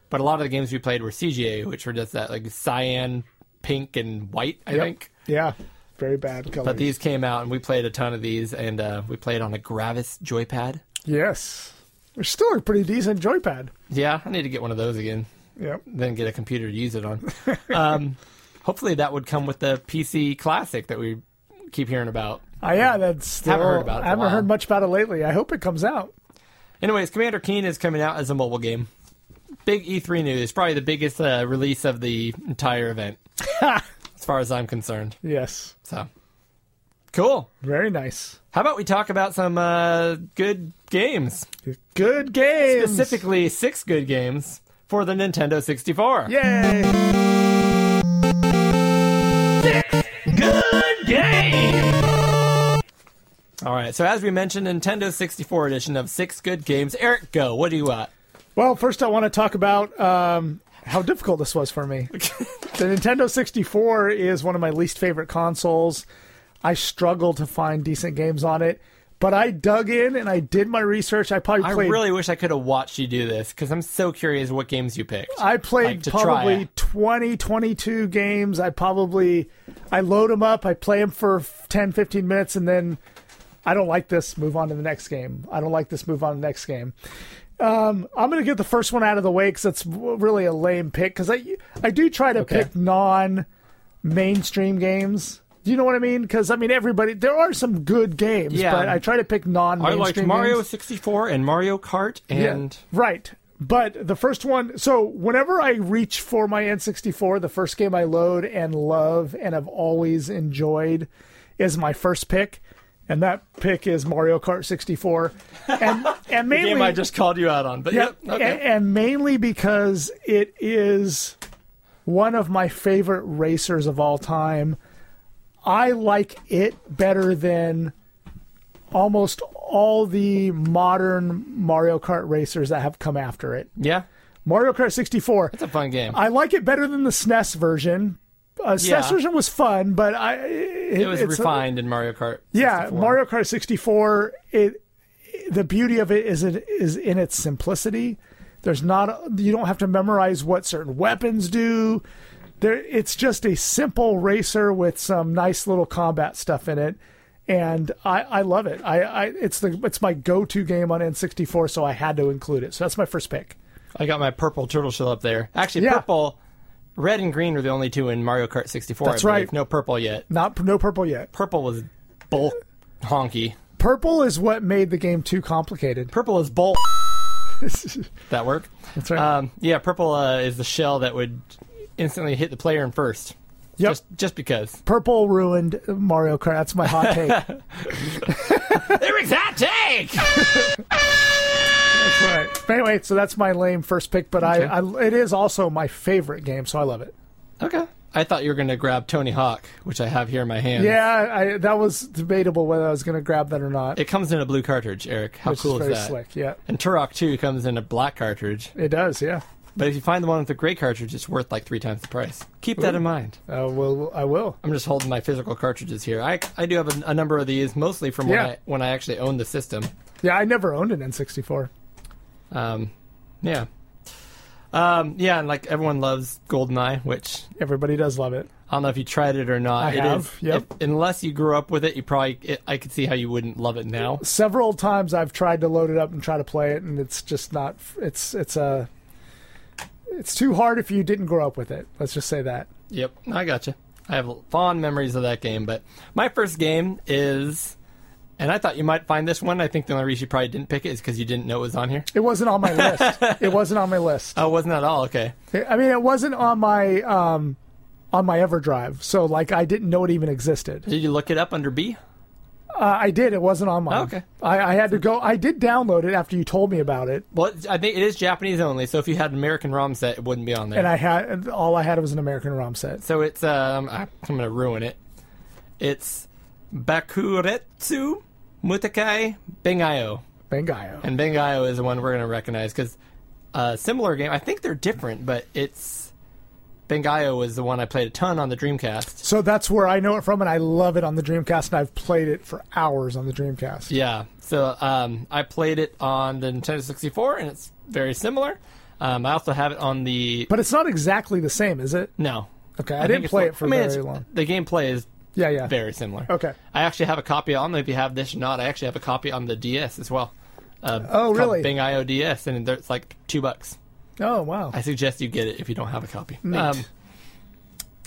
Speaker 1: but a lot of the games we played were CGA, which were just that like cyan, pink, and white. I think.
Speaker 5: Yeah, very bad color.
Speaker 1: But these came out, and we played a ton of these, and uh, we played on a Gravis joypad.
Speaker 5: yes, they're still a pretty decent joypad.
Speaker 1: Yeah, I need to get one of those again.
Speaker 5: Yep.
Speaker 1: Then get a computer to use it on. um, hopefully, that would come with the PC Classic that we keep hearing about.
Speaker 5: Oh, yeah, that's still,
Speaker 1: Haven't heard about it in a
Speaker 5: I haven't
Speaker 1: while.
Speaker 5: heard much about it lately. I hope it comes out.
Speaker 1: Anyways, Commander Keen is coming out as a mobile game. Big E3 news, probably the biggest uh, release of the entire event, as far as I'm concerned.
Speaker 5: Yes,
Speaker 1: So, cool.
Speaker 5: very nice.
Speaker 1: How about we talk about some uh, good games,
Speaker 5: Good game.
Speaker 1: specifically six good games for the Nintendo 64.
Speaker 5: Yay!
Speaker 1: All right. So as we mentioned, Nintendo 64 edition of six good games. Eric, go. What do you want?
Speaker 5: Well, first I want to talk about um, how difficult this was for me. the Nintendo 64 is one of my least favorite consoles. I struggle to find decent games on it, but I dug in and I did my research. I probably
Speaker 1: I
Speaker 5: played
Speaker 1: really wish I could have watched you do this because I'm so curious what games you picked.
Speaker 5: I played
Speaker 1: Like, to try
Speaker 5: probably
Speaker 1: it.
Speaker 5: 20, 22 games. I probably I load them up, I play them for 10, 15 minutes and then I don't like this, move on to the next game. I don't like this, move on to the next game. Um, I'm going to get the first one out of the way cuz that's w- really a lame pick cuz I I do try to
Speaker 1: Okay.
Speaker 5: pick non mainstream games. Do you know what I mean? Cuz I mean everybody there are some good games,
Speaker 1: Yeah.
Speaker 5: but I try to pick non
Speaker 1: I
Speaker 5: mainstream
Speaker 1: liked
Speaker 5: games.
Speaker 1: Mario 64 and Mario Kart and
Speaker 5: Right. But the first one, so whenever I reach for my N64, the first game I load and love and have always enjoyed is my first pick. And that pick is Mario Kart 64. And, and mainly.
Speaker 1: game I just called you out on. But yep, okay.
Speaker 5: and, and mainly because it is one of my favorite racers of all time. I like it better than almost all the modern Mario Kart racers that have come after it.
Speaker 1: yeah,
Speaker 5: Mario Kart 64.
Speaker 1: it's a fun game.
Speaker 5: I like it better than the SNES version. Uh, SNES
Speaker 1: Yeah.
Speaker 5: version was fun, but I it,
Speaker 1: it was
Speaker 5: it's-
Speaker 1: refined in Mario Kart.
Speaker 5: yeah,
Speaker 1: 64.
Speaker 5: Mario Kart 64. It the beauty of it is it is in its simplicity. There's not you don't have to memorize what certain weapons do. There, it's just a simple racer with some nice little combat stuff in it, and I, I love it. I, I it's the it's my go-to game on N64, so I had to include it. So that's my first pick.
Speaker 1: I got my purple turtle shell up there. Actually,
Speaker 5: Yeah.
Speaker 1: purple, red, and green were the only two in Mario Kart 64.
Speaker 5: That's
Speaker 1: I believe.
Speaker 5: right.
Speaker 1: No purple yet.
Speaker 5: Not no purple yet.
Speaker 1: Purple was bulk honky.
Speaker 5: Purple is what made the game too complicated.
Speaker 1: Purple is bulk. that work?
Speaker 5: That's right.
Speaker 1: Um, yeah, purple uh, is the shell that would instantly hit the player in first.
Speaker 5: Yep.
Speaker 1: Just just because.
Speaker 5: Purple ruined Mario Kart. That's my hot take.
Speaker 1: Eric egg.
Speaker 5: That's right. But anyway, so that's my lame first pick, but I, I it is also my favorite game, so I love it.
Speaker 1: okay. I thought you were going to grab Tony Hawk, which I have here in my hand.
Speaker 5: Yeah, I, that was debatable whether I was going to grab that or not.
Speaker 1: It comes in a blue cartridge, Eric. How
Speaker 5: which
Speaker 1: cool
Speaker 5: is
Speaker 1: is,
Speaker 5: very
Speaker 1: that?
Speaker 5: slick. Yeah,
Speaker 1: And Turok 2 comes in a black cartridge.
Speaker 5: it does. Yeah.
Speaker 1: But if you find the one with the gray cartridge, it's worth like three times the price. Keep that in mind.
Speaker 5: Uh, well, I will.
Speaker 1: I'm just holding my physical cartridges here. I, I do have a, a number of these, mostly from when,
Speaker 5: Yeah.
Speaker 1: I, when I actually owned the system.
Speaker 5: Yeah, I never owned an N64.
Speaker 1: Um, yeah. Um, yeah, and like everyone loves GoldenEye, which
Speaker 5: Everybody does love it.
Speaker 1: I don't know if you tried it or not.
Speaker 5: I
Speaker 1: It is-
Speaker 5: have, yep.
Speaker 1: if- unless you grew up with it, you probably it, I could see how you wouldn't love it now.
Speaker 5: Several times I've tried to load it up and try to play it, and it's just not. It's it's a. It's too hard if you didn't grow up with it. Let's just say that.
Speaker 1: Yep, I gotcha. I have fond memories of that game, but my first game is, and I thought you might find this one. I think the only reason you probably didn't pick it is because you didn't know it was on here.
Speaker 5: It wasn't on my list. It wasn't on my list.
Speaker 1: Oh, it wasn't at all. Okay.
Speaker 5: I mean, it wasn't on my um, on my EverDrive. So like, I didn't know it even existed.
Speaker 1: Did you look it up under B?
Speaker 5: Uh, I did. It wasn't on mine.
Speaker 1: Oh, Okay.
Speaker 5: I, I had to go. I did download it after you told me about it,
Speaker 1: Well, it's- I think it is Japanese only. So if you had an American ROM set, it wouldn't be on there.
Speaker 5: and I had all I had was an American ROM set.
Speaker 1: so it's um, I- I'm gonna ruin it. It's Bakuretsu Mutakai Bengayo.
Speaker 5: Bangayo.
Speaker 1: And Bengayo is the one we're going to recognize because uh, similar game. I think they're different, but it's Bengayo was the one I played a ton on the Dreamcast.
Speaker 5: So that's where I know it from, and I love it on the Dreamcast, and I've played it for hours on the Dreamcast.
Speaker 1: Yeah, so um, I played it on the Nintendo 64, and it's very similar. Um, I also have it on the
Speaker 5: But it's not exactly the same, is it?
Speaker 1: no.
Speaker 5: Okay, I,
Speaker 1: think
Speaker 5: didn't
Speaker 1: it's
Speaker 5: play
Speaker 1: like-
Speaker 5: it for
Speaker 1: I mean,
Speaker 5: very
Speaker 1: it's-
Speaker 5: long.
Speaker 1: The gameplay is
Speaker 5: Yeah, yeah.
Speaker 1: very similar.
Speaker 5: Okay.
Speaker 1: I actually have a copy. I don't know if you have this or not. I actually have a copy on the DS as well. Uh,
Speaker 5: Oh,
Speaker 1: it's called
Speaker 5: really?
Speaker 1: Bengayo DS, and there- it's like two bucks.
Speaker 5: Oh, wow.
Speaker 1: I suggest you get it if you don't have a copy. Um,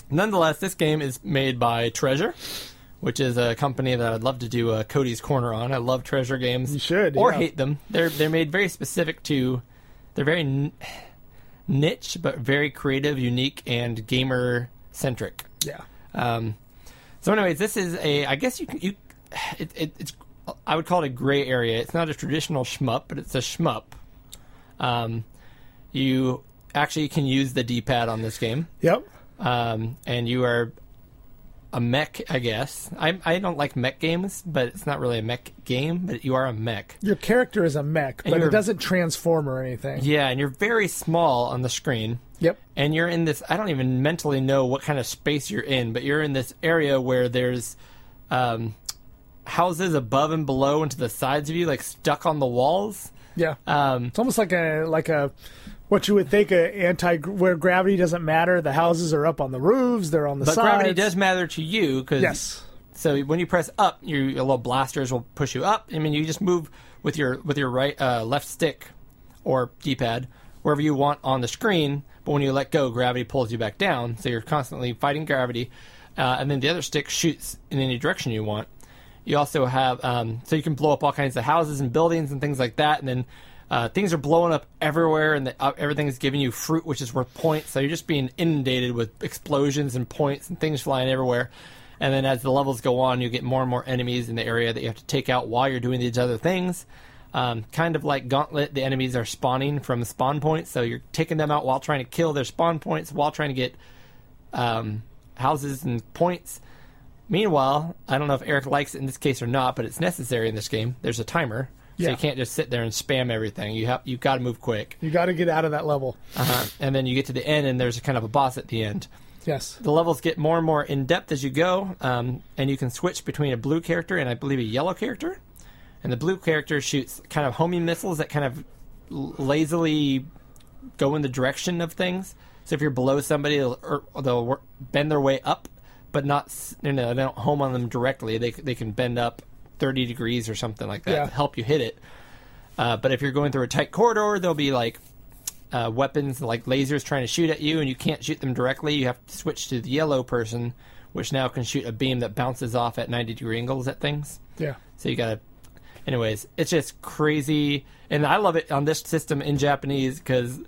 Speaker 1: nonetheless, this game is made by Treasure, which is a company that I'd love to do a Cody's Corner on. I love Treasure games. You
Speaker 5: should,
Speaker 1: or
Speaker 5: yeah.
Speaker 1: hate them. They're they're made very specific to. They're very n- niche, but very creative, unique, and gamer centric.
Speaker 5: yeah.
Speaker 1: Um, so, anyways, this is a. I guess you can. You, it, it, it's. I would call it a gray area. It's not a traditional shmup, but it's a shmup. Um, you actually can use the D-pad on this game,
Speaker 5: Yep.
Speaker 1: um, and you are a mech. I guess I, I don't like mech games, but it's not really a mech game. But you are a mech.
Speaker 5: Your character is a mech, but
Speaker 1: you're-
Speaker 5: it doesn't transform or anything.
Speaker 1: Yeah, and you're very small on the screen.
Speaker 5: Yep.
Speaker 1: and you're in this i don't even mentally know what kind of space you're in but you're in this area where there's um, houses above and below and to the sides of you like stuck on the walls
Speaker 5: Yeah.
Speaker 1: um,
Speaker 5: it's almost like a like a what you would think a anti where gravity doesn't matter. The houses are up on the roofs. They're on the
Speaker 1: but
Speaker 5: sides.
Speaker 1: gravity does matter to you because
Speaker 5: Yes.
Speaker 1: so when you press up your, your little blasters will push you up i mean you just move with your with your right uh, left stick or d-pad wherever you want on the screen but when you let go gravity pulls you back down so you're constantly fighting gravity uh, and then the other stick shoots in any direction you want you also have um, so you can blow up all kinds of houses and buildings and things like that and then uh, things are blowing up everywhere and the, uh, everything's giving you fruit which is worth points so you're just being inundated with explosions and points and things flying everywhere and then as the levels go on you get more and more enemies in the area that you have to take out while you're doing these other things um, kind of like gauntlet the enemies are spawning from spawn points so you're taking them out while trying to kill their spawn points while trying to get um, houses and points Meanwhile, I don't know if Eric likes it in this case or not, but it's necessary in this game. There's a timer, so
Speaker 5: Yeah.
Speaker 1: you can't just sit there and spam everything. You have you got to move quick,
Speaker 5: You got to get out of that level.
Speaker 1: uh, and then you get to the end, and there's a kind of a boss at the end.
Speaker 5: Yes.
Speaker 1: The levels get more and more in depth as you go, um, and you can switch between a blue character and I believe a yellow character. And the blue character shoots kind of homing missiles that kind of l- lazily go in the direction of things. So if you're below somebody, they'll, er, they'll wor- bend their way up, but not s- you know they don't home on them directly. They c- they can bend up 30 degrees or something like that
Speaker 5: Yeah.
Speaker 1: to help you hit it. Uh, but if you're going through a tight corridor, there'll be like uh, weapons like lasers trying to shoot at you, and you can't shoot them directly. You have to switch to the yellow person, which now can shoot a beam that bounces off at 90 degree angles at things.
Speaker 5: Yeah.
Speaker 1: So you gotta. Anyways, it's just crazy, and I love it on this system in Japanese because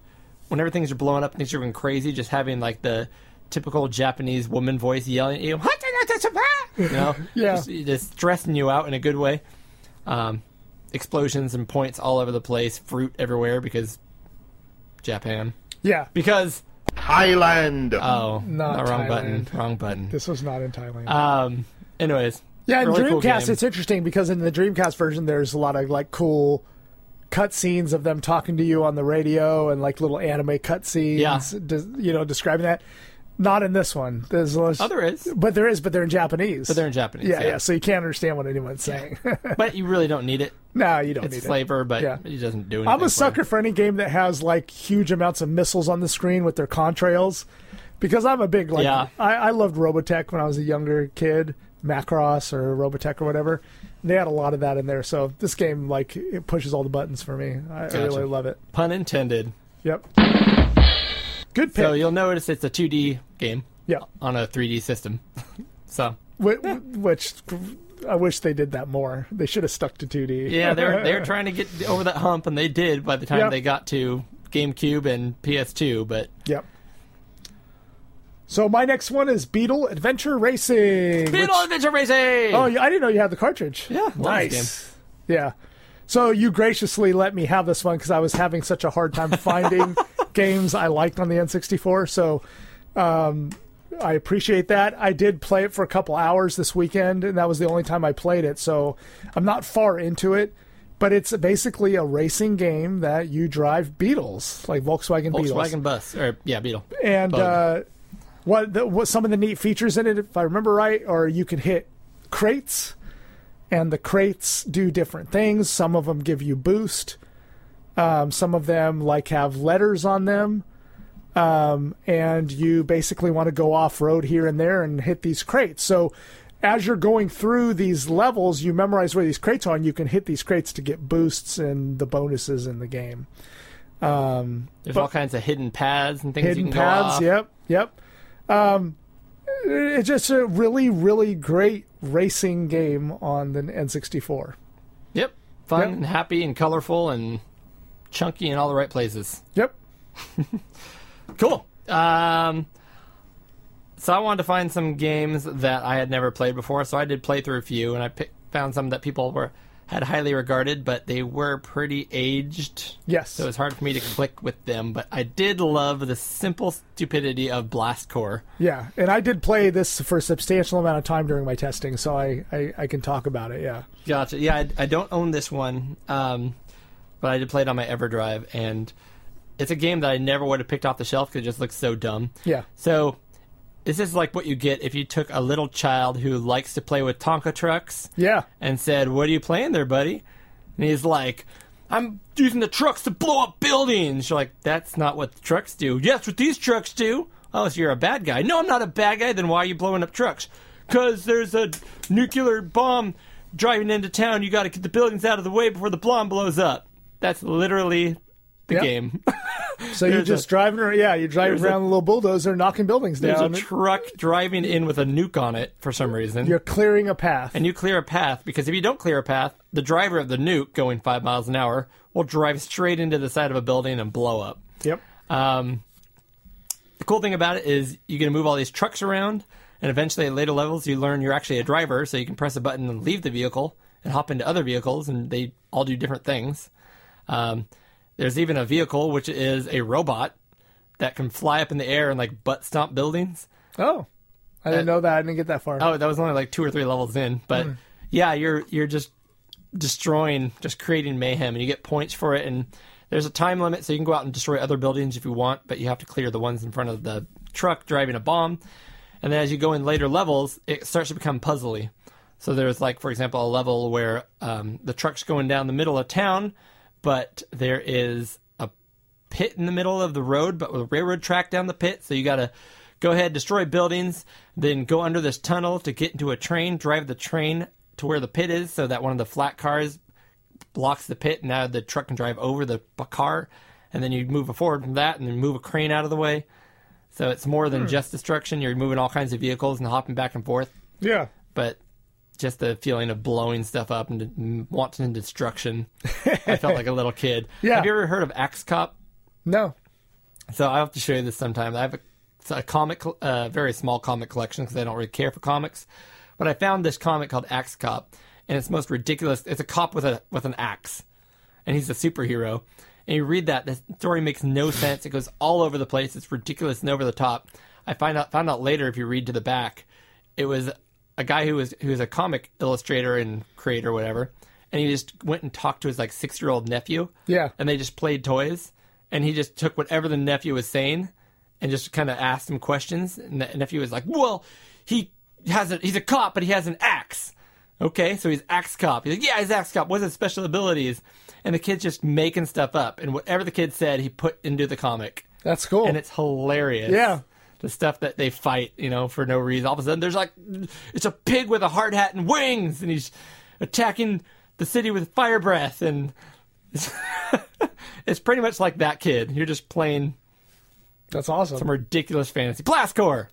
Speaker 1: whenever things are blowing up, things are going crazy. Just having like the typical Japanese woman voice yelling at you, you know,
Speaker 5: Yeah.
Speaker 1: just, just stressing you out in a good way. Um, explosions and points all over the place, fruit everywhere because Japan.
Speaker 5: Yeah,
Speaker 1: Because
Speaker 3: Thailand.
Speaker 1: oh,
Speaker 5: Not
Speaker 1: not wrong
Speaker 5: Thailand.
Speaker 1: button, wrong button.
Speaker 6: This was not in Thailand.
Speaker 1: Um. Anyways.
Speaker 5: yeah. In
Speaker 1: really cool
Speaker 5: Dreamcast,
Speaker 1: game.
Speaker 5: it's interesting because in the Dreamcast version, there's a lot of like cool cutscenes of them talking to you on the radio and like little anime cutscenes.
Speaker 1: Yeah.
Speaker 5: des- you know, describing that. Not in this one. There's less,
Speaker 1: Oh, there is.
Speaker 5: but there is, but they're in Japanese.
Speaker 1: But they're in Japanese.
Speaker 5: yeah, yeah. So you can't understand what anyone's saying.
Speaker 1: But you really don't need it.
Speaker 5: no, you don't
Speaker 1: It's
Speaker 5: need it.
Speaker 1: flavor, but
Speaker 5: Yeah.
Speaker 1: it doesn't do anything.
Speaker 5: I'm
Speaker 1: for
Speaker 5: a sucker for any game that has like huge amounts of missiles on the screen with their contrails, because I'm a big like
Speaker 1: Yeah.
Speaker 5: I, I loved Robotech when I was a younger kid, Macross or Robotech or whatever. They had a lot of that in there, so this game like it pushes all the buttons for me. I, I really love it.
Speaker 1: me. Pun intended.
Speaker 5: Yep. Good pick.
Speaker 1: So you'll notice it's a 2D game
Speaker 5: yeah.
Speaker 1: on a 3D system. so
Speaker 5: Wh- wh- Which I wish they did that more. They should have stuck to 2D.
Speaker 1: yeah, they're they're trying to get over that hump, and they did by the time
Speaker 5: Yeah.
Speaker 1: they got to GameCube and PS2. But
Speaker 5: Yep. So my next one is Beetle Adventure Racing. which-
Speaker 1: Beetle Adventure Racing.
Speaker 5: Oh, yeah, I didn't know you had the cartridge.
Speaker 1: yeah, love this
Speaker 5: Yeah. So you graciously let me have this one because I was having such a hard time finding games I liked on the N64. So um, I appreciate that. I did play it for a couple hours this weekend, and that was the only time I played it. So I'm not far into it. But it's basically a racing game that you drive Beetles, like Volkswagen,
Speaker 1: game.
Speaker 5: Beetles
Speaker 1: Volkswagen bus or yeah, Beetle.
Speaker 5: and
Speaker 1: Bug.
Speaker 5: uh, what, the, what some of the neat features in it, if I remember right, are you can hit crates, and the crates do different things. Some of them give you boost. Um, some of them like have letters on them, um, and you basically want to go off road here and there and hit these crates. So. As you're going through these levels, you memorize where these crates are, and you can hit these crates to get boosts and the bonuses in the game.
Speaker 1: There's all kinds of hidden paths and things. you
Speaker 5: hidden
Speaker 1: can Go off.
Speaker 5: paths. Yep, yep. Um, it- it's just a really, really great racing game on the N64.
Speaker 1: Yep. Fun
Speaker 5: Yep.
Speaker 1: and happy and colorful and chunky in all the right places.
Speaker 5: Yep.
Speaker 1: Cool. Um, so I wanted to find some games that I had never played before. So I did play through a few, and I pick, found some that people were had highly regarded, but they were pretty aged.
Speaker 5: Yes.
Speaker 1: So it's hard for me to click with them. But I did love the simple stupidity of Blast Core.
Speaker 5: Yeah, and I did play this for a substantial amount of time during my testing, so I, I, I can talk about it. Yeah.
Speaker 1: Gotcha. Yeah, I, I don't own this one, um, but I did play it on my EverDrive, and it's a game that I never would have picked off the shelf because it just looks so dumb.
Speaker 5: Yeah.
Speaker 1: So this is like what you get if you took a little child who likes to play with Tonka trucks
Speaker 5: Yeah.
Speaker 1: and said, "What are you playing there, buddy?" And he's like, "I'm using the trucks to blow up buildings." You're like, "That's not what the trucks do." Yes, what these trucks do. Oh, so you're a bad guy? No, I'm not a bad guy. Then why are you blowing up trucks? Because there's a nuclear bomb driving into town. You got to get the buildings out of the way before the bomb blows up. That's literally the
Speaker 5: Yep.
Speaker 1: game.
Speaker 5: So you're
Speaker 1: There's
Speaker 5: just
Speaker 1: a-
Speaker 5: driving around. Yeah, you're driving
Speaker 1: there's a-
Speaker 5: around a little bulldozer, knocking buildings
Speaker 1: There's
Speaker 5: down.
Speaker 1: a truck driving in with a nuke on it for some reason.
Speaker 5: you're clearing a path.
Speaker 1: and you clear a path because if you don't clear a path, the driver of the nuke going five miles an hour will drive straight into the side of a building and blow up.
Speaker 5: yep.
Speaker 1: Um, the cool thing about it is you can move all these trucks around, and eventually at later levels you learn you're actually a driver, so you can press a button and leave the vehicle and hop into other vehicles, and they all do different things. Um, there's even a vehicle which is a robot that can fly up in the air and like butt stomp buildings.
Speaker 5: Oh, I didn't know that. I didn't get that far.
Speaker 1: Oh, that was only like two or three levels in, but yeah, you're you're just destroying, just creating mayhem, and you get points for it. And there's a time limit, so you can go out and destroy other buildings if you want, but you have to clear the ones in front of the truck driving a bomb. And then as you go in later levels, it starts to become puzzly. So there's like, for example, a level where um, the truck's going down the middle of town, but there is a pit in the middle of the road, but with a railroad track down the pit. So you got to go ahead, destroy buildings, then go under this tunnel to get into a train, drive the train to where the pit is so that one of the flat cars blocks the pit. and Now the truck can drive over the p- car. And then you move forward from that and then move a crane out of the way. So it's more than just destruction. You're moving all kinds of vehicles and hopping back and forth.
Speaker 5: yeah.
Speaker 1: But just the feeling of blowing stuff up and and wanting destruction. I felt like a little kid.
Speaker 5: Yeah.
Speaker 1: Have you ever heard of Axe Cop?
Speaker 5: No.
Speaker 1: So I'll have to show you this sometime. I have a, it's a comic, col- uh, very small comic collection because I don't really care for comics. But I found this comic called Axe Cop, and it's most ridiculous. It's a cop with a with an axe, and he's a superhero. And you read that, the story makes no sense. It goes all over the place. It's ridiculous and over the top. I find out found out later if you read to the back, it was a guy who was who was a comic illustrator and creator, whatever. And he just went and talked to his like six year old nephew.
Speaker 5: Yeah.
Speaker 1: And they just played toys. And he just took whatever the nephew was saying and just kind of asked him questions. And the nephew was like, "Well, he has a he's a cop, but he has an axe." Okay, so he's axe cop. He's like, "Yeah, he's axe cop. What's his special abilities?" And the kid's just making stuff up, and whatever the kid said, he put into the comic,
Speaker 5: That's cool.
Speaker 1: and it's hilarious.
Speaker 5: Oh. Yeah.
Speaker 1: The stuff that they fight, you know, for no reason. All of a sudden, there's like, it's a pig with a hard hat and wings, and he's attacking the city with fire breath, and it's pretty much like that kid. You're just playing
Speaker 5: That's awesome.
Speaker 1: some ridiculous fantasy. Blastcore.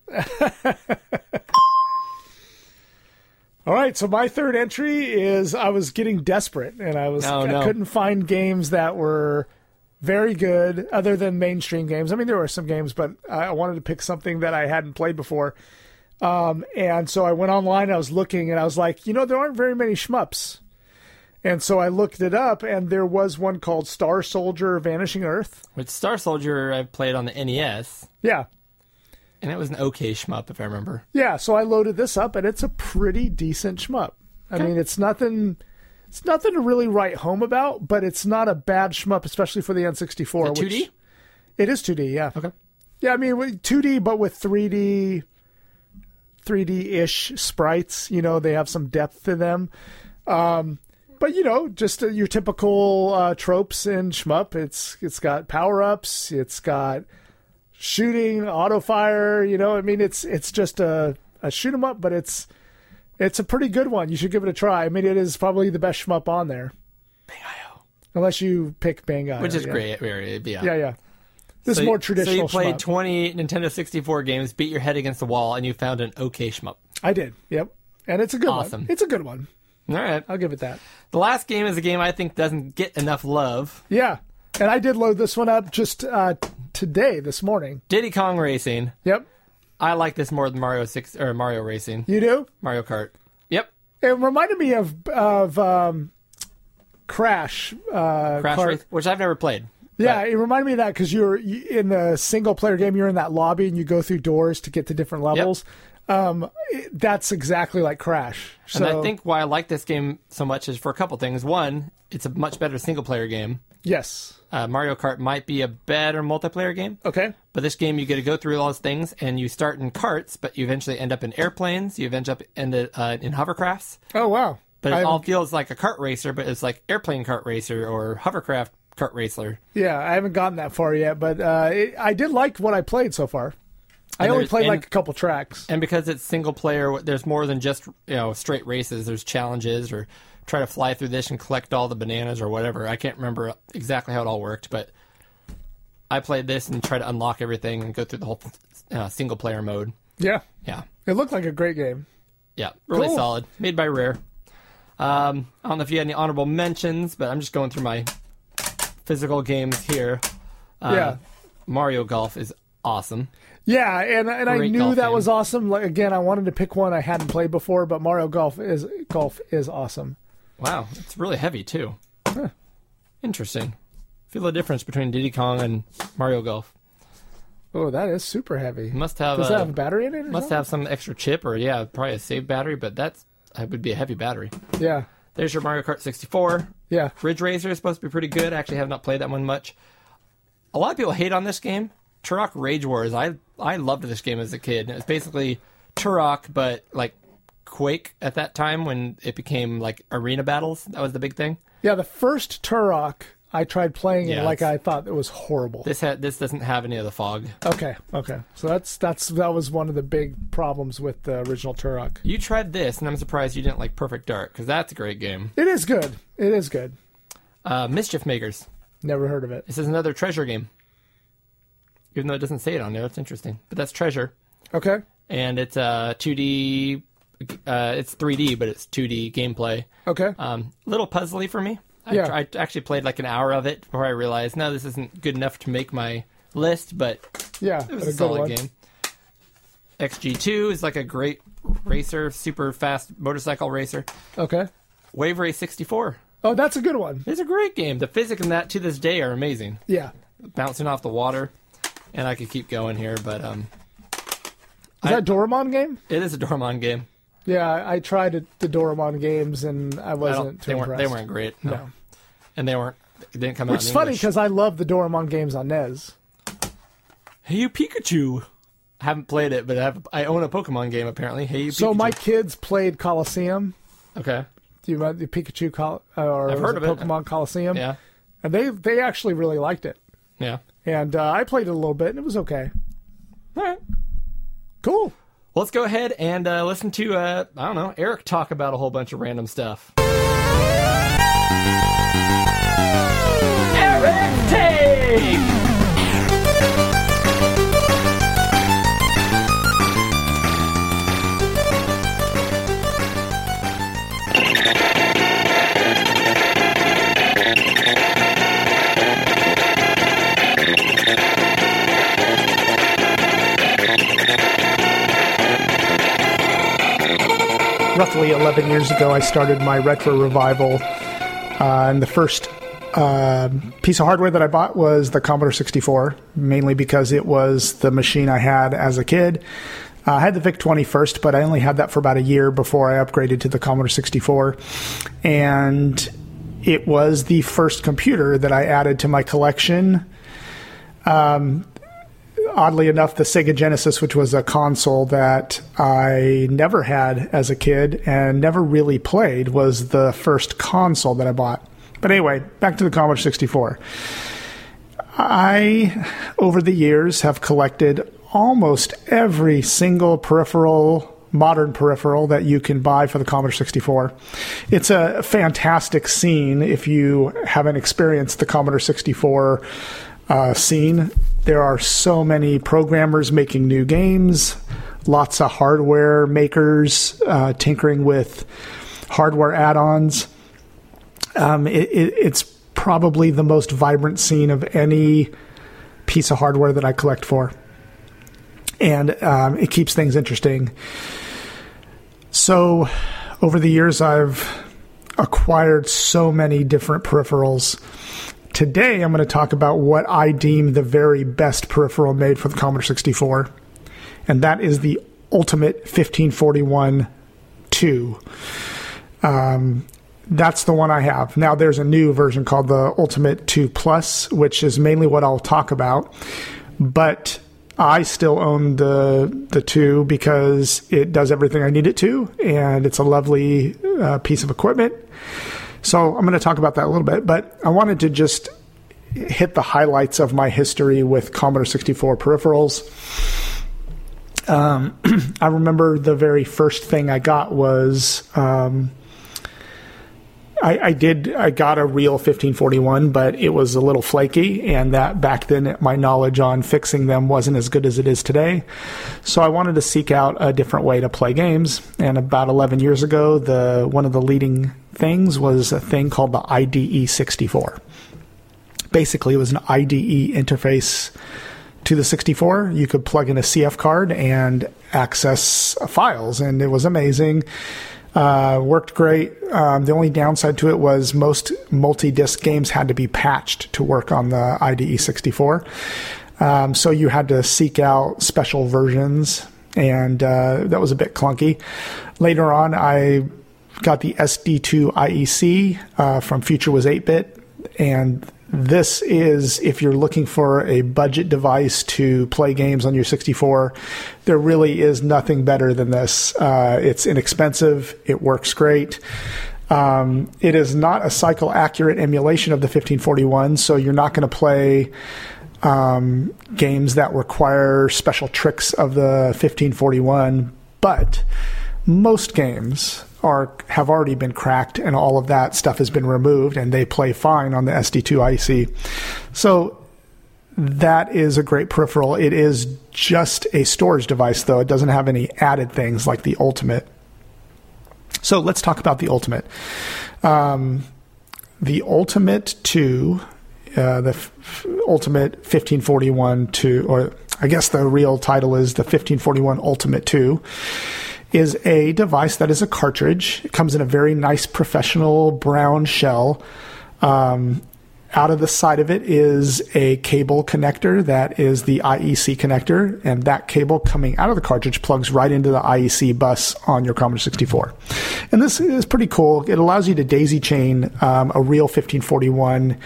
Speaker 5: All right, so my third entry is I was getting desperate and I was
Speaker 1: Oh,
Speaker 5: I
Speaker 1: no.
Speaker 5: couldn't find games that were very good other than mainstream games. I mean, there were some games, but I I wanted to pick something that I hadn't played before. Um, and so I went online, I was looking, and I was like, you know, there aren't very many shmups. And so I looked it up, and there was one called Star Soldier Vanishing Earth.
Speaker 1: Which Star Soldier I've played on the NES,
Speaker 5: Yeah,
Speaker 1: and it was an okay shmup if I remember.
Speaker 5: Yeah, so I loaded this up and it's a pretty decent shmup. I mean, it's nothing it's nothing to really write home about, but it's not a bad shmup especially for the
Speaker 1: Is
Speaker 5: N64.
Speaker 1: it 2D?
Speaker 5: which- It is 2D, yeah.
Speaker 1: Okay.
Speaker 5: Yeah, I mean, with 2D but with 3D 3D-ish sprites, you know, they have some depth to them. Um but you know, just uh, your typical uh, tropes in shmup. It's it's got power ups. It's got shooting, auto fire. You know, I mean, it's it's just a a shoot 'em up, but it's it's a pretty good one. You should give it a try. I mean, it is probably the best shmup on there,
Speaker 1: Bang-I-O.
Speaker 5: unless you pick Bangai,
Speaker 1: Which is
Speaker 5: yeah.
Speaker 1: great. Yeah. yeah.
Speaker 5: Yeah, yeah. This
Speaker 1: So
Speaker 5: is
Speaker 1: you-
Speaker 5: more traditional.
Speaker 1: So you played
Speaker 5: shmup.
Speaker 1: 20 Nintendo 64 games, beat your head against the wall, and you found an okay shmup.
Speaker 5: I did. Yep, and it's a good
Speaker 1: Awesome.
Speaker 5: one. It's a good one.
Speaker 1: All right.
Speaker 5: I'll give it that.
Speaker 1: The last game is a game I think doesn't get enough love.
Speaker 5: Yeah, and I did load this one up just uh, today, this morning.
Speaker 1: Diddy Kong Racing.
Speaker 5: Yep,
Speaker 1: I like this more than Mario 6 or Mario Racing.
Speaker 5: you do.
Speaker 1: Mario Kart. Yep.
Speaker 5: It reminded me of of um, Crash. Uh,
Speaker 1: Crash
Speaker 5: Kart.
Speaker 1: Race, which I've never played.
Speaker 5: Yeah, it reminded me of that because you're you- in the single player game, you're in that lobby and you go through doors to get to different levels. Um, it- that's exactly like Crash. So,
Speaker 1: And I think why I like this game so much is for a couple things. One, it's a much better single player game.
Speaker 5: yes.
Speaker 1: Uh, Mario Kart might be a better multiplayer game,
Speaker 5: Okay.
Speaker 1: but this game you get to go through all those things, and you start in carts, but you eventually end up in airplanes. You eventually up end up, uh, in hovercrafts,
Speaker 5: Oh wow.
Speaker 1: but it
Speaker 5: I-
Speaker 1: all feels like a kart racer, but it's like airplane kart racer or hovercraft kart racer.
Speaker 5: yeah, I haven't gotten that far yet, but uh, it, I did like what I played so far. I only
Speaker 1: there's-
Speaker 5: played
Speaker 1: and-
Speaker 5: like a couple tracks.
Speaker 1: And because it's single player, there's more than just you know straight races. There's challenges or try to fly through this and collect all the bananas or whatever. I can't remember exactly how it all worked, but I played this and tried to unlock everything and go through the whole uh, single player mode.
Speaker 5: Yeah,
Speaker 1: Yeah.
Speaker 5: it looked like a great game.
Speaker 1: Yeah, really
Speaker 5: Cool.
Speaker 1: solid. Made by Rare. Um, I don't know if you had any honorable mentions, but I'm just going through my physical games here. Uh,
Speaker 5: yeah,
Speaker 1: Mario Golf is awesome.
Speaker 5: yeah, and and I
Speaker 1: Great
Speaker 5: knew
Speaker 1: golf
Speaker 5: that
Speaker 1: game.
Speaker 5: was awesome. Like again, I wanted to pick one I hadn't played before, but Mario Golf is golf is awesome.
Speaker 1: Wow, it's really heavy too. Interesting. Feel the difference between Diddy Kong and Mario Golf.
Speaker 5: Oh, that is super heavy.
Speaker 1: Must have
Speaker 5: Does
Speaker 1: a,
Speaker 5: that have a battery in it? or
Speaker 1: must have some extra chip or yeah, probably a save battery, but that's that would be a heavy battery.
Speaker 5: something? Yeah.
Speaker 1: There's your Mario Kart 64.
Speaker 5: Yeah.
Speaker 1: Ridge Racer is supposed to be pretty good. I actually have not played that one much. A lot of people hate on this game. Turok Rage Wars. I I loved this game as a kid. It's basically Turok, but like Quake at that time when it became like arena battles. That was the big thing.
Speaker 5: Yeah, the first Turok I tried playing
Speaker 1: Yeah,
Speaker 5: it like
Speaker 1: it's-
Speaker 5: I thought it was horrible.
Speaker 1: This had this doesn't have any of the fog.
Speaker 5: Okay, okay. So that's that's that was one of the big problems with the original Turok.
Speaker 1: You tried this, and I'm surprised you didn't like Perfect Dark because that's a great game.
Speaker 5: It is good. It is good.
Speaker 1: Uh, Mischief Makers.
Speaker 5: Never heard of it.
Speaker 1: This is another treasure game. Even though it doesn't say it on there, it's interesting. But that's treasure.
Speaker 5: Okay.
Speaker 1: and it's uh, 2D. Uh, it's 3D, but it's 2D gameplay.
Speaker 5: Okay.
Speaker 1: Um, a little puzzly for me. I,
Speaker 5: Yeah.
Speaker 1: tr- I actually played like an hour of it before I realized no, this isn't good enough to make my list, but
Speaker 5: yeah,
Speaker 1: it was
Speaker 5: but
Speaker 1: a,
Speaker 5: good
Speaker 1: solid
Speaker 5: one.
Speaker 1: game. XG2 is like a great racer, super fast motorcycle racer.
Speaker 5: Okay.
Speaker 1: Wave Race 64.
Speaker 7: Oh, that's a good one.
Speaker 1: It's a great game. The physics in that to this day are amazing.
Speaker 7: Yeah.
Speaker 1: Bouncing off the water, and I could keep going here, but um,
Speaker 7: Is that Doramon game?
Speaker 1: it is a Dormon game.
Speaker 7: Yeah, I I tried it- the Doramon games and I
Speaker 1: I
Speaker 7: wasn't
Speaker 1: don't,
Speaker 7: too
Speaker 1: they weren't.
Speaker 7: impressed.
Speaker 1: They weren't great. No.
Speaker 7: No.
Speaker 1: and they weren't. They didn't come out.
Speaker 5: Which is
Speaker 1: in
Speaker 5: funny
Speaker 1: English.
Speaker 5: because I love the Doramon games on E NES.
Speaker 1: Hey, you Pikachu. I haven't played it, but I, have, I own a Pokemon game apparently. Hey, you
Speaker 5: So
Speaker 1: Pikachu.
Speaker 5: my kids played Coliseum.
Speaker 1: Okay.
Speaker 5: Do you remember the Pikachu Col- uh, or
Speaker 1: I've
Speaker 5: was
Speaker 1: heard
Speaker 5: it
Speaker 1: of it.
Speaker 5: Pokemon Coliseum?
Speaker 1: Yeah.
Speaker 5: And they they actually really liked it.
Speaker 1: Yeah.
Speaker 5: And uh, I played it a little bit and it was okay.
Speaker 1: All right.
Speaker 5: Cool.
Speaker 1: Let's go ahead and uh, listen to uh, I don't know Eric talk about a whole bunch of random stuff. Eric take.
Speaker 7: roughly 11 years ago, I started my retro revival. Uh, and the first uh, piece of hardware that I bought was the Commodore 64, mainly because it was the machine I had as a kid. Uh, I had the VIC 20 first, but I only had that for about a year before I upgraded to the Commodore 64. And it was the first computer that I added to my collection oddly enough, the Sega Genesis, which was a console that I never had as a kid and never really played, was the first console that I bought. But anyway, back to the Commodore 64. I, over the years, have collected almost every single peripheral, modern peripheral that you can buy for the Commodore 64. It's a fantastic scene if you haven't experienced the Commodore 64 uh, scene. There are so many programmers making new games, lots of hardware makers uh, tinkering with hardware add ons um, it, it, it's probably the most vibrant scene of any piece of hardware that I collect for, and um, it keeps things interesting. So, over the years, I've acquired so many different peripherals. Today, I'm going to talk about what I deem the very best peripheral made for the Commodore 64, and that is the Ultimate 1541 2 Um, that's the one I have. Now there's a new version called the Ultimate 2 Plus, which is mainly what I'll talk about. But I still own the the 2 because it does everything I need it to and it's a lovely uh, piece of equipment. So I'm going to talk about that a little bit, but I wanted to just hit the highlights of my history with Commodore 64 peripherals. Um, I remember the very first thing I got was um, I, I did. I got a real 1541, but it was a little flaky, and that back then my knowledge on fixing them wasn't as good as it is today. So I wanted to seek out a different way to play games. And about 11 years ago, the one of the leading things was a thing called the IDE 64. Basically, it was an IDE interface to the 64. You could plug in a CF card and access files, and it was amazing. Uh, worked great. Um, the only downside to it was most multi disc games had to be patched to work on the IDE 64. Um, so you had to seek out special versions, and uh, that was a bit clunky. Later on, I got the SD2 IEC uh, from Future was 8 bit, and this is if you're looking for a budget device to play games on your 64 there really is nothing better than this uh, it's inexpensive it works great um, it is not a cycle accurate emulation of the 1541 so you're not going to play um, games that require special tricks of the 1541 but most games are have already been cracked and all of that stuff has been removed and they play fine on the SD2 IC. So that is a great peripheral. It is just a storage device though. It doesn't have any added things like the Ultimate. So let's talk about the Ultimate. Um, the Ultimate 2 uh, the f- f- Ultimate 1541 2 or I guess the real title is the 1541 Ultimate 2 is a device that is a cartridge. It comes in a very nice professional brown shell. Um, out of the side of it is a cable connector that is the IEC connector, and that cable coming out of the cartridge plugs right into the IEC bus on your Commodore 64. And this is pretty cool. It allows you to daisy chain um, a real 1541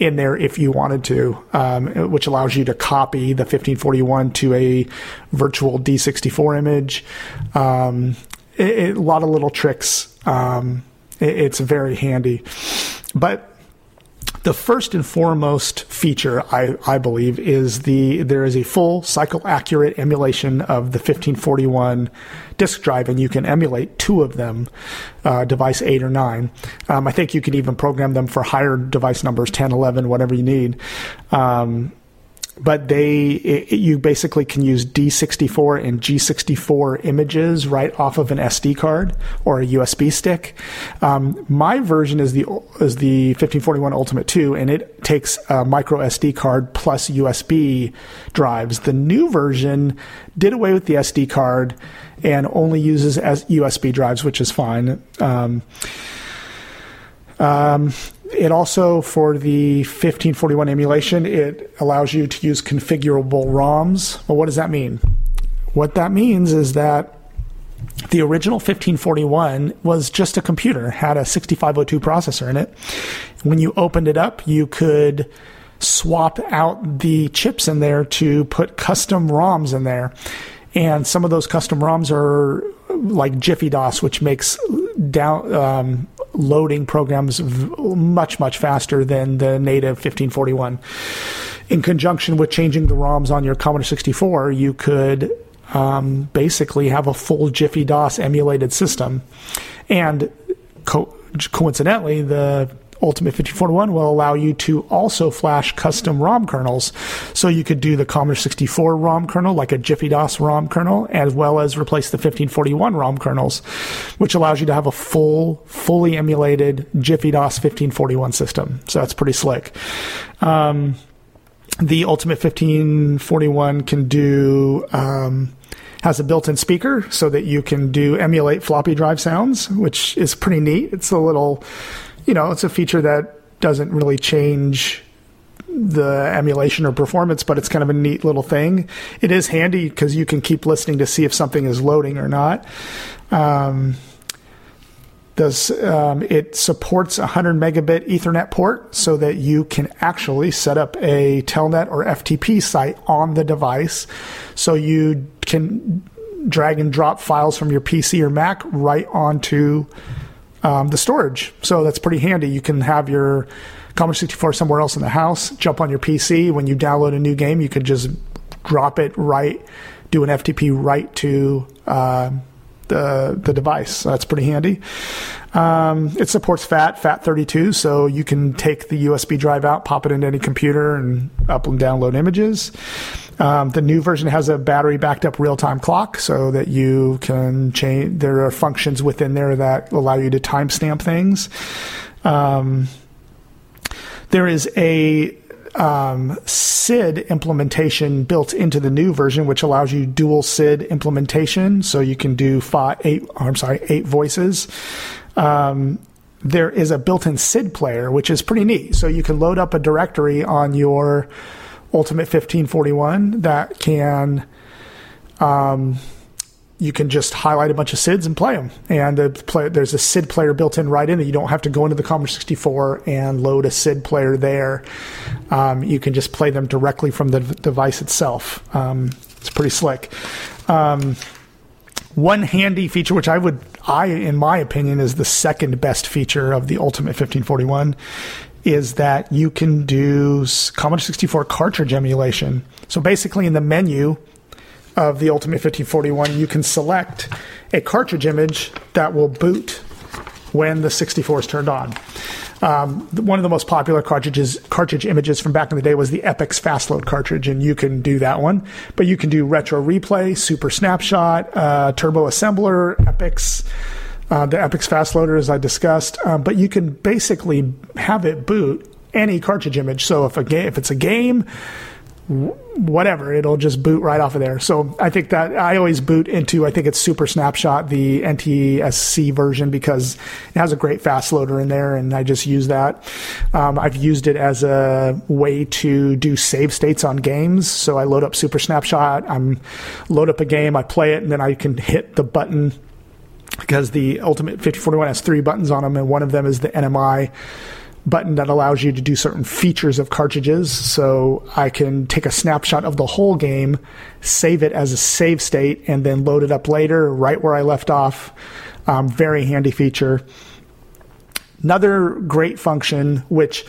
Speaker 7: in there if you wanted to, um, which allows you to copy the 1541 to a virtual D64 image. Um, it- it- a lot of little tricks. Um, it- it's very handy. But the first and foremost feature I, I believe is the there is a full cycle accurate emulation of the 1541 disk drive and you can emulate two of them uh, device 8 or 9 um, i think you can even program them for higher device numbers 10 11 whatever you need um, but they it, it- you basically can use D64 and G64 images right off of an SD card or a USB stick. Um, my version is the is the 1541 Ultimate 2, and it takes a micro SD card plus USB drives. The new version did away with the SD card and only uses as USB drives, which is fine. Um, it also for the 1541 emulation it allows you to use configurable roms well what does that mean what that means is that the original 1541 was just a computer had a 6502 processor in it when you opened it up you could swap out the chips in there to put custom roms in there and some of those custom roms are like jiffy dos which makes down um, loading programs v- much much faster than the native 1541 in conjunction with changing the ROMs on your Commodore 64, you could um, basically have a full Jiffy DOS emulated system. And co- coincidentally, the Ultimate 1541 will allow you to also flash custom ROM kernels. So you could do the Commodore 64 ROM kernel, like a Jiffy DOS ROM kernel, as well as replace the 1541 ROM kernels, which allows you to have a full, fully emulated Jiffy DOS 1541 system. So that's pretty slick the Ultimate 1541 can do um, has a built-in speaker so that you can do emulate floppy drive sounds, which is pretty neat. It's a little, you know, it's a feature that doesn't really change the emulation or performance, but it's kind of a neat little thing. It is handy because you can keep listening to see if something is loading or not. Um, does um, it supports a 100 megabit Ethernet port so that you can actually set up a Telnet or FTP site on the device, so you can drag and drop files from your PC or Mac right onto um, the storage. So that's pretty handy. You can have your Commodore 64 somewhere else in the house, jump on your PC. When you download a new game, you could just drop it right, do an FTP right to uh, the the device. So that's pretty handy. Um, it supports FAT, FAT32, so you can take the USB drive out, pop it into any computer, and up and download images. Um, the new version has a battery backed up real time clock so that you can change. There are functions within there that allow you to timestamp things. Um, there is a um, SID implementation built into the new version, which allows you dual SID implementation, so you can do five, eight. oh, I'm sorry, eight voices. Um, there is a built-in SID player, which is pretty neat. So you can load up a directory on your Ultimate 1541 that can um, you can just highlight a bunch of SIDs and play them. And the play, there's a SID player built in right in it. You don't have to go into the Commodore 64 and load a SID player there. Um, you can just play them directly from the v- device itself. Um, it's pretty slick. Um, one handy feature, which I would, I in my opinion, is the second best feature of the Ultimate 1541, is that you can do s- Commodore 64 cartridge emulation. So basically, in the menu, of the Ultimate 1541, you can select a cartridge image that will boot when the 64 is turned on. Um, th- one of the most popular cartridges, cartridge images from back in the day was the Epix Fast Load cartridge, and you can do that one. But you can do Retro Replay, Super Snapshot, uh, Turbo Assembler, Epix, uh, the Epix Fast Loader, as I discussed. Um, but you can basically have it boot any cartridge image. So if a ga- if it's a game, whatever it'll just boot right off of there so i think that i always boot into i think it's super snapshot the ntsc version because it has a great fast loader in there and i just use that um, i've used it as a way to do save states on games so i load up super snapshot i'm load up a game i play it and then i can hit the button because the ultimate 5041 has three buttons on them and one of them is the nmi button that allows you to do certain features of cartridges. So I can take a snapshot of the whole game, save it as a save state, and then load it up later right where I left off. Um, very handy feature. Another great function, which,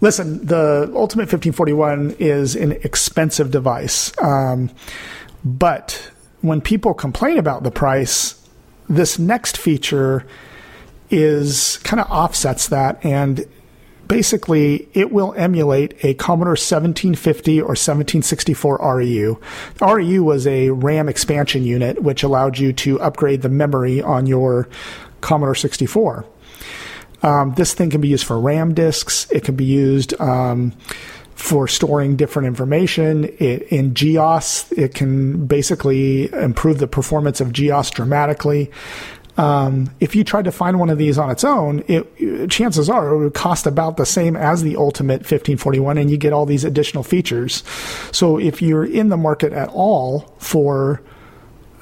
Speaker 7: listen, the Ultimate 1541 is an expensive device. Um, but when people complain about the price, this next feature is kind of offsets that and basically it will emulate a Commodore 1750 or 1764 REU. REU E was a RAM expansion unit which allowed you to upgrade the memory on your Commodore 64. Um, this thing can be used for RAM disks. It can be used um, for storing different information. It, in GEOS, it can basically improve the performance of GEOS dramatically um, if you tried to find one of these on its own, it, chances are it would cost about the same as the Ultimate 1541, and you get all these additional features. So if you're in the market at all for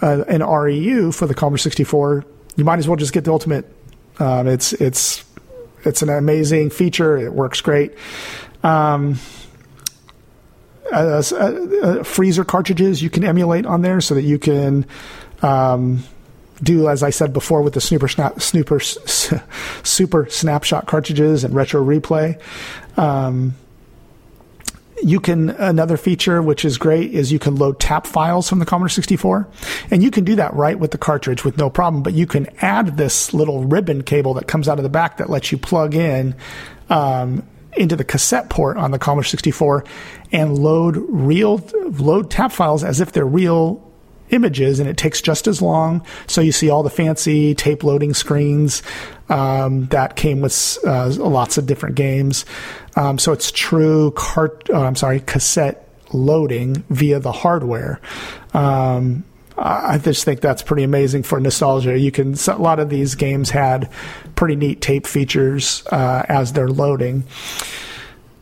Speaker 7: uh, an REU for the Commodore 64, you might as well just get the Ultimate. Um, it's it's it's an amazing feature. It works great. Um, uh, uh, uh, freezer cartridges you can emulate on there so that you can. Um, do, as I said before, with the snooper, snap, snooper, s- super snapshot cartridges and retro replay. Um, you can another feature which is great is you can load tap files from the Commodore 64, and you can do that right with the cartridge with no problem. But you can add this little ribbon cable that comes out of the back that lets you plug in um, into the cassette port on the Commodore 64 and load real load tap files as if they're real images and it takes just as long. So you see all the fancy tape loading screens um, that came with uh, lots of different games. Um, so it's true cart. Oh, I'm sorry, cassette loading via the hardware. Um, I I just think that's pretty amazing for nostalgia. You can so a lot of these games had pretty neat tape features uh, as they're loading.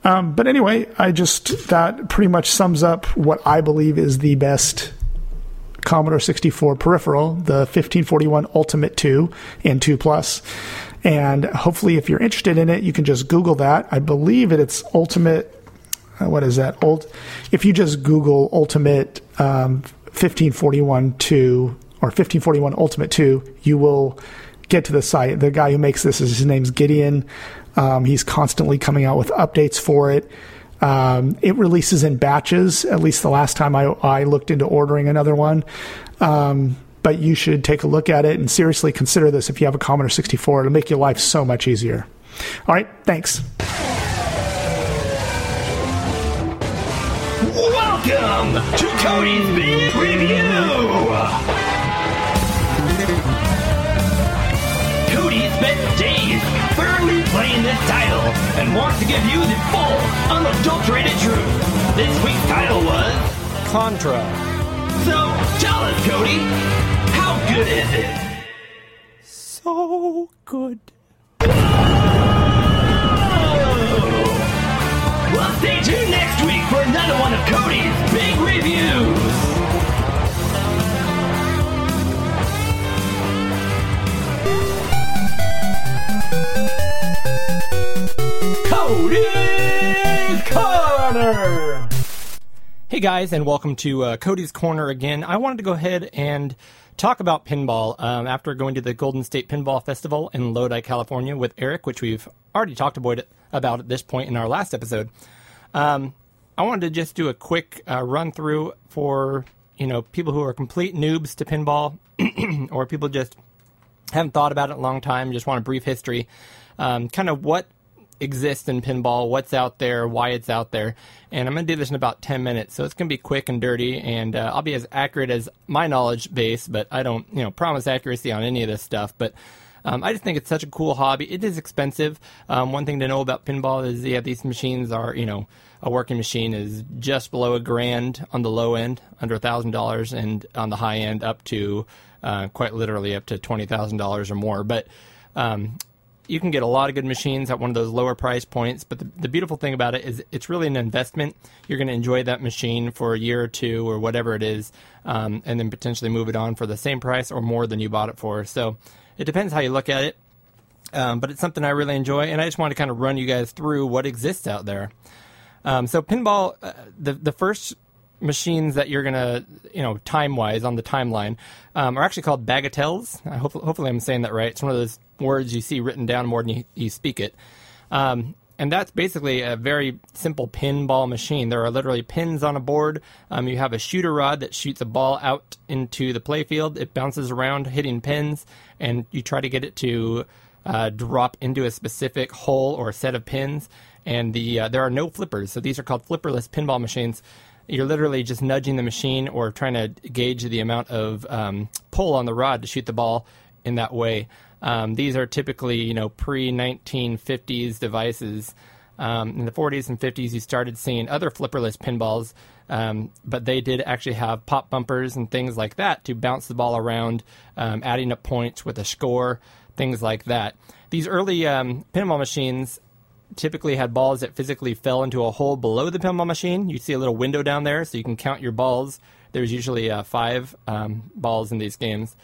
Speaker 7: Um, but anyway, I just that pretty much sums up what I believe is the best Commodore 64 peripheral, the 1541 Ultimate 2 and 2 Plus. And hopefully, if you're interested in it, you can just Google that. I believe it, it's Ultimate. uh, What is that? Old. If you just Google Ultimate um, 1541 2 or 1541 Ultimate 2, you will get to the site. The guy who makes this is his name's Gideon. Um, he's constantly coming out with updates for it. Um, it releases in batches. At least the last time I, I looked into ordering another one. Um, but you should take a look at it and seriously consider this if you have a Commodore 64. It'll make your life so much easier. All right, thanks.
Speaker 4: Welcome to Cody's Big Review! Cody spent days thoroughly playing this title and wants to give you the full, unadulterated truth. This week's title was
Speaker 1: Contra.
Speaker 4: So Tell Us, Cody, how good is it?
Speaker 1: So good.
Speaker 4: Oh. Well, stay tuned next week for another one of Cody's Big Reviews!
Speaker 1: Cody's Corner! Hey guys, and welcome to uh, Cody's Corner again. I wanted to go ahead and talk about pinball um, after going to the Golden State Pinball Festival in Lodi, California with Eric, which we've already talked about, about at this point in our last episode. Um, I wanted to just do a quick uh, run through for you know people who are complete noobs to pinball, or people just haven't thought about it in a long time, just want a brief history, um, kind of what exists in pinball, what's out there, why it's out there. And I'm going to do this in about 10 minutes, so it's going to be quick and dirty, and uh, I'll be as accurate as my knowledge base, but I don't, you know, promise accuracy on any of this stuff, but. Um, I just think it's such a cool hobby. It is expensive. Um, one thing to know about pinball is yeah, these machines are you know a working machine is just below a grand on the low end, under $1,000, and on the high end, up to uh, quite literally up to $20,000 or more. But um, you can get a lot of good machines at one of those lower price points. But the, the beautiful thing about it is it's really an investment. You're going to enjoy that machine for a year or two or whatever it is, um, and then potentially move it on for the same price or more than you bought it for. So it depends how you look at it. Um, but it's something I really enjoy, and I just want to kind of run you guys through what exists out there. Um, so pinball, uh, the the first machines that you're gonna, you know, time wise on the timeline, um, are actually called bagatelles. I hope, hopefully, I'm saying that right. It's one of those words you see written down more than you, you speak it. Um, and that's basically a very simple pinball machine. There are literally pins on a board. Um, you have a shooter rod that shoots a ball out into the playfield. It bounces around, hitting pins, and you try to get it to uh, drop into a specific hole or set of pins. And the uh, there are no flippers, so these are called flipperless pinball machines. You're literally just nudging the machine or trying to gauge the amount of um, pull on the rod to shoot the ball in that way. Um, these are typically, you know, pre 1950s devices. Um, in the 40s and 50s, you started seeing other flipperless pinballs, um, but they did actually have pop bumpers and things like that to bounce the ball around, um, adding up points with a score, things like that. These early um, pinball machines typically had balls that physically fell into a hole below the pinball machine. You see a little window down there, so you can count your balls. There's usually uh, five um, balls in these games.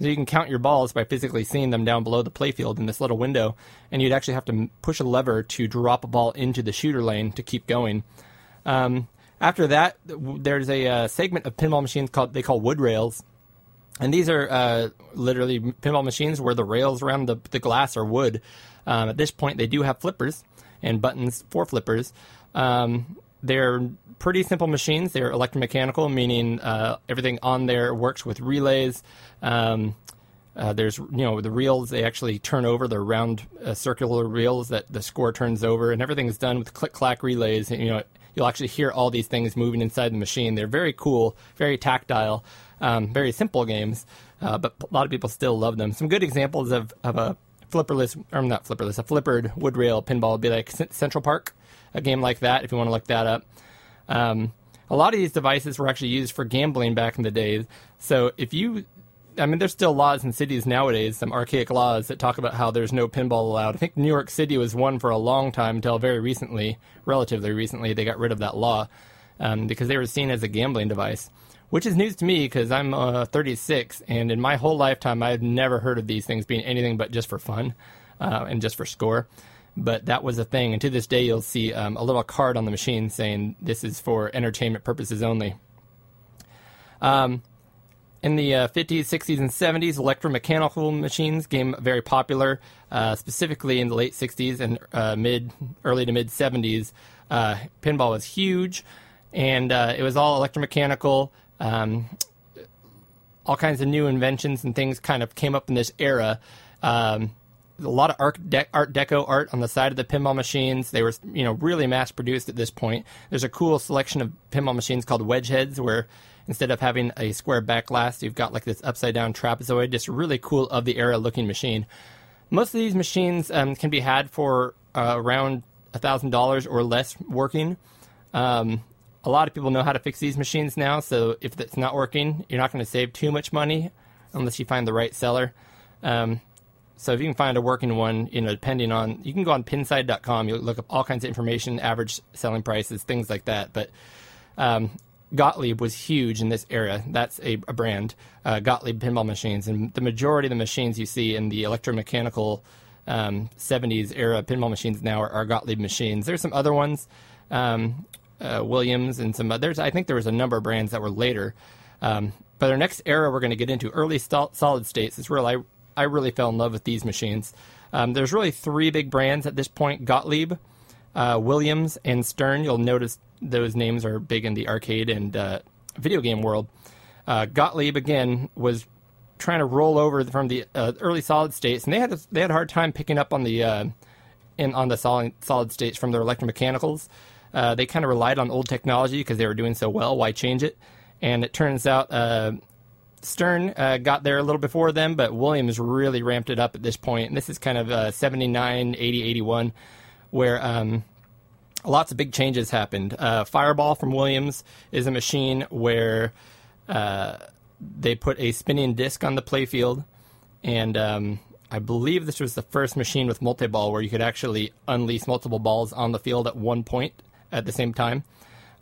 Speaker 1: So you can count your balls by physically seeing them down below the playfield in this little window, and you'd actually have to m- push a lever to drop a ball into the shooter lane to keep going. Um, after that, w- there's a uh, segment of pinball machines called they call wood rails, and these are uh, literally pinball machines where the rails around the, the glass are wood. Um, at this point, they do have flippers and buttons for flippers. Um, they're pretty simple machines. They're electromechanical, meaning uh, everything on there works with relays. Um, uh, there's you know the reels they actually turn over the round uh, circular reels that the score turns over, and everything is done with click clack relays. And, you know you'll actually hear all these things moving inside the machine. They're very cool, very tactile, um, very simple games, uh, but a lot of people still love them. Some good examples of of a flipperless, or not flipperless, a flippered wood rail pinball would be like C- Central Park, a game like that. If you want to look that up. Um, a lot of these devices were actually used for gambling back in the days. So if you, I mean, there's still laws in cities nowadays, some archaic laws that talk about how there's no pinball allowed. I think New York City was one for a long time until very recently, relatively recently, they got rid of that law um, because they were seen as a gambling device. Which is news to me because I'm uh, 36, and in my whole lifetime, I've never heard of these things being anything but just for fun uh, and just for score but that was a thing. And to this day, you'll see um, a little card on the machine saying this is for entertainment purposes only. Um, in the uh, 50s, 60s, and 70s, electromechanical machines became very popular, uh, specifically in the late 60s and uh, mid, early to mid 70s. Uh, pinball was huge, and uh, it was all electromechanical. Um, all kinds of new inventions and things kind of came up in this era. Um, a lot of art, de- art deco art on the side of the pinball machines. They were, you know, really mass produced at this point. There's a cool selection of pinball machines called wedge heads, where instead of having a square backlash, you've got like this upside down trapezoid. Just really cool of the era looking machine. Most of these machines um, can be had for uh, around thousand dollars or less working. Um, a lot of people know how to fix these machines now, so if it's not working, you're not going to save too much money unless you find the right seller. Um, so if you can find a working one, you know, depending on, you can go on pinside.com. You'll look up all kinds of information, average selling prices, things like that. But um, Gottlieb was huge in this era. That's a, a brand, uh, Gottlieb pinball machines, and the majority of the machines you see in the electromechanical um, '70s era pinball machines now are, are Gottlieb machines. There's some other ones, um, uh, Williams, and some others. I think there was a number of brands that were later. Um, but our next era we're going to get into early sol solid states is where I I really fell in love with these machines. Um, there's really three big brands at this point: Gottlieb, uh, Williams, and Stern. You'll notice those names are big in the arcade and uh, video game world. Uh, Gottlieb again was trying to roll over from the uh, early solid states, and they had a, they had a hard time picking up on the uh, in on the solid solid states from their electromechanicals. Uh, they kind of relied on old technology because they were doing so well. Why change it? And it turns out uh, Stern uh, got there a little before them, but Williams really ramped it up at this point. And this is kind of uh, 79, 80, 81, where um, lots of big changes happened. Uh, Fireball from Williams is a machine where uh, they put a spinning disc on the playfield, and um, I believe this was the first machine with multi-ball where you could actually unleash multiple balls on the field at one point at the same time.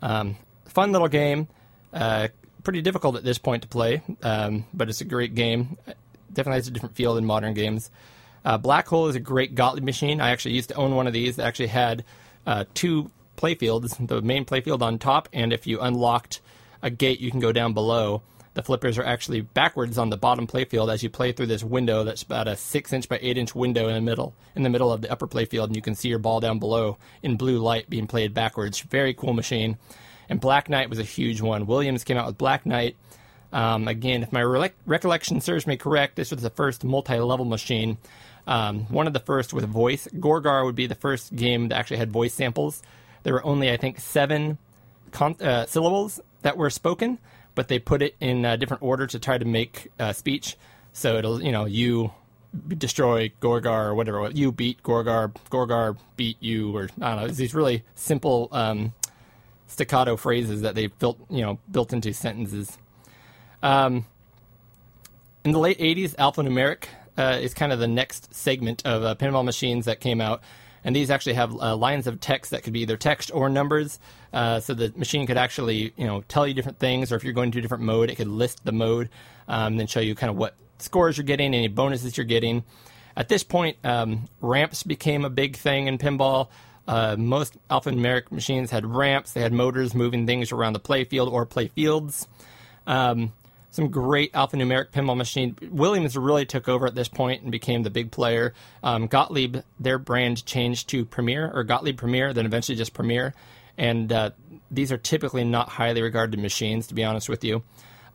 Speaker 1: Um, fun little game. Uh, pretty difficult at this point to play, um, but it's a great game. Definitely has a different feel than modern games. Uh, Black Hole is a great Gottlieb machine. I actually used to own one of these that actually had uh, two playfields, the main playfield on top, and if you unlocked a gate, you can go down below. The flippers are actually backwards on the bottom playfield as you play through this window that's about a six inch by eight inch window in the middle, in the middle of the upper playfield, and you can see your ball down below in blue light being played backwards. Very cool machine. And Black Knight was a huge one. Williams came out with Black Knight. Um, again, if my re- recollection serves me correct, this was the first multi-level machine. Um, one of the first with voice. Gorgar would be the first game that actually had voice samples. There were only, I think, seven con- uh, syllables that were spoken, but they put it in a different order to try to make uh, speech. So it'll, you know, you destroy Gorgar or whatever. or You beat Gorgar. Gorgar beat you, or I don't know. It's these really simple um, staccato phrases that they built, you know, built into sentences. Um, in the late 80s, alphanumeric uh, is kind of the next segment of uh, pinball machines that came out. And these actually have uh, lines of text that could be either text or numbers. Uh, so the machine could actually, you know, tell you different things, or if you're going to a different mode, it could list the mode, um, then show you kind of what scores you're getting, any bonuses you're getting. At this point, um, ramps became a big thing in pinball. Uh, most alphanumeric machines had ramps. They had motors moving things around the playfield or playfields um, some great alphanumeric pinball machine. Williams really took over at this point and became the big player. Um, Gottlieb, their brand changed to Premier or Gottlieb Premier, then eventually just Premier. And uh, these are typically not highly regarded machines, to be honest with you.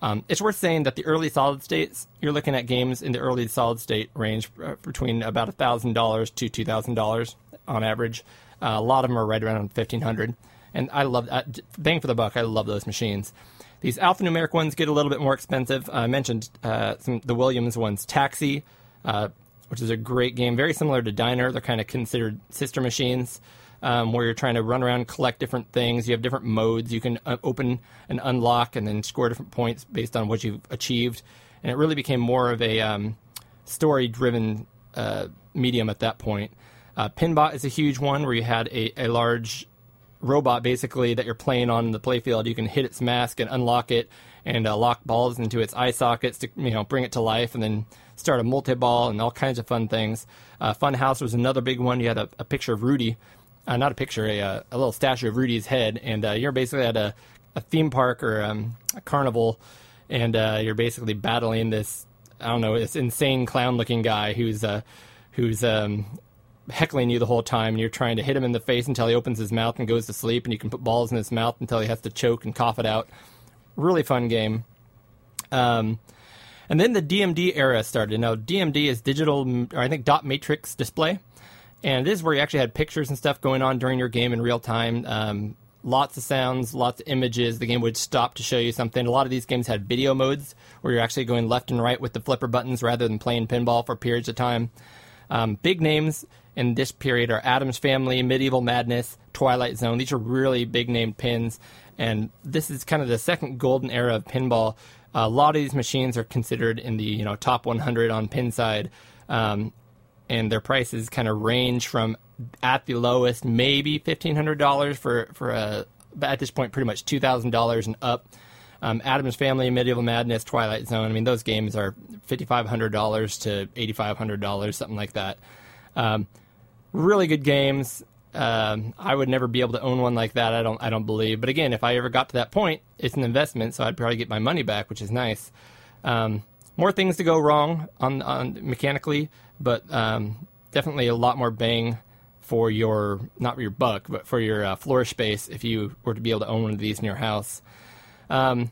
Speaker 1: Um, it's worth saying that the early solid states, you're looking at games in the early solid state range uh, between about $1,000 to $2,000 on average. Uh, a lot of them are right around 1500 And I love that. Bang for the buck, I love those machines. These alphanumeric ones get a little bit more expensive. I mentioned uh, some, the Williams ones, Taxi, uh, which is a great game, very similar to Diner. They're kind of considered sister machines, um, where you're trying to run around, collect different things. You have different modes. You can uh, open and unlock, and then score different points based on what you've achieved. And it really became more of a um, story-driven uh, medium at that point. Uh, Pinbot is a huge one, where you had a, a large robot basically that you're playing on the playfield. You can hit its mask and unlock it, and uh, lock balls into its eye sockets to you know bring it to life, and then start a multi-ball and all kinds of fun things. Uh, Fun House was another big one. You had a, a picture of Rudy, uh, not a picture, a, uh, a little statue of Rudy's head, and uh, you're basically at a, a theme park or um, a carnival, and uh, you're basically battling this I don't know this insane clown-looking guy who's uh, who's um, heckling you the whole time and you're trying to hit him in the face until he opens his mouth and goes to sleep and you can put balls in his mouth until he has to choke and cough it out really fun game um, and then the dmd era started now dmd is digital or i think dot matrix display and this is where you actually had pictures and stuff going on during your game in real time um, lots of sounds lots of images the game would stop to show you something a lot of these games had video modes where you're actually going left and right with the flipper buttons rather than playing pinball for periods of time um, big names in this period are Adam's Family, Medieval Madness, Twilight Zone. These are really big name pins, and this is kind of the second golden era of pinball. a lot of these machines are considered in the you know top 100 on pin side, um, and their prices kind of range from at the lowest maybe $1,500 for for a but at this point pretty much $2,000 and up. Um, Adam's Family, Medieval Madness, Twilight Zone. I mean, those games are $5,500 to $8,500, something like that. Um, really good games. Um, I would never be able to own one like that. I don't. I don't believe. But again, if I ever got to that point, it's an investment, so I'd probably get my money back, which is nice. Um, more things to go wrong on, on mechanically, but um, definitely a lot more bang for your not your buck, but for your uh, floor space if you were to be able to own one of these in your house. Um,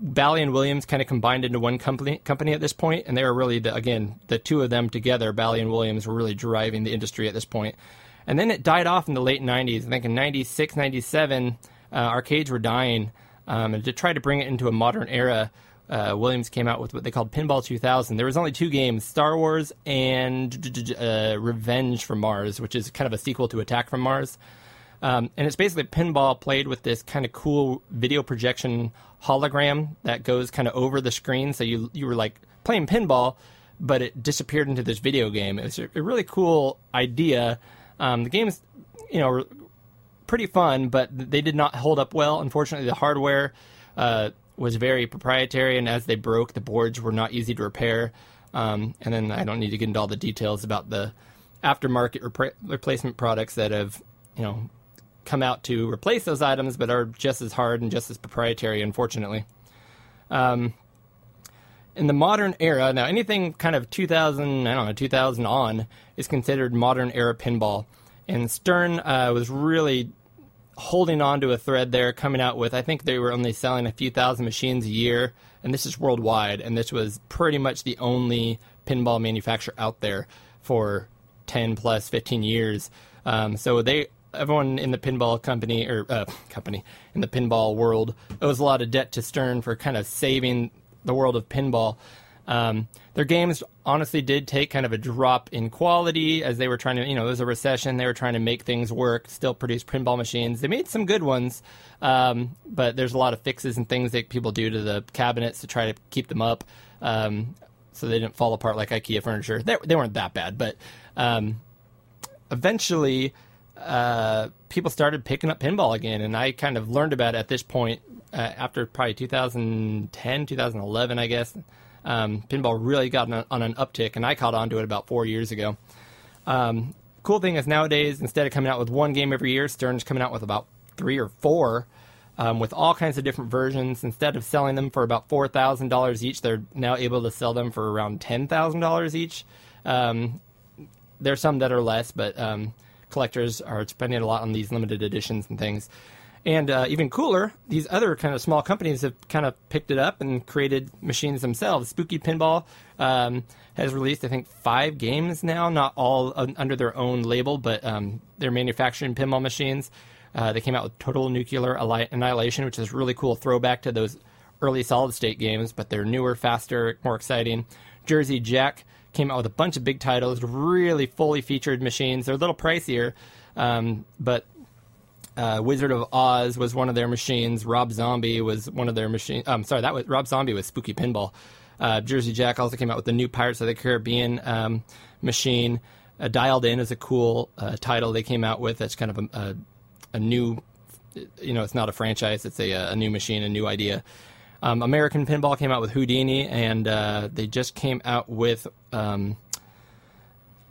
Speaker 1: Bally and Williams kind of combined into one company company at this point, and they were really the again the two of them together, Bally and Williams, were really driving the industry at this point. And then it died off in the late '90s. I think in '96, '97, uh, arcades were dying, um, and to try to bring it into a modern era, uh, Williams came out with what they called Pinball 2000. There was only two games: Star Wars and uh, Revenge from Mars, which is kind of a sequel to Attack from Mars. Um, and it's basically pinball played with this kind of cool video projection hologram that goes kind of over the screen. So you you were like playing pinball, but it disappeared into this video game. It was a, a really cool idea. Um, the game's you know pretty fun, but they did not hold up well. Unfortunately, the hardware uh, was very proprietary, and as they broke, the boards were not easy to repair. Um, and then I don't need to get into all the details about the aftermarket repra- replacement products that have, you know, come out to replace those items, but are just as hard and just as proprietary, unfortunately Um, in the modern era, now anything kind of 2000, I don't know, 2000 on is considered modern era pinball. And Stern uh, was really holding on to a thread there, coming out with, I think they were only selling a few thousand machines a year, and this is worldwide, and this was pretty much the only pinball manufacturer out there for 10 plus 15 years. Um, so they, everyone in the pinball company, or uh, company, in the pinball world, owes a lot of debt to Stern for kind of saving the world of pinball. Um, their games honestly did take kind of a drop in quality as they were trying to, you know, it was a recession. They were trying to make things work, still produce pinball machines. They made some good ones, um, but there's a lot of fixes and things that people do to the cabinets to try to keep them up um, so they didn't fall apart like IKEA furniture. They, they weren't that bad, but um, eventually uh, people started picking up pinball again, and I kind of learned about it at this point uh, after probably 2010, 2011, I guess. Um, pinball really got on, on an uptick, and I caught on to it about four years ago. Um, cool thing is nowadays, instead of coming out with one game every year, Stern's coming out with about three or four, um, with all kinds of different versions. Instead of selling them for about four thousand dollars each, they're now able to sell them for around ten thousand dollars each. Um, there's some that are less, but um, collectors are spending a lot on these limited editions and things. And uh, even cooler, these other kind of small companies have kind of picked it up and created machines themselves. Spooky Pinball um, has released, I think, five games now, not all un- under their own label, but um, they're manufacturing pinball machines. Uh, they came out with Total Nuclear Ali- Annihilation, which is a really cool throwback to those early solid state games, but they're newer, faster, more exciting. Jersey Jack came out with a bunch of big titles, really fully featured machines. They're a little pricier, um, but uh, Wizard of Oz was one of their machines. Rob Zombie was one of their machines. I'm sorry, that was Rob Zombie was Spooky Pinball. Uh, Jersey Jack also came out with the new Pirates of the Caribbean um, machine. Uh, Dialed In is a cool uh, title they came out with. That's kind of a, a, a new, you know, it's not a franchise. It's a, a new machine, a new idea. Um, American Pinball came out with Houdini, and uh, they just came out with um,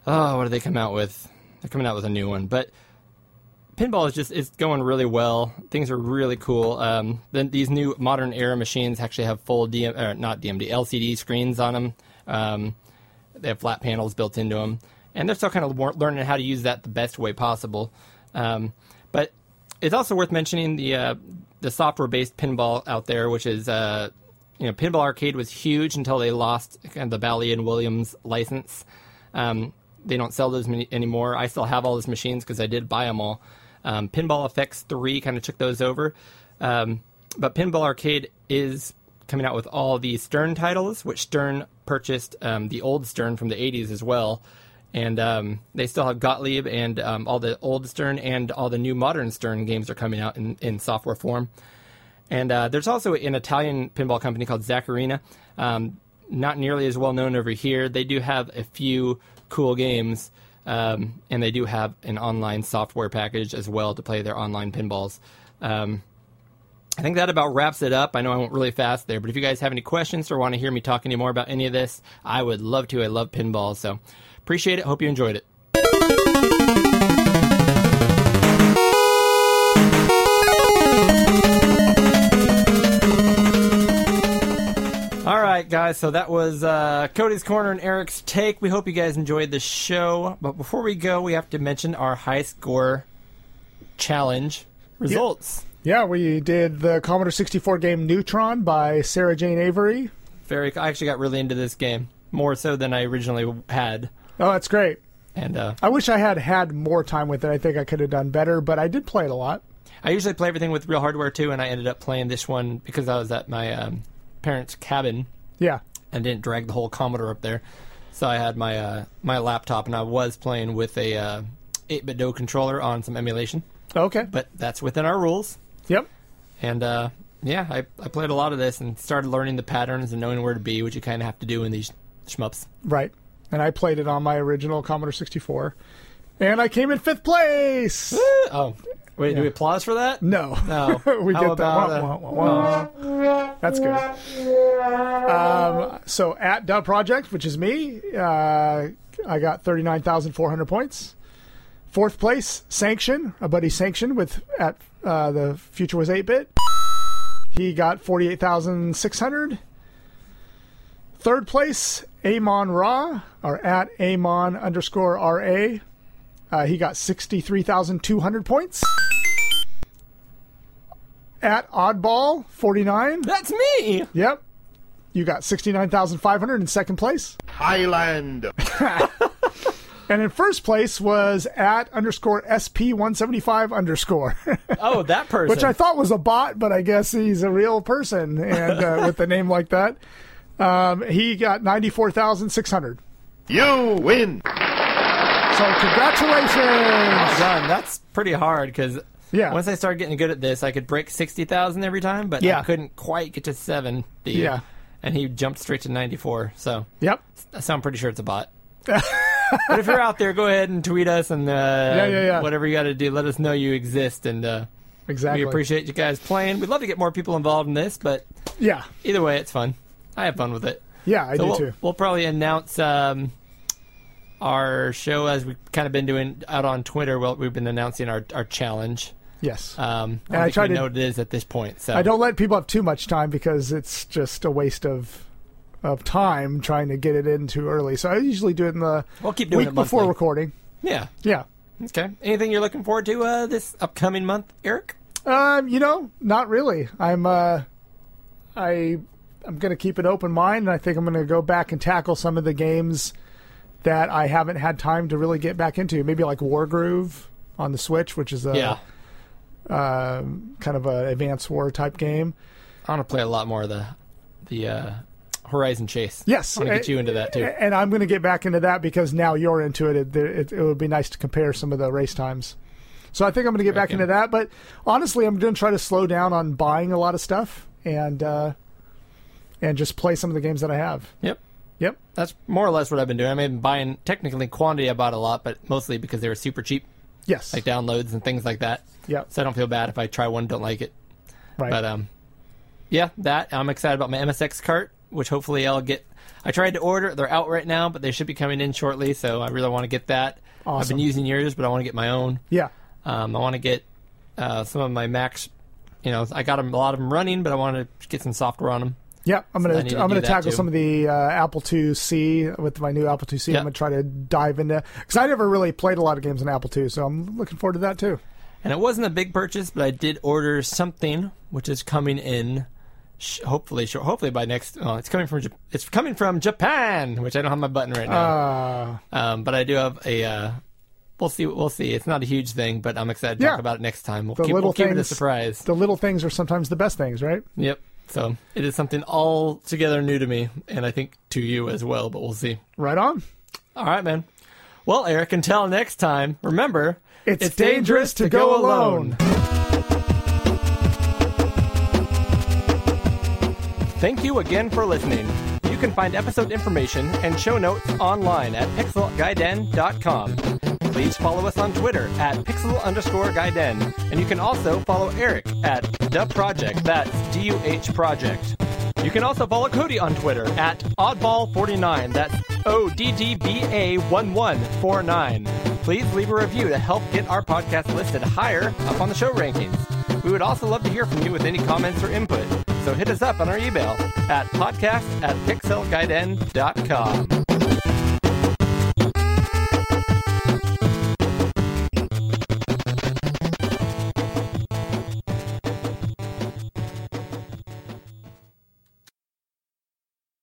Speaker 1: oh, what did they come out with? They're coming out with a new one, but pinball is just it's going really well. Things are really cool. Um, then these new modern era machines actually have full DM, or not DMD LCD screens on them. Um, they have flat panels built into them, and they're still kind of wor- learning how to use that the best way possible. Um, but it's also worth mentioning the uh, the software based pinball out there, which is uh, you know Pinball Arcade was huge until they lost kind of the Bally and Williams license. Um, they don't sell those many anymore. I still have all those machines because I did buy them all. Um, Pinball FX 3 kind of took those over. Um, but Pinball Arcade is coming out with all the Stern titles, which Stern purchased um, the old Stern from the 80s as well. And um, they still have Gottlieb and um, all the old Stern and all the new modern Stern games are coming out in, in software form. And uh, there's also an Italian pinball company called Zaccarina. Um, not nearly as well known over here. They do have a few cool games, um, and they do have an online software package as well to play their online pinballs. Um, I think that about wraps it up. I know I went really fast there, but if you guys have any questions or want to hear me talk any more about any of this, I would love to. I love pinball, so appreciate it. Hope you enjoyed it. All right, guys. So that was uh, Cody's corner and Eric's take. We hope you guys enjoyed the show. But before we go, we have to mention our high score challenge results.
Speaker 5: Yeah, we did the Commodore 64 game Neutron by Sarah Jane Avery.
Speaker 1: Very. I actually got really into this game more so than I originally had,
Speaker 5: Oh, that's great.
Speaker 1: and uh,
Speaker 5: I wish I had had more time with it. I think I could have done better, but I did play it a lot.
Speaker 1: I usually play everything with real hardware too. And I ended up playing this one because I was at my um, parents' cabin
Speaker 5: Yeah.
Speaker 1: and didn't drag the whole Commodore up there. So I had my uh, my laptop, and I was playing with a uh, 8-bit Do controller on some emulation.
Speaker 7: Okay.
Speaker 1: but that's within our rules.
Speaker 7: Yep.
Speaker 1: And uh, yeah, I, I played a lot of this and started learning the patterns and knowing where to be, which you kind of have to do in these shmups.
Speaker 7: Right. And I played it on my original Commodore 64. And I came in fifth place.
Speaker 1: Oh, wait, do we applause for that?
Speaker 7: No.
Speaker 1: No.
Speaker 7: we
Speaker 1: How
Speaker 7: did
Speaker 1: about,
Speaker 7: that.
Speaker 1: uh,
Speaker 7: Wah, wah, wah, wah. That's good. Um, so at Dub Project, which is me, uh, I got thirty nine thousand four hundred points. Fourth place, Sanction, a buddy Sanction with at uh, the future was eight bit. He got forty eight thousand six hundred. Third place, Amon Ra or at Amon underscore Ra. Uh, he got sixty three thousand two hundred points at Oddball 49.
Speaker 1: That's me!
Speaker 7: Yep. You got 69,500 in second place.
Speaker 2: Island.
Speaker 7: And in first place was at underscore SP175 underscore,
Speaker 1: Oh, that person.
Speaker 7: which I thought was a bot, but I guess he's a real person and uh, with a name like that. Um, he got 94,600.
Speaker 2: You win.
Speaker 7: So congratulations.
Speaker 1: done. That's pretty hard because
Speaker 7: Yeah.
Speaker 1: once I started getting good at this, I could break 60,000 every time, but
Speaker 7: Yeah.
Speaker 1: I couldn't quite get to 70.
Speaker 7: Yeah.
Speaker 1: And he jumped straight to 94. So,
Speaker 7: Yep.
Speaker 1: so I'm pretty sure it's a bot. but if you're out there, go ahead and tweet us and uh, yeah,
Speaker 7: yeah, yeah.
Speaker 1: whatever you got to do. Let us know you exist. And uh,
Speaker 7: Exactly.
Speaker 1: we appreciate you guys playing. We'd love to get more people involved in this, but
Speaker 7: Yeah.
Speaker 1: either way, it's fun. I have fun with it.
Speaker 7: Yeah, I
Speaker 1: So
Speaker 7: do
Speaker 1: we'll,
Speaker 7: too.
Speaker 1: we'll probably announce um, our show as we've kind of been doing out on Twitter. Well, we've been announcing our, our challenge.
Speaker 7: Yes.
Speaker 1: Um, I
Speaker 7: And I
Speaker 1: don't think
Speaker 7: tried
Speaker 1: we
Speaker 7: to-
Speaker 1: know what it is at this point. So
Speaker 7: I don't let people have too much time because it's just a waste of of time trying to get it in too early. So I usually do it in the
Speaker 1: We'll keep doing
Speaker 7: week
Speaker 1: it monthly.
Speaker 7: before recording.
Speaker 1: Yeah.
Speaker 7: Yeah.
Speaker 1: Okay. Anything you're looking forward to uh, this upcoming month, Eric?
Speaker 7: Um, you know, not really. I'm uh I I'm gonna keep an open mind and I think I'm gonna go back and tackle some of the games that I haven't had time to really get back into. Maybe like War Groove on the Switch, which is a
Speaker 1: yeah.
Speaker 7: um, kind of a advanced war type game.
Speaker 1: I want to play a lot more of the the uh, Horizon Chase.
Speaker 7: Yes, Eh,
Speaker 1: I want to get
Speaker 7: I-
Speaker 1: you into that too.
Speaker 7: and I'm going to get back into that because now you're into it. It, it. it would be nice to compare some of the race times. So I think I'm going to get back
Speaker 1: Okay.
Speaker 7: into that. But honestly, I'm going to try to slow down on buying a lot of stuff and uh, and just play some of the games that I have.
Speaker 1: Yep.
Speaker 7: Yep.
Speaker 1: That's more or less what I've been doing. I've been buying technically quantity I bought a lot, but mostly because they were super cheap,
Speaker 7: Yes.
Speaker 1: like downloads and things like that.
Speaker 7: Yep.
Speaker 1: So I don't feel bad if I try one, don't like it.
Speaker 7: Right.
Speaker 1: But um, yeah, that I'm excited about my MSX cart, which hopefully I'll get. I tried to order; it. they're out right now, but they should be coming in shortly. So I really want to get that. I've
Speaker 7: Awesome.
Speaker 1: been using yours, but I want to get my own.
Speaker 7: yeah.
Speaker 1: Um, I want to get uh, some of my Macs. You know, I got 'em- a lot of them running, but I want to get some software on them.
Speaker 7: Yep. I'm
Speaker 1: I
Speaker 7: gonna
Speaker 1: need to
Speaker 7: I'm
Speaker 1: do
Speaker 7: gonna
Speaker 1: that
Speaker 7: tackle
Speaker 1: too.
Speaker 7: some of the uh, Apple IIc with my new Apple IIc.
Speaker 1: Yep.
Speaker 7: I'm gonna try to dive into because I never really played a lot of games on Apple II, so I'm looking forward to that too.
Speaker 1: And it wasn't a big purchase, but I did order something, which is coming in. sh- Hopefully, short, hopefully by next. Oh, it's coming from Jap- it's coming from Japan, which I don't have my button right now.
Speaker 7: Uh,
Speaker 1: Um, but I do have a. Uh, we'll see. We'll see. It's not a huge thing, but I'm excited to
Speaker 7: Yeah.
Speaker 1: talk about it next time. We'll,
Speaker 7: The
Speaker 1: keep, we'll
Speaker 7: little
Speaker 1: keep it a
Speaker 7: things-
Speaker 1: surprise.
Speaker 7: the little things are sometimes the best things, right?
Speaker 1: yep. So it is something altogether new to me, and I think to you as well. But we'll see.
Speaker 7: Right on.
Speaker 1: All right, man. Well, Eric. Until next time, remember
Speaker 7: It's dangerous to go alone.
Speaker 1: Thank you again for listening. You can find episode information and show notes online at pixelguiden.com. Please follow us on Twitter at pixel underscore guiden, and you can also follow Eric at the project. That's D U H project. You can also follow Cody on Twitter at oddball49. That's O D D B A 1149. Please leave a review to help get our podcast listed higher up on the show rankings. We would also love to hear from you with any comments or input, so hit us up on our email at podcast at pixelguiden.com.